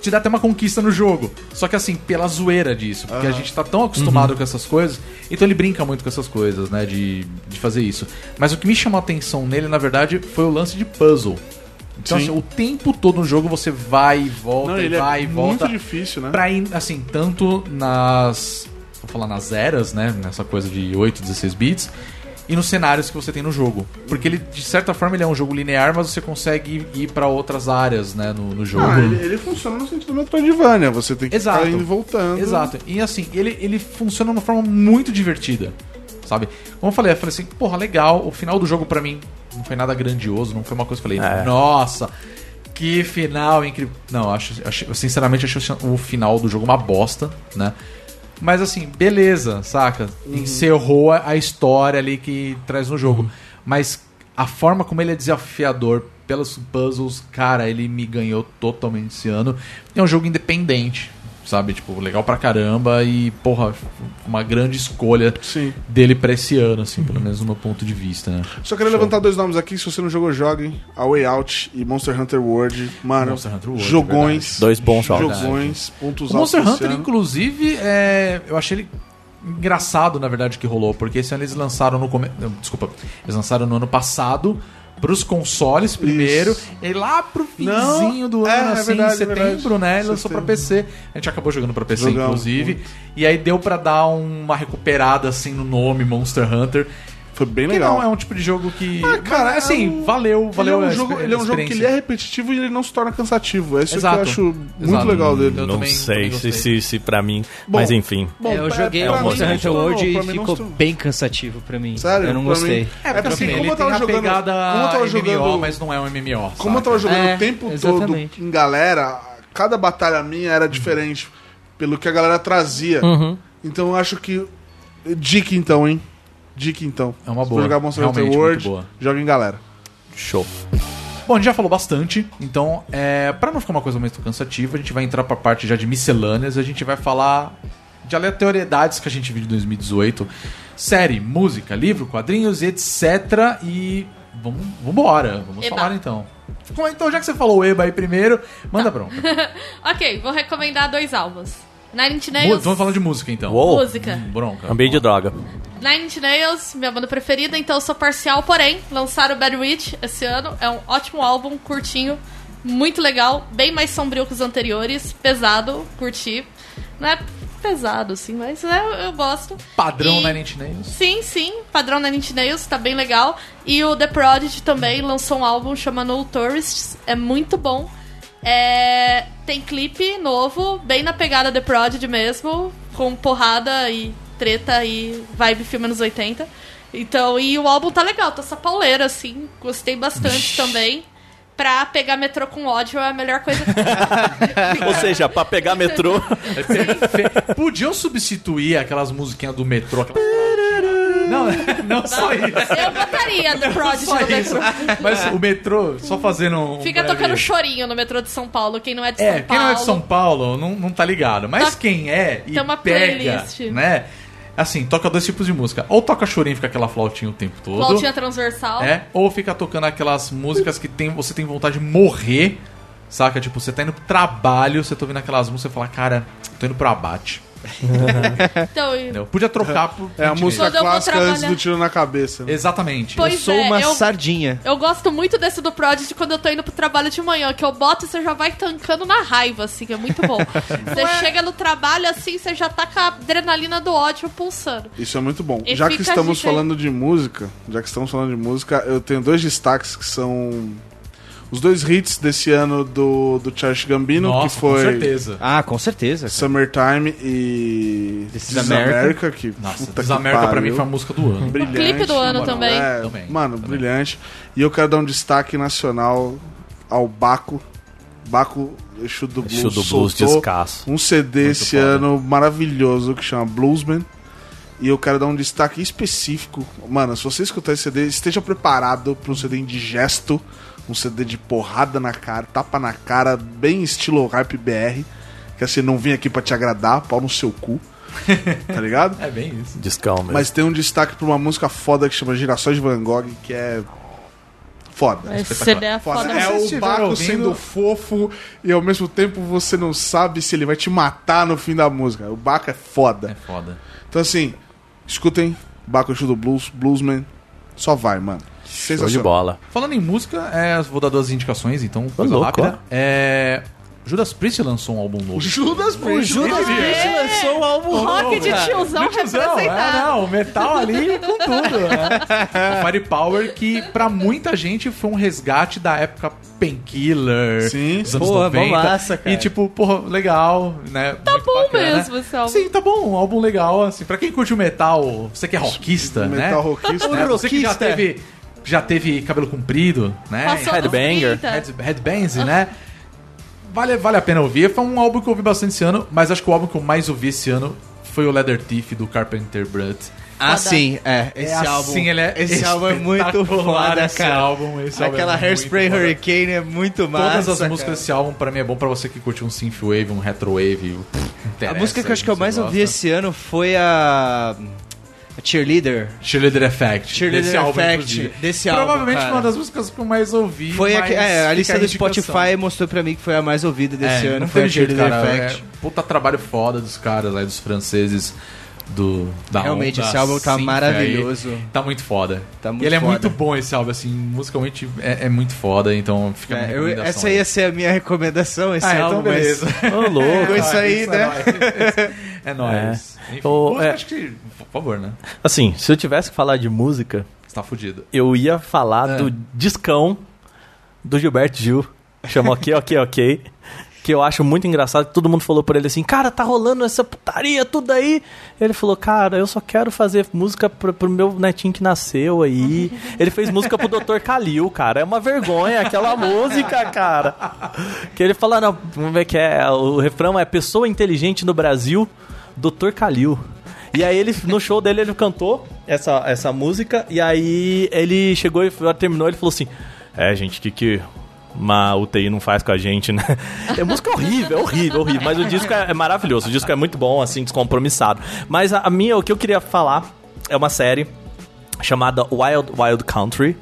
te dá até uma conquista no jogo. Só que assim, pela zoeira disso. Porque a gente tá tão acostumado com essas coisas. Então ele brinca muito com essas coisas, né? De, de fazer isso. Mas o que me chamou a atenção nele, na verdade, foi o lance de puzzle. Então,
Sim.
assim, o tempo todo no jogo você vai e volta,
Não,
e
ele
vai
é
e volta.
muito difícil, né?
Pra ir, assim, tanto nas. Vou falar nas eras, né? Nessa coisa de 8, 16 bits. E nos cenários que você tem no jogo. Porque ele, de certa forma, ele é um jogo linear, mas você consegue ir pra outras áreas, né? No, no jogo.
Ah, ele, ele funciona no sentido Metroidvania, você tem que
Exato.
ficar indo e voltando.
Exato. E assim, ele, ele funciona de uma forma muito divertida. Sabe? Como eu falei, eu falei assim, porra, legal. O final do jogo pra mim não foi nada grandioso, não foi uma coisa que eu falei,
É.
nossa, que final incrível. Não, eu acho, eu achei- eu sinceramente achei o final do jogo uma bosta, né? Mas assim, beleza, saca? Encerrou a a história ali que traz no jogo. Mas a forma como ele é desafiador pelos puzzles, cara, ele me ganhou totalmente esse ano. É um jogo independente, sabe? Tipo, legal pra caramba e, porra, uma grande escolha
Sim.
dele pra esse ano, assim, pelo menos do meu ponto de vista, né?
Só queria levantar dois nomes aqui, se você não jogou, joguem. A Way Out e Monster Hunter World. Mano,
Monster Hunter World,
jogões.
verdade.
Dois bons jogos.
Jogões, pontos
O Monster
altos
Hunter,
desse ano.
inclusive, é, eu achei ele engraçado, na verdade, que rolou, porque esse ano eles lançaram no come... não, Desculpa, eles lançaram no ano passado pros consoles primeiro, e aí lá pro finzinho do
é,
ano,
é
assim,
verdade, é
em setembro,
verdade.
né? Ele lançou pra
Setembro.
PC. A gente acabou jogando pra PC,
Jogamos
inclusive. E aí deu pra dar uma recuperada, assim, no nome Monster Hunter.
Foi bem
Que
legal.
não é um tipo de jogo que.
Ah, cara,
Mas, assim,
é um-
valeu,
Ele é
valeu.
um
a
jogo,
exper-
ele é um jogo que ele é
experiência. repetitivo
repetitivo e ele não se torna cansativo. É isso
Exato.
que eu acho muito
Exato.
legal dele.
Eu
não
também-
sei
também
se,
gostei.
se, se pra mim,
Bom,
mas enfim.
Bom,
É, eu
pra-
joguei
pra
o
mim
Monster
não
Hunter
estourou,
World
pra
e
mim não
ficou
estourou.
bem cansativo pra mim.
Sério?
Eu não
Pra mim-
gostei.
É, porque assim,
Ele
como eu
tem
tava
a
jogando.
pegada
Como eu tava jogando.
MMO,
mas não é um MMO.
Como eu tava jogando
É,
o tempo
exatamente.
todo em galera, cada batalha minha era diferente pelo que a galera trazia.
Uhum.
Então eu acho que. Dica então, hein? Dica então.
É uma
Se
boa.
for jogar Monster Hunter
Realmente,
World,
muito boa.
joga em galera.
Show.
Bom, a gente já falou bastante, então, é, para não ficar uma coisa muito cansativa, a gente vai entrar pra parte já de miscelâneas, a gente vai falar de aleatoriedades que a gente viu de 2018. Série, música, livro, quadrinhos, etc. E vamos embora, vamos
Eba.
falar então. Como é- Então, já que você falou o Eba aí primeiro,
Tá.
manda
(laughs)
pronto.
Ok, vou recomendar dois álbuns. Nine Inch Nails.
Vamos falar de música então.
Uou.
Música.
Hum, Bronca.
Ambiente de droga.
Nine Inch Nails, minha banda preferida, então eu sou parcial, porém, lançaram o Bad Witch esse ano. É um ótimo álbum, curtinho, muito legal, bem mais sombrio que os anteriores, pesado, curti. Não é pesado, assim, mas né, eu, eu gosto.
Padrão
E-
Nine Inch Nails.
Sim, sim, padrão Nine Inch Nails, tá bem legal. E o The Prodigy também lançou um álbum chamado No Tourists, é muito bom. É, tem clipe novo, bem na pegada The Prodigy mesmo, com porrada e treta e vibe filme anos 80. Então, e o álbum tá legal, tá essa pauleira, assim, gostei bastante também. Pra pegar metrô com ódio é a melhor coisa que
É.
Ou seja, pra pegar metrô.
(laughs) Fe- Podiam substituir aquelas musiquinhas do metrô. aquelas-
(laughs)
Não, (laughs) não só isso.
eu
(laughs)
botaria The Prodigy
Só
no
isso.
metrô.
Mas o metrô, só fazendo um.
Fica
um
tocando
breve-
chorinho no metrô de São Paulo, quem não é de
É,
São Paulo.
quem não é de São Paulo não, não tá ligado. Mas
Tá-
quem é e
tem uma
pega,
playlist.
né? Assim, toca dois tipos de música. Ou toca chorinho, fica aquela flautinha o tempo todo.
Flautinha transversal.
né? Ou fica tocando aquelas músicas que tem, você tem vontade de morrer, saca? Tipo, você tá indo pro trabalho, você tá ouvindo aquelas músicas e fala, cara, tô indo pro abate.
Então, e-
Entendeu? Podia trocar por.
É a música
Quando eu vou
clássica antes
trabalhar.
do tiro na cabeça. né?
Exatamente.
Pois
eu sou
é,
uma
eu-
sardinha.
eu gosto muito desse do Prodigy quando eu tô indo pro trabalho de manhã, que eu boto e você já vai tancando na raiva, assim, é muito bom. você chega no trabalho assim, você já tá com a adrenalina do ódio pulsando.
Isso é muito bom.
E
já que
fica a
estamos
dica aí.
falando de música, já que estamos falando de música, eu tenho dois destaques que são os dois hits desse ano do, do Charles Gambino,
Nossa,
que foi
com certeza.
Ah, com certeza.
Summertime e
This is
This is
America.
America, que
Nossa,
puta que
Desamérica pra
pariu.
mim foi um a música do
(laughs)
ano.
O clipe do ano
moral.
também.
É,
Também,
mano,
também.
brilhante. E eu quero dar um destaque nacional ao Baco. Baco, Exu do Blues,
Show do blues
soltou
descasso.
um CD esse
foda.
ano maravilhoso que chama Bluesman. E eu quero dar um destaque específico. Mano, se você escutar esse CD, esteja preparado para um CD indigesto, um CD de porrada na cara, tapa na cara, bem estilo rap BR. Que assim, não vim aqui para te agradar, pau no seu cu. tá ligado?
É bem isso.
Discão mesmo.
Mas tem um destaque pra uma música foda que chama Girassóis de Van Gogh, que é foda.
Esse CD é
Foda.
foda.
Se
É
vocês
o
estiverem
Baco
ouvindo-
sendo fofo e ao mesmo tempo você não sabe se ele vai te matar no fim da música. O Baco é
É
foda.
foda.
Então assim, escutem Baco Show do Blues, Bluesman, só vai, mano.
Show de
Sensacional.
bola.
Falando em música, é, vou dar duas indicações, então, coisa
louco,
rápida. É, Judas Priest lançou um álbum novo.
Judas
O
Priest.
Judas né? Priest lançou o álbum
Rock
um novo,
de
cara.
tiozão
Tiozão, é,
representado.
não, o metal
(laughs)
ali com tudo. né? O Firepower, que pra muita gente foi um resgate da época Painkiller.
Sim.
dos anos
Porra,
90.
bombaça, cara.
E tipo, porra, legal, né? Tá
bom mesmo esse álbum.
Sim, tá bom, um álbum legal, assim. Pra quem curte o metal, você que é rockista, né?
Metal rockista.
né? Você que já
rockista.
teve, já teve cabelo comprido, né?
Passou dos
Headbanger.
30.
Head- Headbands, né? Vale, vale a pena ouvir. Foi um álbum que eu ouvi bastante esse ano, mas acho que o álbum que eu mais ouvi esse ano foi o Leather Thief do Carpenter Brut.
Ah, sim, é. Esse
assim,
álbum.
ele é
esse álbum é muito
espetacular,
foda,
esse
cara.
álbum, esse álbum
Aquela
é muito
Hairspray
foda.
Hurricane é muito massa.
Todas as
cara.
músicas desse álbum, pra mim, é bom pra você que curte um synthwave, um retrowave. o-
A
interessa,
música que eu acho que eu
você
mais
gosta.
ouvi esse ano foi a. a Cheerleader.
Cheerleader Effect.
Cheerleader
desse álbum,
Effect,
inclusive.
desse álbum,
Provavelmente
cara.
uma das músicas que eu mais ouvi.
Foi a,
mas
que- é,
fica
a lista do
indicação.
Spotify mostrou pra mim que foi a mais ouvida desse
É,
ano.
não
Foi a
teve jeito,
Cheerleader
cara.
Effect.
É, puta trabalho foda dos caras aí, dos franceses. do da
Realmente,
onda
esse álbum tá
synth aí.
maravilhoso.
Tá muito foda.
Tá muito
e ele é
foda.
muito bom esse álbum, assim, musicalmente é, é muito foda, então fica uma
É, eu-
recomendação
essa ia ser a minha recomendação, esse
Ah, então
álbum.
beleza.
Mas...
Ô, louco.
Com isso aí,
Isso
né? (laughs)
É nóis. Enfim,
Ô,
música,
é.
acho que, por favor, né?
Assim, se eu tivesse que falar de música,
Você tá fudido.
eu ia falar do discão do Gilberto Gil. Chamou Ok, Ok, Ok. Que eu acho muito engraçado. Todo mundo falou pra ele assim: Cara, tá rolando essa putaria, tudo aí. Ele falou: Cara, eu só quero fazer música pro, pro meu netinho que nasceu aí. Ele fez música pro Dr. Kalil, cara. É uma vergonha aquela música, cara. Que ele fala: Não, vamos ver que é. O refrão é Pessoa Inteligente no Brasil, Dr. Kalil. E aí ele, no show dele, ele cantou essa, essa música, e aí ele chegou e foi- terminou, ele falou assim, é, gente, que que uma UTI não faz com a gente, né? (laughs) É música horrível, é horrível, horrível, mas o disco é, é maravilhoso, o disco é muito bom, assim, descompromissado. Mas a, a minha, o que eu queria falar é uma série chamada Wild Wild Country,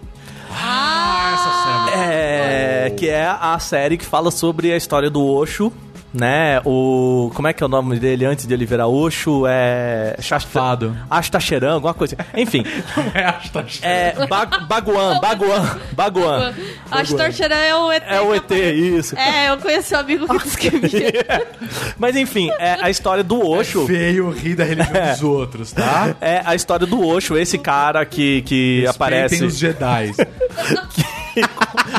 é, que é a série que fala sobre a história do Osho, né? O como é que é o nome dele antes de ele virar Osho? É
Chafado.
Astacheran, alguma coisa. Enfim,
(laughs) É, acho que tá
é ba Baguan, Baguan, Baguan.
A Storcher é o ET.
É o ET, isso.
É, eu conheci um amigo que disse que via.
Mas enfim, é a história do Osho.
feio rir da religião dos outros, (laughs) tá?
É a história do Osho, esse cara que, que aparece.
Respeitem os (laughs) Jedi.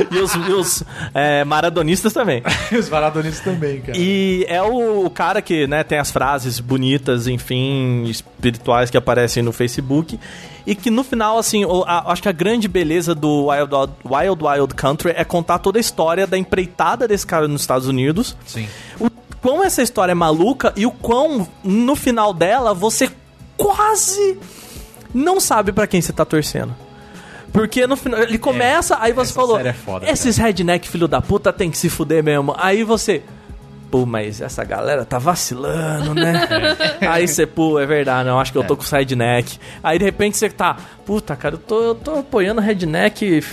E os, e os, é, maratonistas também.
os varadonistas também, cara.
E é o cara que, né, tem as frases bonitas, enfim, espirituais que aparecem no Facebook. E que no final, assim, o- a- acho que a grande beleza do Wild, Wild- Wild Wild Country é contar toda a história da empreitada desse cara nos Estados Unidos.
Sim.
O quão essa história é maluca e o quão, no final dela, você quase não sabe pra quem você tá torcendo. Porque no final. Ele começa, aí você
É, essa
falou.
série é foda, cara.
Esses redneck filho da puta tem que se fuder mesmo. Aí você. Pô, mas essa galera tá vacilando, né? Aí você, pô, é verdade, não, acho que eu tô com redneck. Aí de repente você tá, puta, cara, eu tô, eu tô apoiando redneck.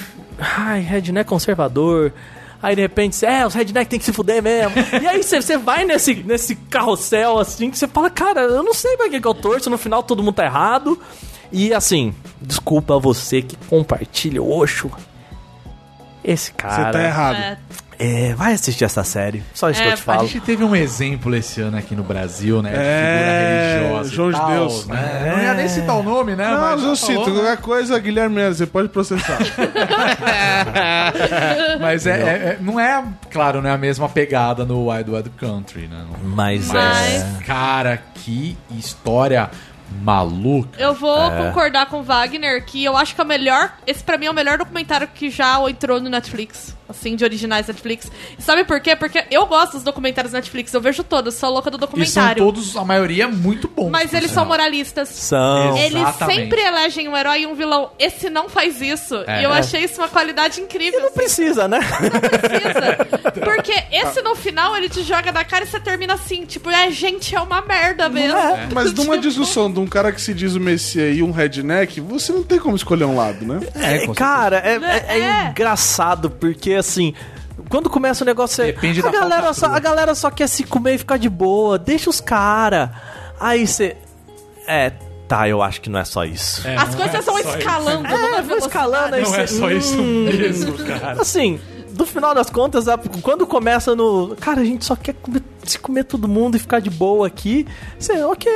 Ai, redneck conservador. Aí de repente você, é, os redneck tem que se fuder mesmo. e aí você, você vai nesse, nesse carrossel assim que você fala, cara, eu não sei pra que, que eu torço, no final todo mundo tá errado. E assim, desculpa a você que compartilha o Oxo. Esse cara.
Você tá errado.
É,
É, vai assistir essa série. Só isso
É,
que eu te
A
falo.
gente teve um exemplo esse ano aqui no Brasil, né? de
É,
figura religiosa. e
João de
tal,
Deus.
Né? Não ia nem citar o nome, né?
Não, mas eu
já falou,
sinto.
né?
Qualquer coisa, Guilherme, Melo, você pode processar.
Mas é, é- é- não é, claro, não é a mesma pegada no Wild Wild Country, né? Não-
Mas,
Mas-
é.
Cara, que história maluca.
Eu vou concordar com o Wagner que eu acho que é o melhor. Esse pra mim é o melhor documentário que já entrou no Netflix. Assim, de originais Netflix. E sabe por quê? Porque eu gosto dos documentários Netflix, eu vejo todos, sou louca do
E são
documentário.
todos, a maioria, muito bons.
Mas
por
eles
sinal.
são moralistas.
São.
Ele-
Eles
Exatamente.
sempre elegem um herói e um vilão. Esse não faz isso.
É.
E eu achei isso uma qualidade incrível.
Não precisa, né?
precisa. (laughs) Porque esse no final ele te joga na cara e você termina assim, tipo, é gente, é uma merda mesmo.
é,
(laughs)
Mas numa
Tipo,
discussão de um cara que se diz o Messias e um redneck, você não tem como escolher um lado, né?
É, com
(laughs) Cara, é, é- é
É.
engraçado, porque assim. Quando começa o negócio é,
Depende
a
da
galera só
falcatrua.
A galera só quer se comer e ficar de boa. Deixa os cara. Aí você. É, tá, eu acho que não é só isso.
É,
As
não
coisas
é
vão
só isso.
escalando. assim. Hum. numa
É, vou
velocidade.
escalando aí
Não é
cê-
só isso mesmo, cara.
Assim, no final das contas, a- quando começa no. Cara, a gente só quer comer- se comer todo mundo e ficar de boa aqui. Você, ok,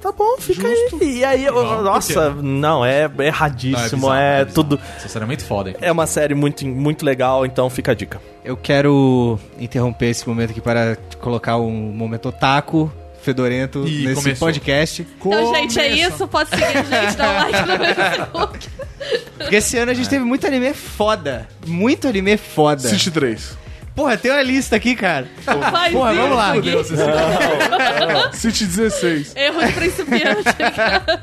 tá bom, fica aí. E aí, eu-
Não, por
nossa, não, é
Não,
erradíssimo,
bizarro,
é,
bizarro.
tudo.
Essa série é muito foda, hein?
É uma série muito, muito legal, então fica a dica.
Eu quero interromper esse momento aqui para colocar um momento otaku, fedorento,
Ih,
nesse
começou.
podcast.
Então, gente, é isso. Pode seguir a gente, dá um like no meu Facebook.
Porque esse ano a gente teve muito anime foda. Muito anime foda.
City 3.
Porra, tem uma lista aqui, cara.
Faz
Porra,
isso.
vamos lá.
City 16.
Erro de principiante.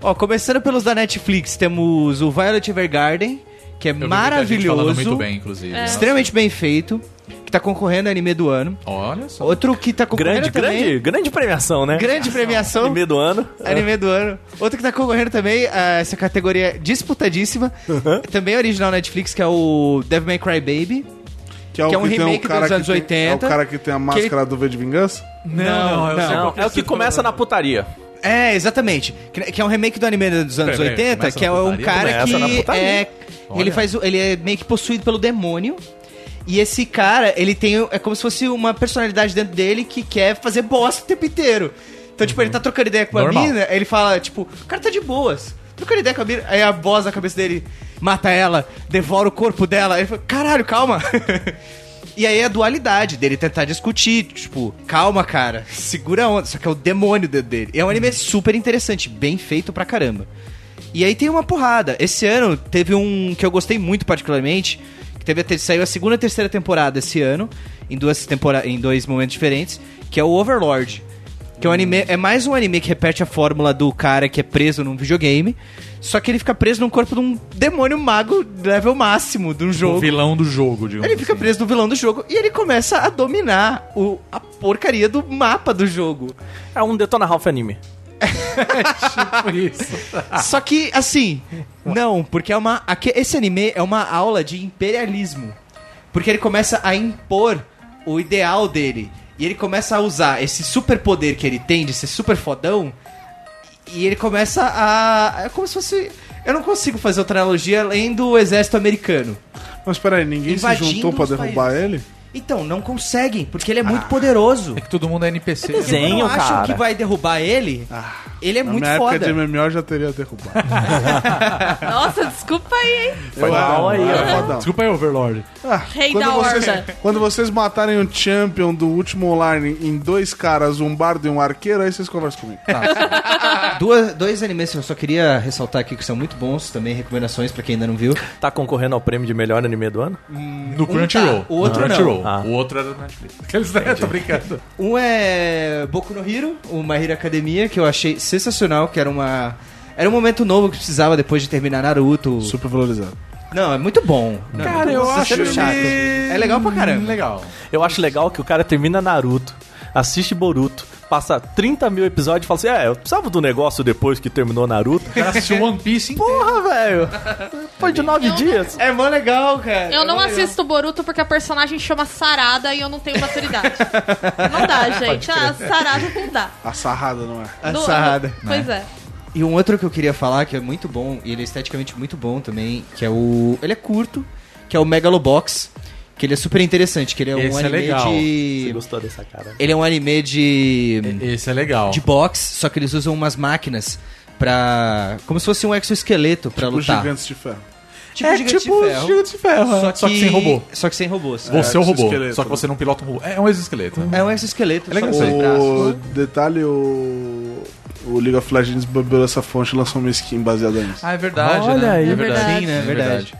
Ó, começando pelos da Netflix, temos o Violet Evergarden, que é
Eu vi muita gente falando
maravilhoso.
muito bem, inclusive.
É.
Nossa.
Extremamente bem feito. Que tá concorrendo a anime do ano.
Olha só. (laughs)
Outro que tá concorrendo
Grande,
também...
grande, grande premiação, né?
Grande premiação.
Anime do ano.
Anime do ano. Outro que tá concorrendo também a essa categoria disputadíssima, também original Netflix, que é o Devil May Cry Baby.
o
Que é um
tem
remake dos anos
que tem- é
80,
o cara que tem a máscara do V de Vingança?
Não, não, eu sei
Não,
qual que
é o que
você
começa
falou.
na putaria.
É, exatamente. Que, que é um remake do anime dos anos
Peraí,
80,
começa
que é
na
um
putaria?
cara
Começa na
que
putaria.
é ele
Olha.
faz o- ele é meio que possuído pelo demônio. E esse cara, ele tem é como se fosse uma personalidade dentro dele que quer fazer bosta o tempo inteiro. Então, tipo, ele tá trocando ideia com
Uhum. Normal.
a mina, ele fala, tipo, o cara tá de boas. Trocando ideia com a mina, aí a voz na cabeça dele mata ela, devora o corpo dela. Ele fala, caralho, calma. (laughs) E aí é a dualidade dele tentar discutir, tipo, calma, cara, segura a onda. Só que é o demônio dentro dele. E é um anime
Uhum.
super interessante, bem feito pra caramba. E aí tem uma porrada. Esse ano teve um que eu gostei muito particularmente, que teve a ter... saiu a segunda e terceira temporada esse ano, em duas tempora... em dois momentos diferentes, que é o Overlord. Que é, um
Hum.
anime, é mais um anime que repete a fórmula do cara que é preso num videogame, só que ele fica preso no corpo de um demônio mago level máximo de um
O
jogo.
vilão do jogo, digamos
Ele fica
assim.
preso no vilão do jogo e ele começa a dominar o, a porcaria do mapa do jogo.
É um Detona Ralph anime.
Tipo isso.
Ah.
Só que, assim, não, porque é uma. aque- esse anime é uma aula de imperialismo. Porque ele começa a impor o ideal dele. E ele começa a usar esse superpoder que ele tem de ser super fodão. E ele começa a. É como se fosse. Eu não consigo fazer outra analogia além do exército americano.
Mas peraí, ninguém se
Invadindo
juntou pra
os
derrubar
países.
ele?
Então, não conseguem, porque ele é
Ah.
muito poderoso.
É que todo mundo é NPC.
É desenho.
Quando acham
cara.
que vai derrubar ele, ele é
Ah. Na
muito
minha
foda.
época de MMO já
(laughs)
teria derrubado.
Nossa, desculpa aí, hein?
Foi
mal Então aí,
era
ó.
fodão.
Desculpa aí, Overlord.
Ah,
Rei
quando
da
vocês,
né?
horda.
Quando vocês matarem o champion do último online em dois caras, um bardo e um arqueiro, aí vocês conversam comigo.
Tá. Duas- dois animes que eu só queria ressaltar aqui que são muito bons, também recomendações pra quem ainda não viu.
Tá concorrendo ao prêmio de melhor anime do ano?
um
No Crunchyroll.
tá, o outro
No
não.
Crunchyroll.
Ah.
O outro era do Netflix. Aqueles né? (laughs) Tô brincando.
Um é Boku no Hero, o My Hero Academia, que eu achei sensacional, que era uma era um momento novo que precisava depois de terminar Naruto.
Super valorizado.
Não, é muito bom.
Cara, eu acho
sendo chato.
ele-
É legal pra
Hum,
caramba.
Legal.
Eu acho legal que o cara termina Naruto, assiste Boruto, passa 30 mil episódios e fala assim: é, eu precisava do negócio depois que terminou Naruto.
O cara assistiu One Piece inteiro.
Porra, velho! Foi de nove dias.
É mó legal, cara. É
Eu não
mó legal.
assisto Boruto porque a personagem chama Sarada e eu não tenho maturidade. não dá, gente. A Sarada não dá.
A sarrada, não é?
A
Não-
sarrada.
Pois é.
Tá E um outro que eu queria falar, que é muito bom, e ele é esteticamente muito bom também, que é o. Ele é curto, que é o Megalobox, que ele é super interessante, que ele é um
Esse é
anime
legal.
Você
de.
gostou dessa cara?
Ele é um anime de.
Esse é legal.
de box, só que eles usam umas máquinas pra. como se fosse um exoesqueleto pra
Os
lutar.
gigantes de ferro.
Tipo
é
gigante
tipo
de ferro. é.
Gigante de Ferro.
Só que... um
Só que sem robô.
Só que sem robôs.
Você é o robô.
exoesqueleto,
Só que
né?
você não pilota um robô. É um exoesqueleto.
É um exoesqueleto,
É legal
só com
isso
os
aí.
O
braços.
detalhe, o... o League of Legends bebeu essa fonte e lançou uma skin baseada nisso.
Ah, é verdade.
Olha
né?
aí.
É
verdade.
Sim, né? É verdade.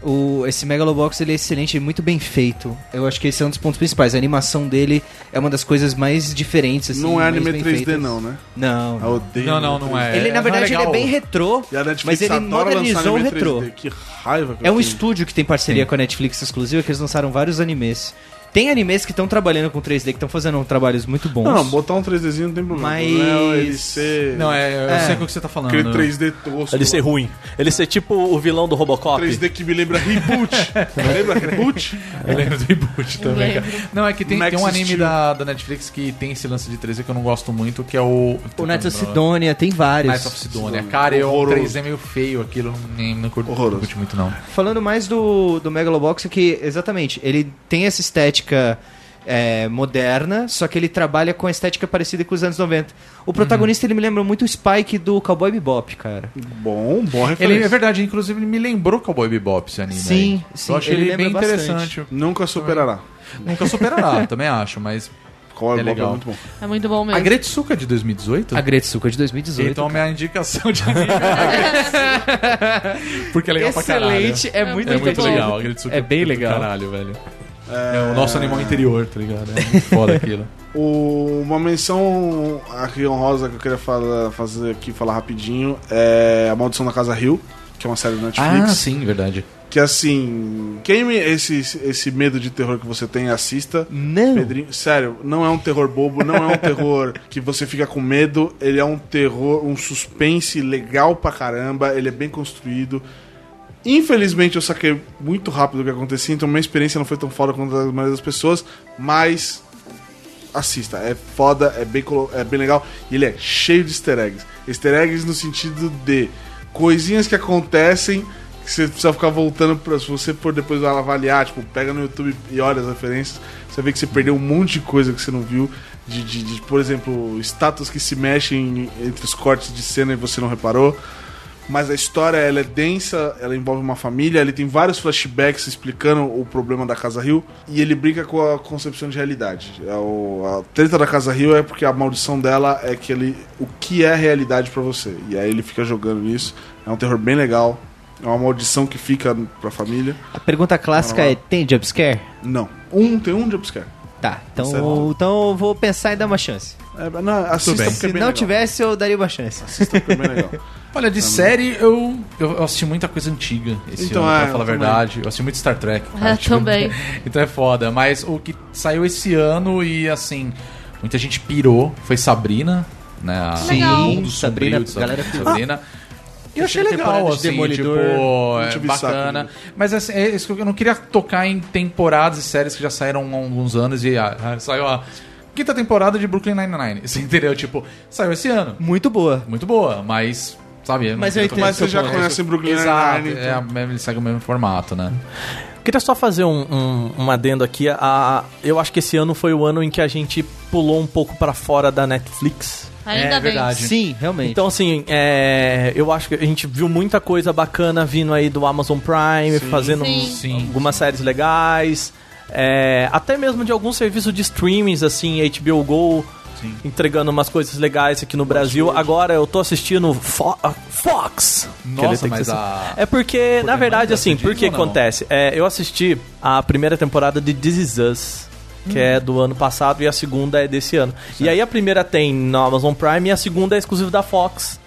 O, esse Megalobox ele é excelente, é muito bem feito. Eu acho que esse é um dos pontos principais. A animação dele é uma das coisas mais diferentes. assim,
não é
mais
anime
bem
3D,
feitas.
não, né?
Não.
Eu odeio
Não,
anime
não, não
3D.
é.
ele, na
não
verdade, ele é
legal.
bem retrô,
E a Netflix
mas ele
adora lançar
modernizou o
anime
retrô.
3D. Que raiva que
É
eu
um
tenho.
estúdio que tem parceria
Sim.
com a Netflix exclusiva que eles lançaram vários animes. Tem animes que estão trabalhando com 3D, que estão fazendo um trabalhos muito bons.
Não, não, botar um 3Dzinho não tem problema.
Mas-
Não é ele ser...
Não, é, eu
É.
sei o que você tá falando.
Aquele 3D tosco.
Ele ser ruim. Ele ser tipo o vilão do Robocop.
3D que me lembra
(laughs)
reboot. lembra reboot?
(laughs) Eu lembro do reboot também,
lembro.
cara. Não, é que tem,
Max
tem um anime
Steel.
da, da Netflix que tem esse lance de 3D que eu não gosto muito, que é o.
O Night of Sidonia tem vários.
Night of Sidonia. Cara, é um
Horroroso.
3D meio feio aquilo, eu não, nem, não curto
Horroroso.
não curti muito, não.
Falando mais do, do Megalobox, é que, exatamente, ele tem essa estética é, moderna, só que ele trabalha com a estética parecida com os anos 90. O protagonista, ele me lembra muito o Spike do Cowboy Bebop, cara.
Bom, bom referência.
Ele, é verdade, inclusive ele me lembrou Cowboy Bebop esse anime. aí.
Sim, sim,
Eu achei
ele
ele, bem
lembra bastante.
interessante.
Nunca superará.
Nunca superará, (laughs) também acho, mas.
Qual é,
É
Bob
legal.
é muito bom.
É muito bom
A
mesmo.
Gretsuka de 2018?
A Gretsuko de 2018.
Então, minha indicação
(laughs)
de anime. é a Gretsuka. Porque é legal pra caralho.
Excelente, é muito,
É muito
bom.
legal, a Gretsuka
É bem
do
legal.
Caralho, velho. É o nosso animal interior, tá ligado? É
(laughs)
muito foda aquilo.
O- uma menção aqui honrosa que eu queria falar- fazer aqui, falar rapidinho, é A Maldição da Casa Rio, que é uma série do
Ah,
Netflix.
sim, verdade.
Que assim, queime esse, esse medo de terror que você tem, assista.
Não.
Pedrinho, sério, não é um terror bobo, não é um terror que você fica com medo, ele é um terror, um suspense legal pra caramba, ele é bem construído. Infelizmente eu saquei muito rápido o que acontecia, então minha experiência não foi tão foda quanto a da maioria das pessoas, mas assista. É foda, é bem, colo- é bem legal. E ele é cheio de easter eggs. Easter eggs no sentido de coisinhas que acontecem que você precisa ficar voltando pra. Se você for depois avaliar, tipo, pega no YouTube e olha as referências, você vê que você perdeu um monte de coisa que você não viu. De, de- de, por exemplo, estátuas que se mexem entre os cortes de cena e você não reparou. Mas a história ela é densa, ela envolve uma família, ele tem vários flashbacks explicando o problema da Casa Rio e ele brinca com a concepção de realidade. É o- a treta da Casa Rio é porque a maldição dela é que ele o que é realidade pra você. E aí ele fica jogando nisso. É um terror bem legal. É uma maldição que fica pra família.
A pergunta clássica é: tem jumpscare?
Não. Um tem um jumpscare.
Tá,
Sei
então,
lá.
então eu vou pensar em dar uma chance.
É, não, assista
bem.
porque é bem
Se não
legal.
tivesse, eu daria uma chance.
Assista porque é bem legal.
Olha, de série eu, eu assisti muita coisa antiga esse
Então,
ano,
é,
pra falar a
eu também.
verdade. Eu assisti muito Star Trek. cara.
É, também.
(laughs) então é foda. Mas o que saiu esse ano e assim, muita gente pirou foi Sabrina, né? A
Sim, Legal.
Mundo Sombrio
Sabrina,
de Sabrina.
galera pirou.
Sabrina. Eu achei
Terceira
legal,
temporada de
assim,
Demolidor.
tipo,
Não
é
tive
bacana.
saco,
Mas assim, é isso que eu não queria tocar em temporadas e séries que já saíram há alguns anos e ah, ah, saiu a quinta temporada de Brooklyn Nine-Nine. (laughs) Você entendeu? Tipo, saiu esse ano.
Muito boa.
Tá Muito boa, mas, sabe... não
Mas eu
queria tocar
(laughs)
entendo
Mas
seu
você já
ponto.
conhece Brooklyn
Exato,
Nine-Nine, então.
é, a mesma- ele segue o mesmo formato, né?
Queria só fazer um, um, um adendo aqui. A, eu acho que esse ano foi o ano em que a gente pulou um pouco pra fora da Netflix.
Ainda
é
bem.
verdade.
Sim, realmente.
Então, assim, é, eu acho que a gente viu muita coisa bacana vindo aí do Amazon Prime, fazendo
Sim.
uns-
Sim.
algumas séries legais, é, até mesmo de algum serviço de streamings, assim, HBO Go, entregando umas coisas legais aqui no Brasil. Agora eu tô assistindo Fo- ah, Fox.
Nossa,
que ele tem que
mas
ser-
a-
É porque, na
demanda
verdade, assim,
disso
por que
ou não?
acontece? É, eu assisti a primeira temporada de This Is Us. Que
Hum.
é do ano passado e a segunda é desse ano. E aí a primeira tem na Amazon Prime e a segunda é exclusiva da Fox.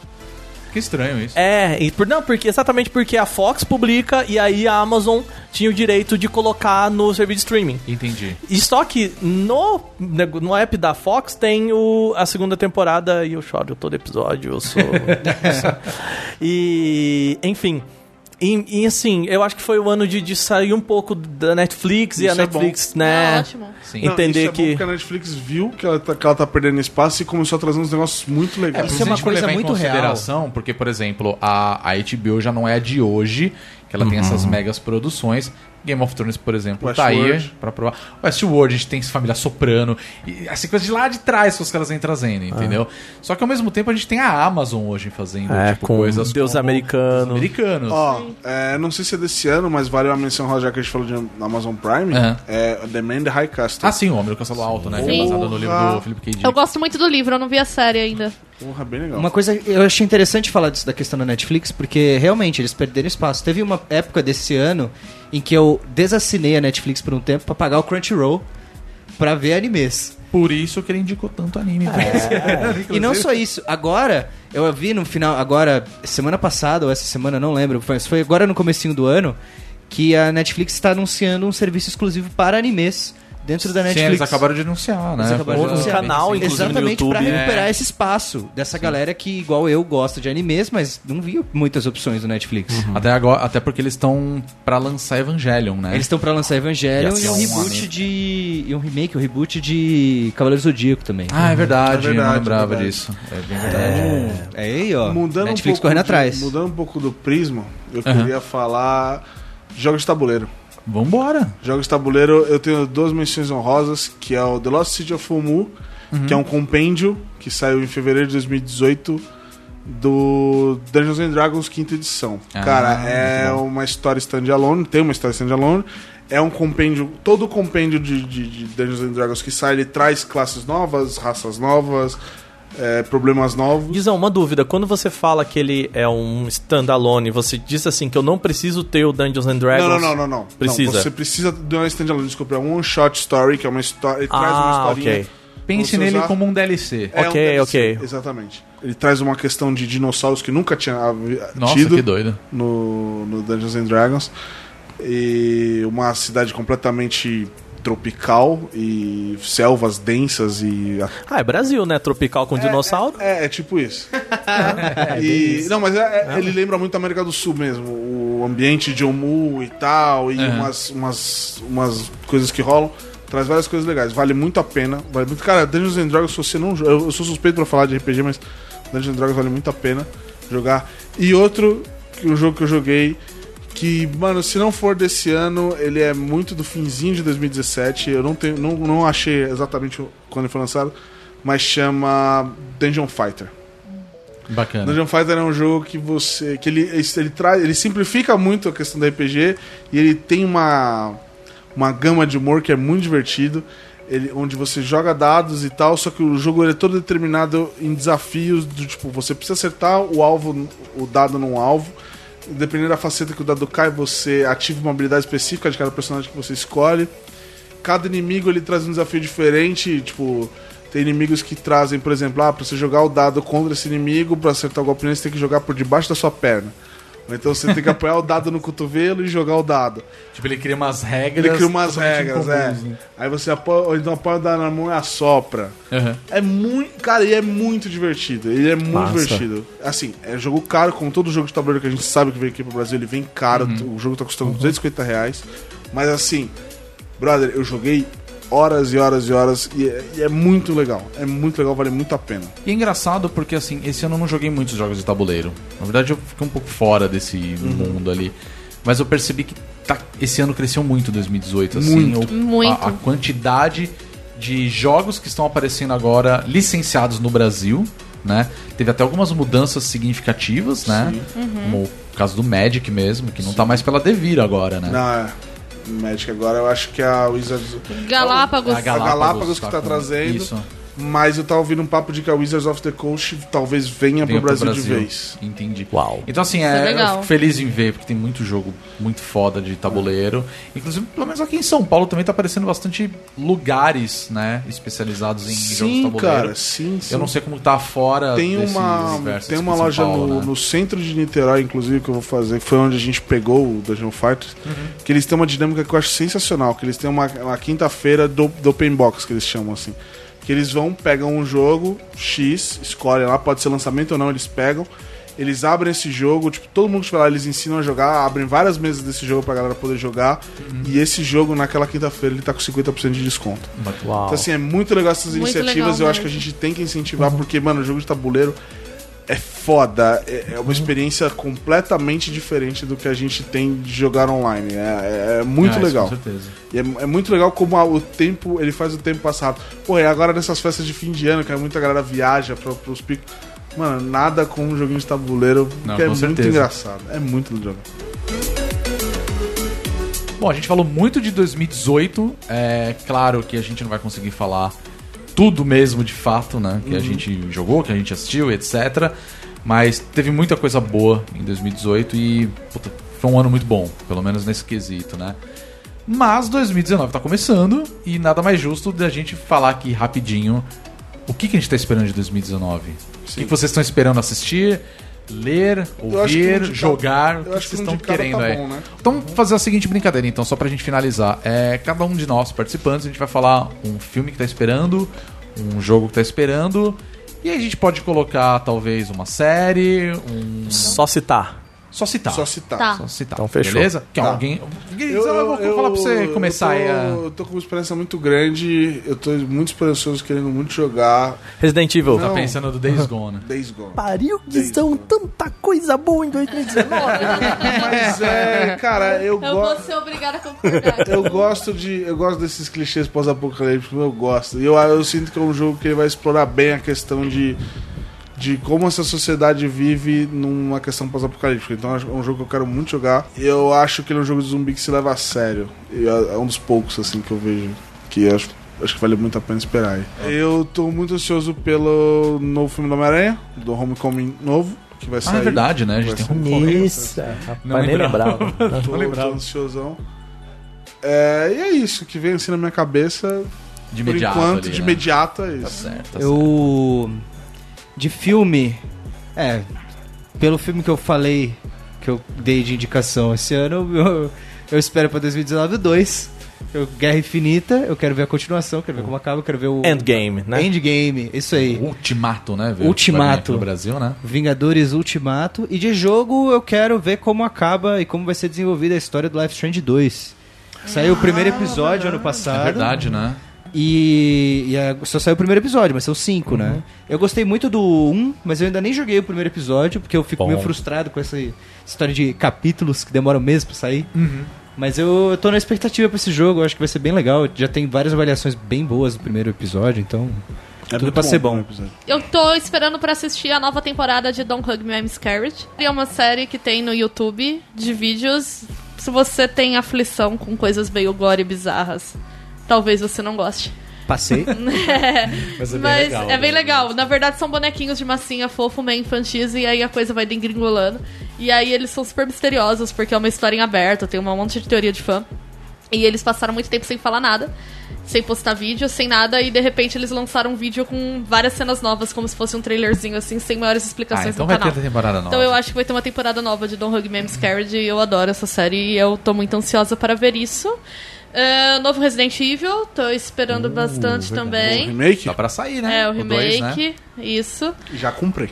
Que estranho isso.
É, e por- não, porque exatamente porque a Fox publica e aí a Amazon tinha o direito de colocar no serviço de streaming.
Entendi.
E só que no, nego- no app da Fox tem o, a segunda temporada e eu choro todo episódio, eu sou. (laughs) e. Enfim. E, e, assim, eu acho que foi o ano de, de sair um pouco da Netflix e a
Isso é
Netflix,
É
né?
ótimo.
Sim.
Então- entender
isso é
que-
Bom porque a Netflix viu que ela, tá, que ela tá perdendo espaço e começou a trazer uns negócios muito legais.
Isso é uma
a gente
coisa
levar em
muito real.
consideração, porque, por exemplo, a, a HBO já não é a de hoje, que ela tem
Uhum.
essas megas produções. Game of Thrones, por exemplo, tá aí
Westworld.
pra provar. Westworld, a gente tem essa família soprano. E assim, coisa de lá de trás que os caras vêm
É.
trazendo, entendeu? Só que ao mesmo tempo a gente tem a Amazon hoje fazendo
É,
tipo,
com
coisas
Deus americano.
americanos.
Ó, é, não sei se é desse ano, mas vale uma menção rosa, já que a gente falou de Amazon Prime.
Aham.
É The Man in the High Castle.
Ah, sim, o Homem do Castelo Alto, né? Que é
Sim.
baseado no livro do Felipe K. Dick.
Eu gosto muito do livro, eu não vi a série ainda.
Porra, bem legal.
Uma coisa que eu achei interessante falar disso da questão da Netflix, porque realmente eles perderam espaço. Teve uma época desse ano em que eu desassinei a Netflix por um tempo pra pagar o Crunchyroll pra ver animes.
Por isso que ele indicou tanto anime.
E não só isso, agora, eu vi no final, agora, semana passada ou essa semana, não lembro, mas foi agora no comecinho do ano, que a Netflix está anunciando um serviço exclusivo para animes dentro da
Sim,
Netflix.
eles acabaram de anunciar, né?
Eles acabaram de
Foi-
anunciar.
É, um canal, inclusive, no
Exatamente
YouTube.
pra recuperar
É.
esse espaço dessa galera que, igual eu, gosta de animes, mas não via muitas opções do Netflix.
Uhum.
Até, agora, até porque eles estão pra lançar Evangelion, né?
É. Eles estão pra lançar Evangelion
Ia
e um
ser um
reboot
anime.
de. E um remake, um reboot de Cavaleiro Zodíaco também.
Ah, é verdade,
É
eu não
verdade,
lembrava
verdade.
disso. É bem verdade.
É aí, ó.
Mudando
Netflix
um pouco
correndo
de-
atrás.
Mudando um pouco do prisma, eu queria falar jogos de tabuleiro.
Vambora!
Jogos de tabuleiro, eu tenho duas menções honrosas, que é o The Lost City of Fumu,
Uhum.
que é um compêndio que saiu em fevereiro de 2018 do Dungeons and Dragons quinta edição.
Ah,
Cara, é
muito
uma história standalone, tem uma história standalone, é um compêndio, todo o compêndio de, de- de Dungeons and Dragons que sai, ele traz classes novas, raças novas, é, problemas novos.
Dizão, uma dúvida. Quando você fala que ele é um standalone, você diz assim que eu não preciso ter o Dungeons and Dragons?
Não, não, não, não, não.
Precisa.
Não, você precisa de uma standalone, desculpa, é um one shot story, que é uma história, ele traz uma
Ah,
historinha
ok.
Pense
Você
nele
usar-
como um DLC.
É um
Ok,
DLC,
ok.
Exatamente. Ele traz uma questão de dinossauros que nunca tinha havi-
Nossa,
tido
que doido.
no, no Dungeons and Dragons. E uma cidade completamente tropical e selvas densas e.
Ah, é Brasil, né? Tropical com dinossauro.
É, é tipo isso. E- não, mas é- é- ele lembra muito a América do Sul mesmo. O ambiente de Omu e tal, e
Aham.
umas, umas, umas coisas que rolam. Traz várias coisas legais. Vale muito a pena. Vale muito. Cara, Dungeons and Dragons, se você não. jo- Eu, eu sou suspeito pra falar de RPG, mas Dungeons and Dragons vale muito a pena jogar. E outro, que um jogo que eu joguei. Que, mano, se não for desse ano, ele é muito do finzinho de 2017. Eu não, tenho, não, não achei exatamente quando ele foi lançado, mas chama Dungeon Fighter.
Bacana.
Dungeon Fighter é um jogo que você. que ele, ele, ele traz. Ele simplifica muito a questão do RPG e ele tem uma. uma gama de humor que é muito divertido. Ele, onde você joga dados e tal, só que o jogo ele é todo determinado em desafios do tipo, você precisa acertar o alvo, o dado num alvo. Dependendo da faceta que o dado cai, você ativa uma habilidade específica de cada personagem que você escolhe cada inimigo ele traz um desafio diferente, tipo, tem inimigos que trazem, por exemplo, ah, pra você jogar o dado contra esse inimigo, pra acertar o golpe nele, você tem que jogar por debaixo da sua perna. Ou então você tem que apoiar o dado no cotovelo e jogar o dado.
Tipo, ele cria umas regras.
Ele cria umas
totalmente
regras, é.
incomuns, né?
Aí você apoia, ou então apoia o dado na mão e assopra.
Aham.
É muito. Cara, ele é muito divertido. Ele é muito
Massa.
divertido. Assim, é jogo caro, como todo jogo de tabuleiro que a gente sabe que vem aqui pro Brasil, ele vem caro.
Uhum.
O jogo tá custando 250 reais. Mas assim, brother, eu joguei horas e horas e horas e é, e é muito legal. É muito legal, vale muito a pena.
E é engraçado porque, assim, esse ano eu não joguei muitos jogos de tabuleiro. Na verdade, eu fiquei um pouco fora desse
Uhum.
mundo ali. Mas eu percebi que tá- esse ano cresceu muito 2018, assim.
Muito.
o-
Muito.
A, a quantidade de jogos que estão aparecendo agora licenciados no Brasil, né? Teve até algumas mudanças significativas, né? Como o caso do Magic mesmo, que não tá mais pela Devir agora, né?
Na Magic agora, eu acho que a Wizards.
Galápagos.
A Galápagos
Galápagos que tá
com-
trazendo.
Isso.
Mas eu tava ouvindo um papo de que a Wizards of the Coast talvez venha,
Venha
pro, Brasil de vez.
Entendi.
Uau.
Então, assim,
é
é,
legal.
eu fico feliz em ver, porque tem muito jogo muito foda de tabuleiro. Inclusive, pelo menos aqui em São Paulo também tá aparecendo bastante lugares, né? Especializados em jogos de
Sim,
tabuleiro.
cara, sim, sim.
Eu não sei como tá fora
tem
desses
uma
universos
tem
aqui
uma
em São
loja
Paulo,
no,
né?
no centro de Niterói inclusive que eu vou fazer que foi onde a gente pegou o Dungeon Fighters
Uhum.
que eles têm uma dinâmica que eu acho sensacional que eles têm uma, uma quinta-feira do, do open box que eles chamam assim que eles vão pegam um jogo X escolhem lá pode ser lançamento ou não eles pegam eles abrem esse jogo, tipo, todo mundo que estiver lá, eles ensinam a jogar, abrem várias mesas desse jogo pra galera poder jogar.
Uhum.
E esse jogo, naquela quinta-feira, ele tá com 50% de desconto.
Uau.
Então, assim, é muito legal essas
Muito
iniciativas. eu
legal
acho que a
mesmo.
gente tem que incentivar, porque, mano, o jogo de tabuleiro é foda. É, é
Uhum.
uma experiência completamente diferente do que a gente tem de jogar online. É, é- é
Ah,
muito
isso,
legal.
Com certeza.
E é, é muito legal como a- o tempo, ele faz o tempo passar rápido. Pô, e agora nessas festas de fim de ano, que é muita galera viaja pra, pros picos. Mano, nada como um joguinho de tabuleiro,
Não,
que é
com
muito
certeza.
engraçado. É muito legal.
Bom, a gente falou muito de 2018. É claro que a gente não vai conseguir falar tudo mesmo de fato, né? Que a gente jogou, que a gente assistiu, etc. Mas teve muita coisa boa em 2018 e puta, foi um ano muito bom, pelo menos nesse quesito, né? Mas 2019 tá começando e nada mais justo da gente falar aqui rapidinho o que, que a gente tá esperando de 2019. O que, que vocês estão esperando assistir, ler,
acho que um de
ouvir,
cada-
jogar, o que
eu acho que
vocês
um
estão
de cada
querendo
tá
aí.
bom, né?
Então, vamos fazer a seguinte brincadeira, então, só pra gente finalizar. É, cada um de nós, participantes, a gente vai falar um filme que tá esperando, um jogo que tá esperando, e aí a gente pode colocar, talvez, uma série, um...
é.
Só citar.
Só citar.
Só citar.
Tá.
Só citar.
Então, fechou.
Beleza? Que
Tá.
alguém... Então, Eu, vou falar pra você começar aí
eu tô,
a...
Eu tô com uma esperança muito grande, eu tô muito esperançoso, querendo muito jogar
Resident Evil.
Não.
tá Pensando do Days Gone. Ah, é
Days Gone.
Pariu que são
né?
tanta coisa boa em 2019.
Mas é, cara, eu,
Eu
go-
vou ser obrigada a concordar.
eu gosto de. Eu gosto desses clichês pós-apocalípticos, eu gosto. E eu, eu sinto que é um jogo que ele vai explorar bem a questão de. De como essa sociedade vive numa questão pós-apocalíptica. Então é um jogo que eu quero muito jogar. Eu acho que ele é um jogo de zumbi que se leva a sério. E é é um dos poucos, assim, que eu vejo. Que eu acho, acho que vale muito a pena esperar aí.
É.
Eu tô muito ansioso pelo novo filme do Homem-Aranha, do Homecoming novo, que vai sair.
Ah, é verdade, né? A gente
Vai
tem
sair.
um
Isso. Rapaz,
Não
nem
lembrava. (laughs)
lembrava.
Tô, tô ansiosão. É, e é isso, que vem assim na minha cabeça,
de
por
imediato
enquanto,
ali,
de
né?
imediato é
Tá
isso.
certo, tá certo.
Eu. De filme. É. Pelo filme que eu falei, que eu dei de indicação esse ano, (laughs) eu, eu espero pra 2019 o 2. Eu- Guerra Infinita, eu quero ver a continuação, quero ver como acaba, eu quero ver o.
Endgame, né?
Endgame, isso aí.
Ultimato, né? velho?
Ultimato.
Vai vir aqui No Brasil, né?
Vingadores Ultimato. E de jogo eu quero ver como acaba e como vai ser desenvolvida a história do Life Strange 2. Saiu o primeiro episódio ano passado.
É verdade, né?
E, e a- só saiu o primeiro episódio, mas são cinco, né? Eu gostei muito do um, mas eu ainda nem joguei o primeiro episódio, porque eu fico
Bom.
meio frustrado com essa história de capítulos que demoram meses pra sair. Mas eu tô na expectativa pra esse jogo, eu acho que vai ser bem legal. Já tem várias avaliações bem boas do primeiro episódio, então. tudo
muito
pra ser bom.
o episódio.
Eu tô esperando pra assistir a nova temporada de Don't Hug Me, I'm Scared. É uma série que tem no YouTube de vídeos. Se você tem aflição com coisas meio gore e bizarras, talvez você não goste.
Passei.
Mas (laughs) é bem legal. Na verdade, são bonequinhos de massinha fofo, meio infantis, e aí a coisa vai degringolando. E aí eles são super misteriosos, porque é uma história em aberto, tem um monte de teoria de fã. E eles passaram muito tempo sem falar nada, sem postar vídeo, sem nada, e de repente eles lançaram um vídeo com várias cenas novas, como se fosse um trailerzinho assim, sem maiores
Ah,
explicações
então
no
vai
canal.
ter temporada nova.
Então eu acho que vai ter uma temporada nova de Don't Hug Me, I'm Scared e eu adoro essa série e eu tô muito ansiosa para ver isso. Ah, novo Resident Evil, tô esperando
Uh,
bastante
O
também.
remake?
Tá pra sair, né?
É, o
dois,
remake,
né? (laughs)
isso.
Já comprei.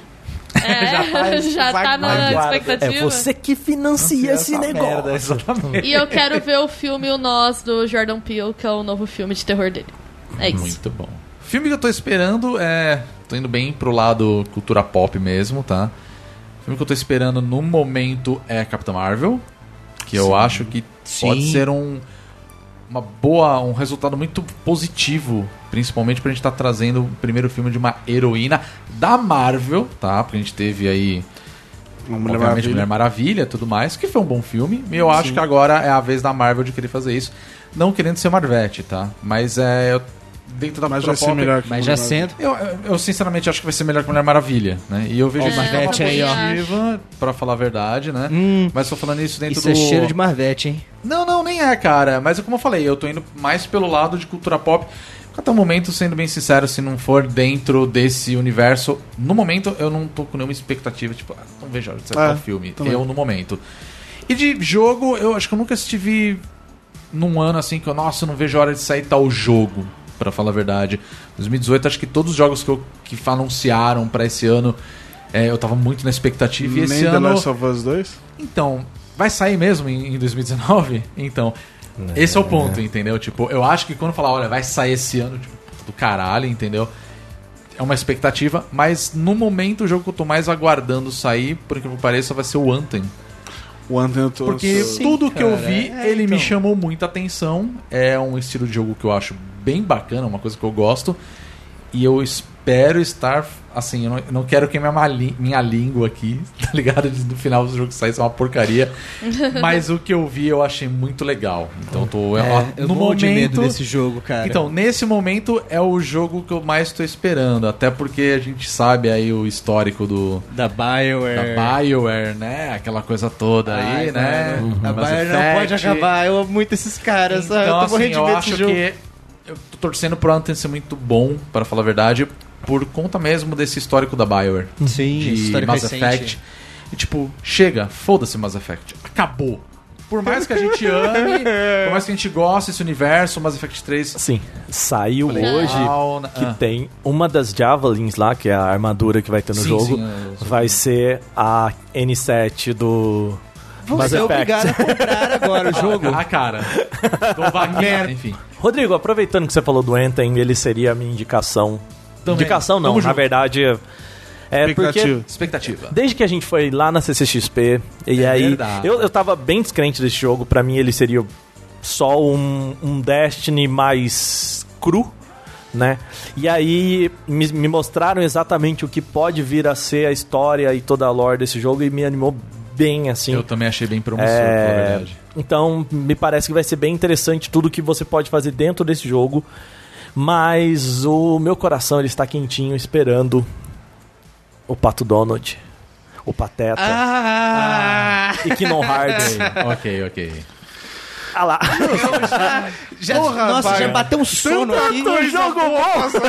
É, (laughs) já, tá na expectativa.
que financia esse negócio. exatamente.
E eu quero ver o filme O Nós, do Jordan Peele, que é o novo filme de terror dele. É isso.
Muito bom. Filme que eu tô esperando é. Tô indo bem pro lado cultura pop mesmo, tá? Filme que eu tô esperando no momento é Capitã Marvel. Que eu acho que pode
Sim.
ser um. Uma boa, um resultado muito positivo, principalmente pra gente estar trazendo o primeiro filme de uma heroína da Marvel, tá? Porque a gente teve aí
Uma
Mulher
Mulher
Obviamente, Maravilha.
Maravilha.
Mulher Maravilha tudo mais, que foi um bom filme. E eu acho que agora é a vez da Marvel de querer fazer isso. Não querendo ser Marvete, tá? Mas é. eu- Dentro da
Mas
cultura
vai ser
pop,
melhor que
mas
Mulher
já sendo.
Eu, eu- eu, sinceramente acho que vai ser melhor que Mulher Maravilha, né? E eu vejo
Ó,
isso como uma
Marvete aí, ó.
positiva, pra falar a verdade, né?
Hum,
Mas tô falando isso dentro
isso
do.
é cheiro de Marvete, hein?
Não, não, nem é, cara. Mas como eu falei, eu tô indo mais pelo lado de cultura pop. Até o momento, sendo bem sincero, se não for dentro desse universo, no momento eu não tô com nenhuma expectativa, tipo, ah, não vejo a hora de sair
É,
tal filme.
também.
Eu no momento. E de jogo, eu acho que eu nunca estive num ano assim que eu, nossa, eu não vejo a hora de sair tal jogo, pra falar a verdade. 2018, acho que todos os jogos que, eu, que anunciaram pra esse ano, é, eu tava muito na expectativa. e
Nem
esse
The
ano.
Last of Us 2?
Então, vai sair mesmo em, em 2019? Então, esse é o ponto, entendeu? Tipo, eu acho que quando falar, olha, vai sair esse ano, tipo, do caralho, entendeu? É uma expectativa, mas no momento o jogo que eu tô mais aguardando sair, por incrível que pareça, vai ser o Anthem.
O Anthem eu tô...
Porque
ansioso.
tudo que eu
cara.
vi,
É,
ele me
então.
chamou muita atenção. É um estilo de jogo que eu acho bem bacana, uma coisa que eu gosto. E eu espero estar. Assim, eu não, eu não quero queimar minha, li- minha língua aqui, (laughs) tá ligado? De no final do jogo sair, isso é uma
(laughs)
porcaria. Mas o que eu vi eu achei muito legal. Então eu tô. ó,
É, eu
no
morro
momento.
de medo desse jogo, cara.
Então, nesse momento é o jogo que eu mais tô esperando. Até porque a gente sabe aí o histórico do,
da Bioware.
da Bioware, né? Aquela coisa toda aí,
É. Ai, Uhum.
né?
mano, A
Mass
Bioware não pode
Effect.
acabar. Eu amo muito esses caras. ah, eu
Então,
tô
assim,
morrendo de
eu
medo desse
acho
jogo.
que eu tô torcendo pro Anthem ser muito bom, para falar a verdade, por conta mesmo desse histórico da Bioware.
Sim,
de
história
Mass
recente.
Effect. E tipo, chega, foda-se Mass Effect. Acabou. Por mais que a
(laughs)
gente ame, por mais que a gente goste desse universo, Mass Effect 3
Sim, saiu hoje
legal, né?
que
Ah.
tem uma das Javelins lá, que é a armadura que vai ter no
Sim,
jogo,
sim, é eu sou-
vai ser a N7 do Mass
Você é
Effect.
obrigado a comprar agora o jogo.
(laughs) Ah,
(laughs)
cara. Do vaqueiro, enfim.
Rodrigo, aproveitando que você falou do Anthem, ele seria a minha indicação.
Também.
Indicação não,
Tamo
na
junto.
verdade. É porque
Expectativa.
Expectativa.
desde que a gente foi lá na CCXP, e aí
É verdade.
eu, eu tava bem descrente desse jogo, pra mim ele seria só um, um Destiny mais cru, né? E aí me, me mostraram exatamente o que pode vir a ser a história e toda a lore desse jogo e me animou bem, assim.
Eu também achei bem promissor,
É,
pra falar a verdade.
Então, me parece que vai ser bem interessante tudo que você pode fazer dentro desse jogo. Mas o meu coração ele está quentinho esperando o Pato Donald, o Pateta
Ah.
e Kingdom Hearts.
ok, ok.
ah lá.
Já- nossa,
rapaz.
já bateu um sono aqui.
jogo bom!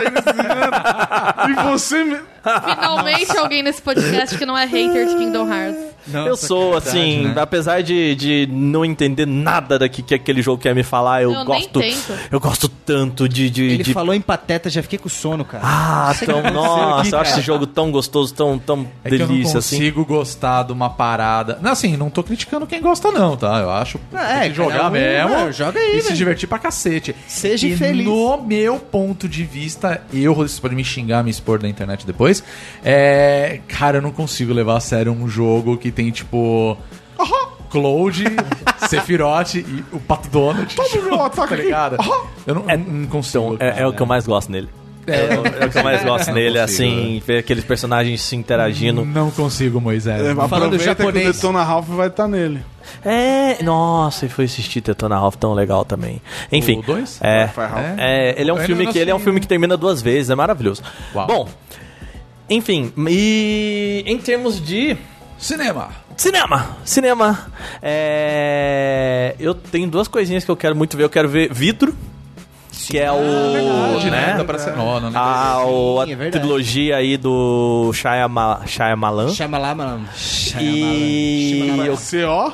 E você... me-
Finalmente alguém nesse podcast que não é hater de Kingdom Hearts.
(laughs) Nossa,
eu sou,
que verdade,
assim,
né?
apesar de, de não entender nada daqui que aquele jogo quer me falar, eu,
Eu nem
gosto.
tento.
Eu gosto tanto de. de,
Ele
de-
falou em pateta, já fiquei com sono, cara.
(laughs)
Ah, tão, nossa, eu
cara.
acho esse jogo tão gostoso, tão, tão
É que eu não
(laughs) delícia, assim.
consigo gostar de uma parada. Não, assim, não tô criticando quem gosta, não, tá? Eu acho que tem que jogar
cada um,
mesmo.
mano, joga aí,
E se
velho.
divertir pra cacete.
Seja
e
feliz.
No meu ponto de vista, eu, Rodrigo, você pode me xingar, me expor na internet depois. É. Cara, eu não consigo levar a sério um jogo que tem, tipo. Cloud, Sephiroth e o Pato Donald.
Toma o meu ataque
tá
aqui. Ah.
ligado? Eu não,
É-
não consigo.
É, é o que eu mais gosto nele. É, o- é o que eu mais gosto nele, assim, ver aqueles personagens se interagindo.
Não consigo, Moisés.
É,
Não
aproveita que o
japonês.
Detona Ralph vai estar nele.
É, nossa, e foi assistir Detona Ralph tão legal também. Enfim.
O dois?
É,
Vai,
É.
Ralph.
É, ele é um
Eu
filme
ainda
que ele é um
não
filme que termina duas vezes, é maravilhoso.
assim, Uau.
Bom, enfim, e em termos de
Cinema.
cinema, cinema, é, eu tenho duas coisinhas que eu quero muito ver. Eu quero ver Vidro, que é o, né? Ah,
Dá Ah, pra ser nona, né?
A, o- a
Sim, é verdade.
trilogia aí do Shyama- Shyamalan.
Chama lá, mano.
E eu
Você, ó,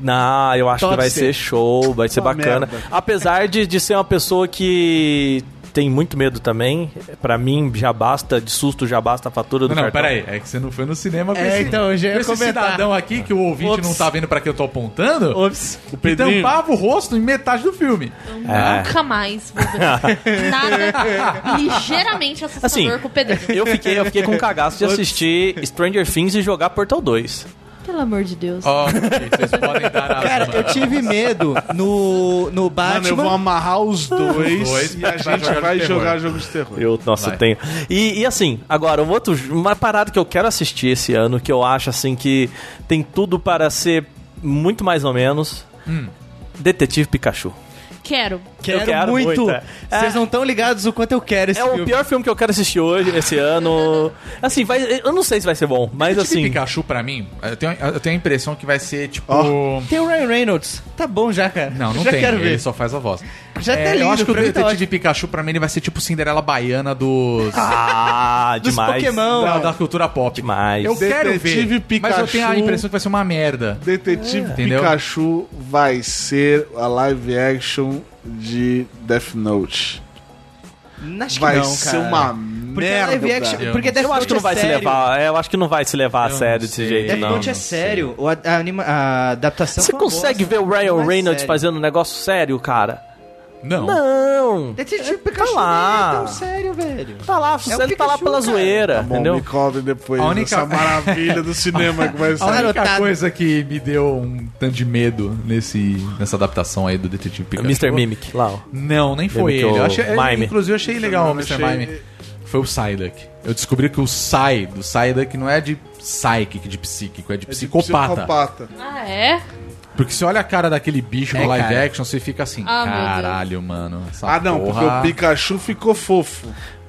não, eu acho que vai ser show, vai ser
Uma
bacana.
merda.
Apesar de, de ser uma pessoa que tem muito medo também, pra mim já basta, de susto já basta a fatura do
Não, não,
cartão.
peraí. É que você não foi no cinema com
É,
esse,
então, eu já ia
com esse
comentar.
cidadão aqui que o ouvinte
Ops.
não tá vendo pra que eu tô apontando.
Ops.
O
Pedrinho.
tampava o rosto em metade do filme.
Nunca mais vou
(laughs)
ver nada ligeiramente assustador
Assim, (laughs)
com o Pedrinho.
Eu fiquei, eu fiquei com cagaço
(laughs)
de assistir Stranger Things e jogar Portal 2.
Pelo amor de Deus.
Ó, vocês podem dar a
Cara, eu tive medo no, no
mano,
Batman.
eu vou amarrar os dois,
dois
e a
pra
gente
jogar de
vai
terror.
jogar jogo de terror.
Eu, nossa,
Vai.
eu tenho. E, e assim, agora, um outro, uma parada que eu quero assistir esse ano, que eu acho assim que tem tudo para ser muito mais ou menos.
Hum.
Detetive Pikachu.
Quero.
Quero,
eu quero
muito.
muito, é.
Vocês
É.
não estão ligados o quanto eu quero esse
É o
filme.
pior filme que eu quero assistir hoje, esse ano. Assim, vai, eu não sei se vai ser bom, mas
Detetive
assim.
Pikachu, pra mim, eu tenho, eu tenho a impressão que vai ser tipo.
Tem o Ryan Reynolds. Tá bom já, cara.
Não, não
já
tem.
quero
Ele
ver.
só faz a voz.
Já tá
É,
lindo,
eu acho que o
pra mim tá
Detetive Pikachu, pra mim, ele vai ser tipo Cinderela Baiana dos.
Ah,
Dos
demais.
Pokémon.
da, da cultura pop.
Demais.
Eu quero
Detetive
ver. Mas eu tenho a
Pikachu.
impressão que vai ser uma merda.
Detetive
Entendeu?
Pikachu vai ser a live action de Death Note.
Acho que
vai
não,
ser
cara.
uma
Porque é
é
merda.
live action.
cara.
Porque
Eu
Death
Eu acho
Note
que não
é
vai se
sério.
levar. é, Eu acho que não vai se levar a
Eu
sério
não
desse
sei.
jeito,
Death
não.
Note é sério. O- A, anima- a adaptação.
Você
foi uma
consegue
bosta.
ver o Ryan
Não é
Reynolds
sério.
fazendo um negócio sério, cara?
Não.
Não!
Detetive Pikachu
tá lá.
não é tão sério, velho.
Tá lá,
É o
ele tá lá
Pikachu, cara.
pela zoeira,
Tá bom, me
entendeu?
cobre depois
A única-
dessa maravilha do cinema que vai
A
Olha,
sair.
única
Anotado.
coisa que me deu um tanto de medo nesse, nessa adaptação aí do Detetive Pikachu.
Mr. Mimic, lá, ó.
Não, nem foi
Mimic
ele. Eu
ou
achei, eu,
Mime?
inclusive, eu achei legal o
Mime,
Mr.
achei-
Mime. Foi o Psyduck. Eu descobri que o Psy do Psyduck não é de psychic, de psíquico, é de
É de
psicopata.
psicopata.
Ah, é?
Porque você olha a cara daquele bicho
É,
no live
cara.
action, você fica assim,
Ah, meu Deus.
caralho, mano. essa
Ah, não, porque
Tá porra-
o Pikachu ficou fofo.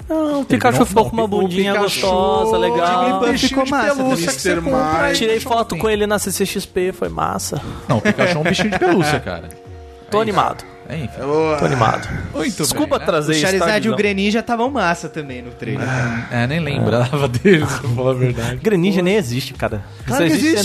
Não, o Pikachu
não-
ficou
não,
com uma
o
bundinha
Pikachu-
gostosa, legal.
Ficou massa
também.
você
Mr.
compra aí.
Mime.
Tirei foto com ele na CCXP, foi massa.
Não, o Pikachu é um bichinho de pelúcia,
(laughs)
cara.
Tô animado,
É, enfim.
tô animado.
Muito
Desculpa
bem, né?
trazer
O
isso. tá,
Charizard e o
Guizão?
Greninja estavam massa também no trailer.
Ah,
É, nem lembrava deles, pra falar a verdade.
Greninja nem existe, cara.
Claro
isso
que
existe, em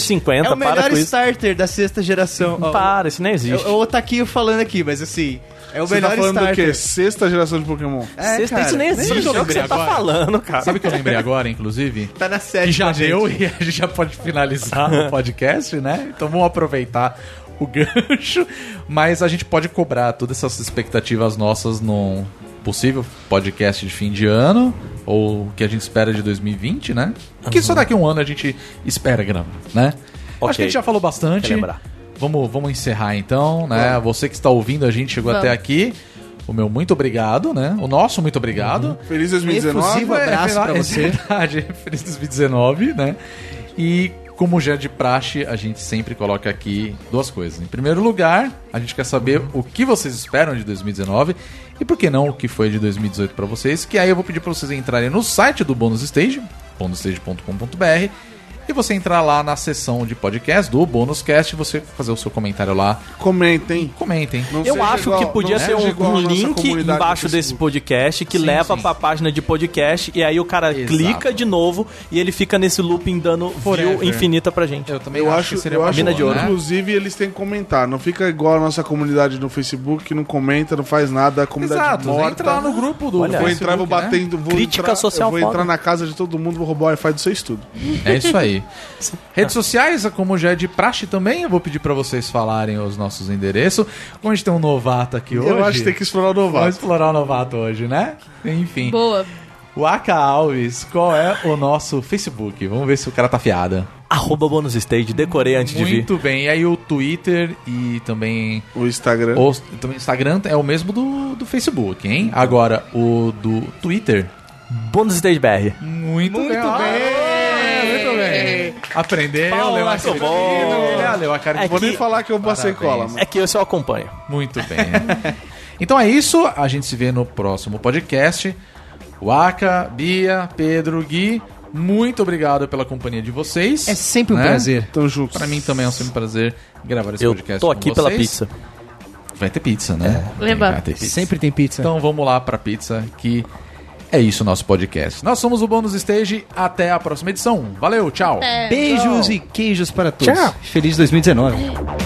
é
150,
o
para
melhor
com isso.
starter da sexta geração. Ó,
Para, isso nem
É
existe.
o é o Otaquinho falando aqui, mas assim, é o
Você
melhor
tá falando do
starter.
quê? Sexta geração de Pokémon.
É,
Sexta,
cara,
isso nem
Sabe o
existe,
que eu
é o que você
lembrei
tá
agora?
falando, cara.
Sabe o que eu lembrei agora, inclusive?
Tá na série.
Que (laughs) já
com a gente.
deu e a gente já pode finalizar o podcast, né? Então vamos aproveitar o (laughs) gancho. Mas a gente pode cobrar todas essas expectativas nossas num possível podcast de fim de ano, ou o que a gente espera de 2020, né? Que só daqui a um ano a gente espera gravar, né? Acho que
Ok.
a gente já falou
Quer
bastante.
lembrar.
Vamos, vamos encerrar então, né? Você que está ouvindo a gente chegou
Vamos.
até aqui. O meu muito obrigado, né? O nosso muito obrigado.
Uhum.
Feliz
Efusivo
2019.
abraço
É,
pra
é
você.
verdade. (laughs) Feliz 2019, né? E como já é de praxe, a gente sempre coloca aqui duas coisas. Em primeiro lugar, a gente quer saber o que vocês esperam de 2019 e por que não o que foi de 2018 pra vocês, que aí eu vou pedir pra vocês entrarem no site do Bônus Stage, bonusstage.com.br E você entrar lá na seção de podcast do Bônus Cast, você fazer o seu comentário lá.
Comentem.
Comentem.
Não
Eu
seja
acho
igual-
que podia
não
ter
seja
um,
igual
um
a nossa
link
comunidade do
embaixo desse
Facebook.
podcast que
Sim,
leva
sim.
pra página de podcast e aí o cara
Exato.
clica de novo e ele fica nesse looping dando
Forever.
view infinita pra gente.
Eu também
Eu acho, eu acho
mina de ouro.
né?
Inclusive, eles têm que comentar. Não fica igual a nossa comunidade no Facebook, que não comenta, não faz nada. A comunidade
Exato,
morta.
entra lá no grupo do
Olha,
Vou entrar, vou
Facebook, né?
bater, vou
Crítica
entrar,
social
eu vou
foda.
entrar na casa de todo mundo, vou roubar o Wi-Fi do seu estudo.
É isso aí. (laughs) Redes sociais, como já é de praxe também, eu vou pedir pra vocês falarem os nossos endereços. Como a gente tem um novato aqui hoje.
Eu acho que tem que explorar o novato.
Vamos explorar o novato hoje, né? Enfim.
Boa.
O Aka Alves, qual é o nosso Facebook? Vamos ver se o cara tá fiada.
Arroba bonus stage, decorei antes de vir.
Muito bem. E aí o Twitter e também
O Instagram.
o também o Instagram é o mesmo do, do Facebook, hein? Agora, o do Twitter.
Bonus stage BR.
Muito, bem. Ah, Muito bem. Aprendeu,
Paula
leu a cara.
Toboso.
Ah, leu a cara.
É
Vou nem
que-
falar que eu passei
Parabéns.
cola, mano.
É que eu só acompanho.
Muito bem. (laughs) então é isso. A gente se vê no próximo podcast. Waka, Bia, Pedro, Gui, muito obrigado pela companhia de vocês.
É sempre um
Né?
prazer.
Tamo junto.
Pra mim também é um sempre prazer gravar esse
Eu
podcast.
tô
com
aqui pela
vocês.
pizza.
Vai ter pizza, né?
É.
Lembra.
Vai ter pizza.
Sempre tem pizza.
Então vamos lá pra pizza, que é isso o nosso podcast. Nós somos o Bônus Stage. Até
É,
a próxima edição. Valeu, tchau.
então.
Beijos e queijos para todos. Feliz 2019.